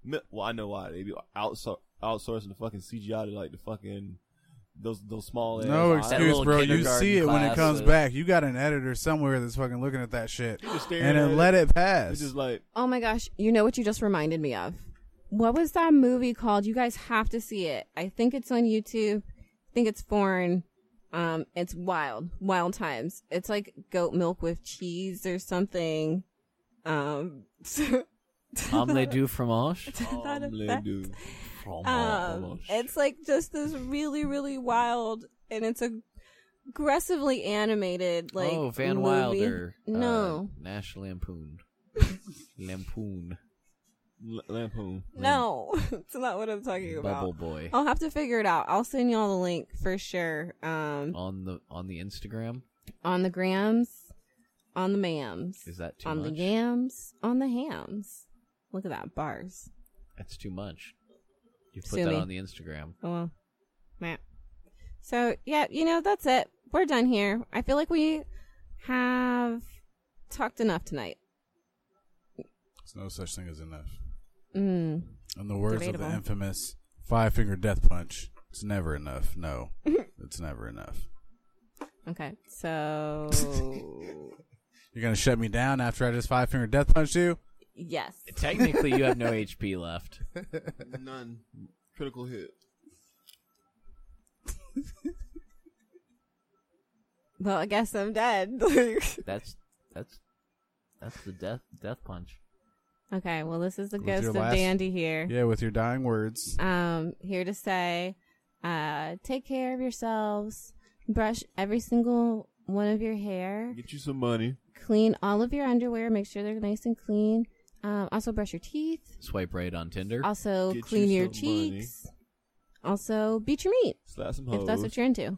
[SPEAKER 6] Mi- Well, I know why they be outsour- outsourcing the fucking CGI to like the fucking those those small.
[SPEAKER 7] No
[SPEAKER 6] ass eyes.
[SPEAKER 7] excuse,
[SPEAKER 8] little
[SPEAKER 7] bro. You
[SPEAKER 8] kindergarten
[SPEAKER 7] see it when it
[SPEAKER 8] class
[SPEAKER 7] comes
[SPEAKER 8] of-
[SPEAKER 7] back. You got an editor somewhere that's fucking looking at that shit
[SPEAKER 6] You just staring
[SPEAKER 7] and
[SPEAKER 6] at
[SPEAKER 7] then let it
[SPEAKER 6] It's
[SPEAKER 7] pass.
[SPEAKER 6] just like
[SPEAKER 3] Oh my gosh, you know what you just reminded me of? What was that movie called? You guys have to see it. I think it's on YouTube. I think it's foreign. Um, it's wild, wild times. It's like goat milk with cheese or something. Um, *laughs* to
[SPEAKER 8] Omelette du fromage.
[SPEAKER 3] that
[SPEAKER 6] omelet,
[SPEAKER 3] effect.
[SPEAKER 6] "Oh, dude.
[SPEAKER 8] Oh,
[SPEAKER 3] um, it's like just this really, really wild, and it's a aggressively animated like
[SPEAKER 8] oh, Van
[SPEAKER 3] movie.
[SPEAKER 8] Wilder. uh,
[SPEAKER 3] No, *laughs*
[SPEAKER 8] National Lampoon. Lampoon.
[SPEAKER 6] L- lampoon.
[SPEAKER 3] no, *laughs* it's not what I'm talking about.
[SPEAKER 8] Bubble Boy.
[SPEAKER 3] I'll have to figure it out. I'll send y'all the link for sure. Um,
[SPEAKER 8] On the on the Instagram.
[SPEAKER 3] on the grams, on the mams,
[SPEAKER 8] Is that too
[SPEAKER 3] on
[SPEAKER 8] much?
[SPEAKER 3] the yams, on the hams. Look at that bars.
[SPEAKER 8] That's too much. You put
[SPEAKER 3] Sue
[SPEAKER 8] that
[SPEAKER 3] me.
[SPEAKER 8] on the Instagram.
[SPEAKER 3] Oh well, Matt. So yeah, you know that's it. We're done here. I feel like we have talked enough tonight.
[SPEAKER 7] There's no such thing as enough.
[SPEAKER 3] Mm.
[SPEAKER 7] In the words of
[SPEAKER 3] Debatable.
[SPEAKER 7] the infamous Five Finger Death Punch, it's never enough. No, it's never enough.
[SPEAKER 3] Okay, so
[SPEAKER 7] You're gonna shut me down after I just Five Finger Death Punch you?
[SPEAKER 3] yes,
[SPEAKER 8] Technically, you have no HP left.
[SPEAKER 6] None. Critical hit.
[SPEAKER 3] well I guess I'm dead. *laughs*
[SPEAKER 8] That's that's that's the death death punch.
[SPEAKER 3] okay, well this is the
[SPEAKER 7] With
[SPEAKER 3] ghost
[SPEAKER 7] your
[SPEAKER 3] of
[SPEAKER 7] last-
[SPEAKER 3] Dandy here.
[SPEAKER 7] Yeah, with your dying words.
[SPEAKER 3] um here to say uh take care of yourselves brush every single one of your hair
[SPEAKER 6] Get you some money.
[SPEAKER 3] clean all of your underwear make sure they're nice and clean um also brush your teeth
[SPEAKER 8] Swipe right on Tinder.
[SPEAKER 3] also
[SPEAKER 6] Get you
[SPEAKER 3] clean your
[SPEAKER 6] some money. Oh.
[SPEAKER 3] cheeks also beat your meat
[SPEAKER 6] Slap some hoes.
[SPEAKER 3] if that's what you're into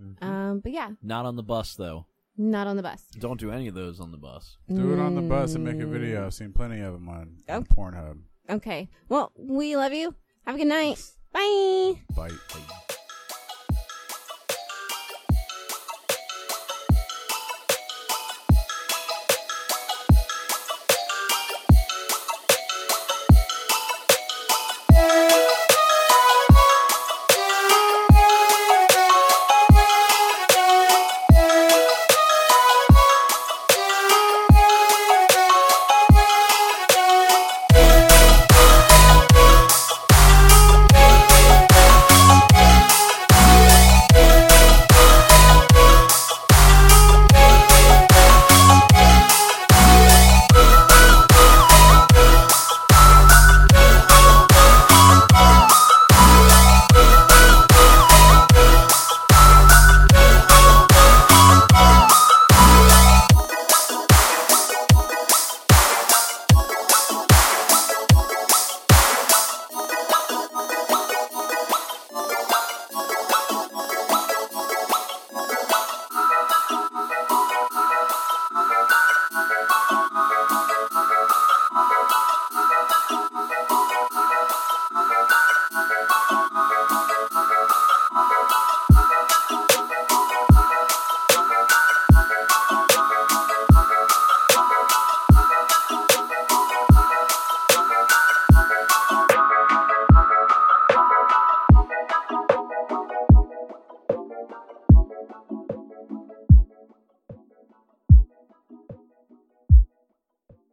[SPEAKER 6] Mm-hmm.
[SPEAKER 3] um but yeah
[SPEAKER 8] Not on the bus though.
[SPEAKER 3] not on the bus
[SPEAKER 8] Don't do any of those on the bus.
[SPEAKER 7] Do it on the bus and make a video. I've seen plenty of them on, on Pornhub.
[SPEAKER 3] okay well we love you have a good night bye
[SPEAKER 7] Bite.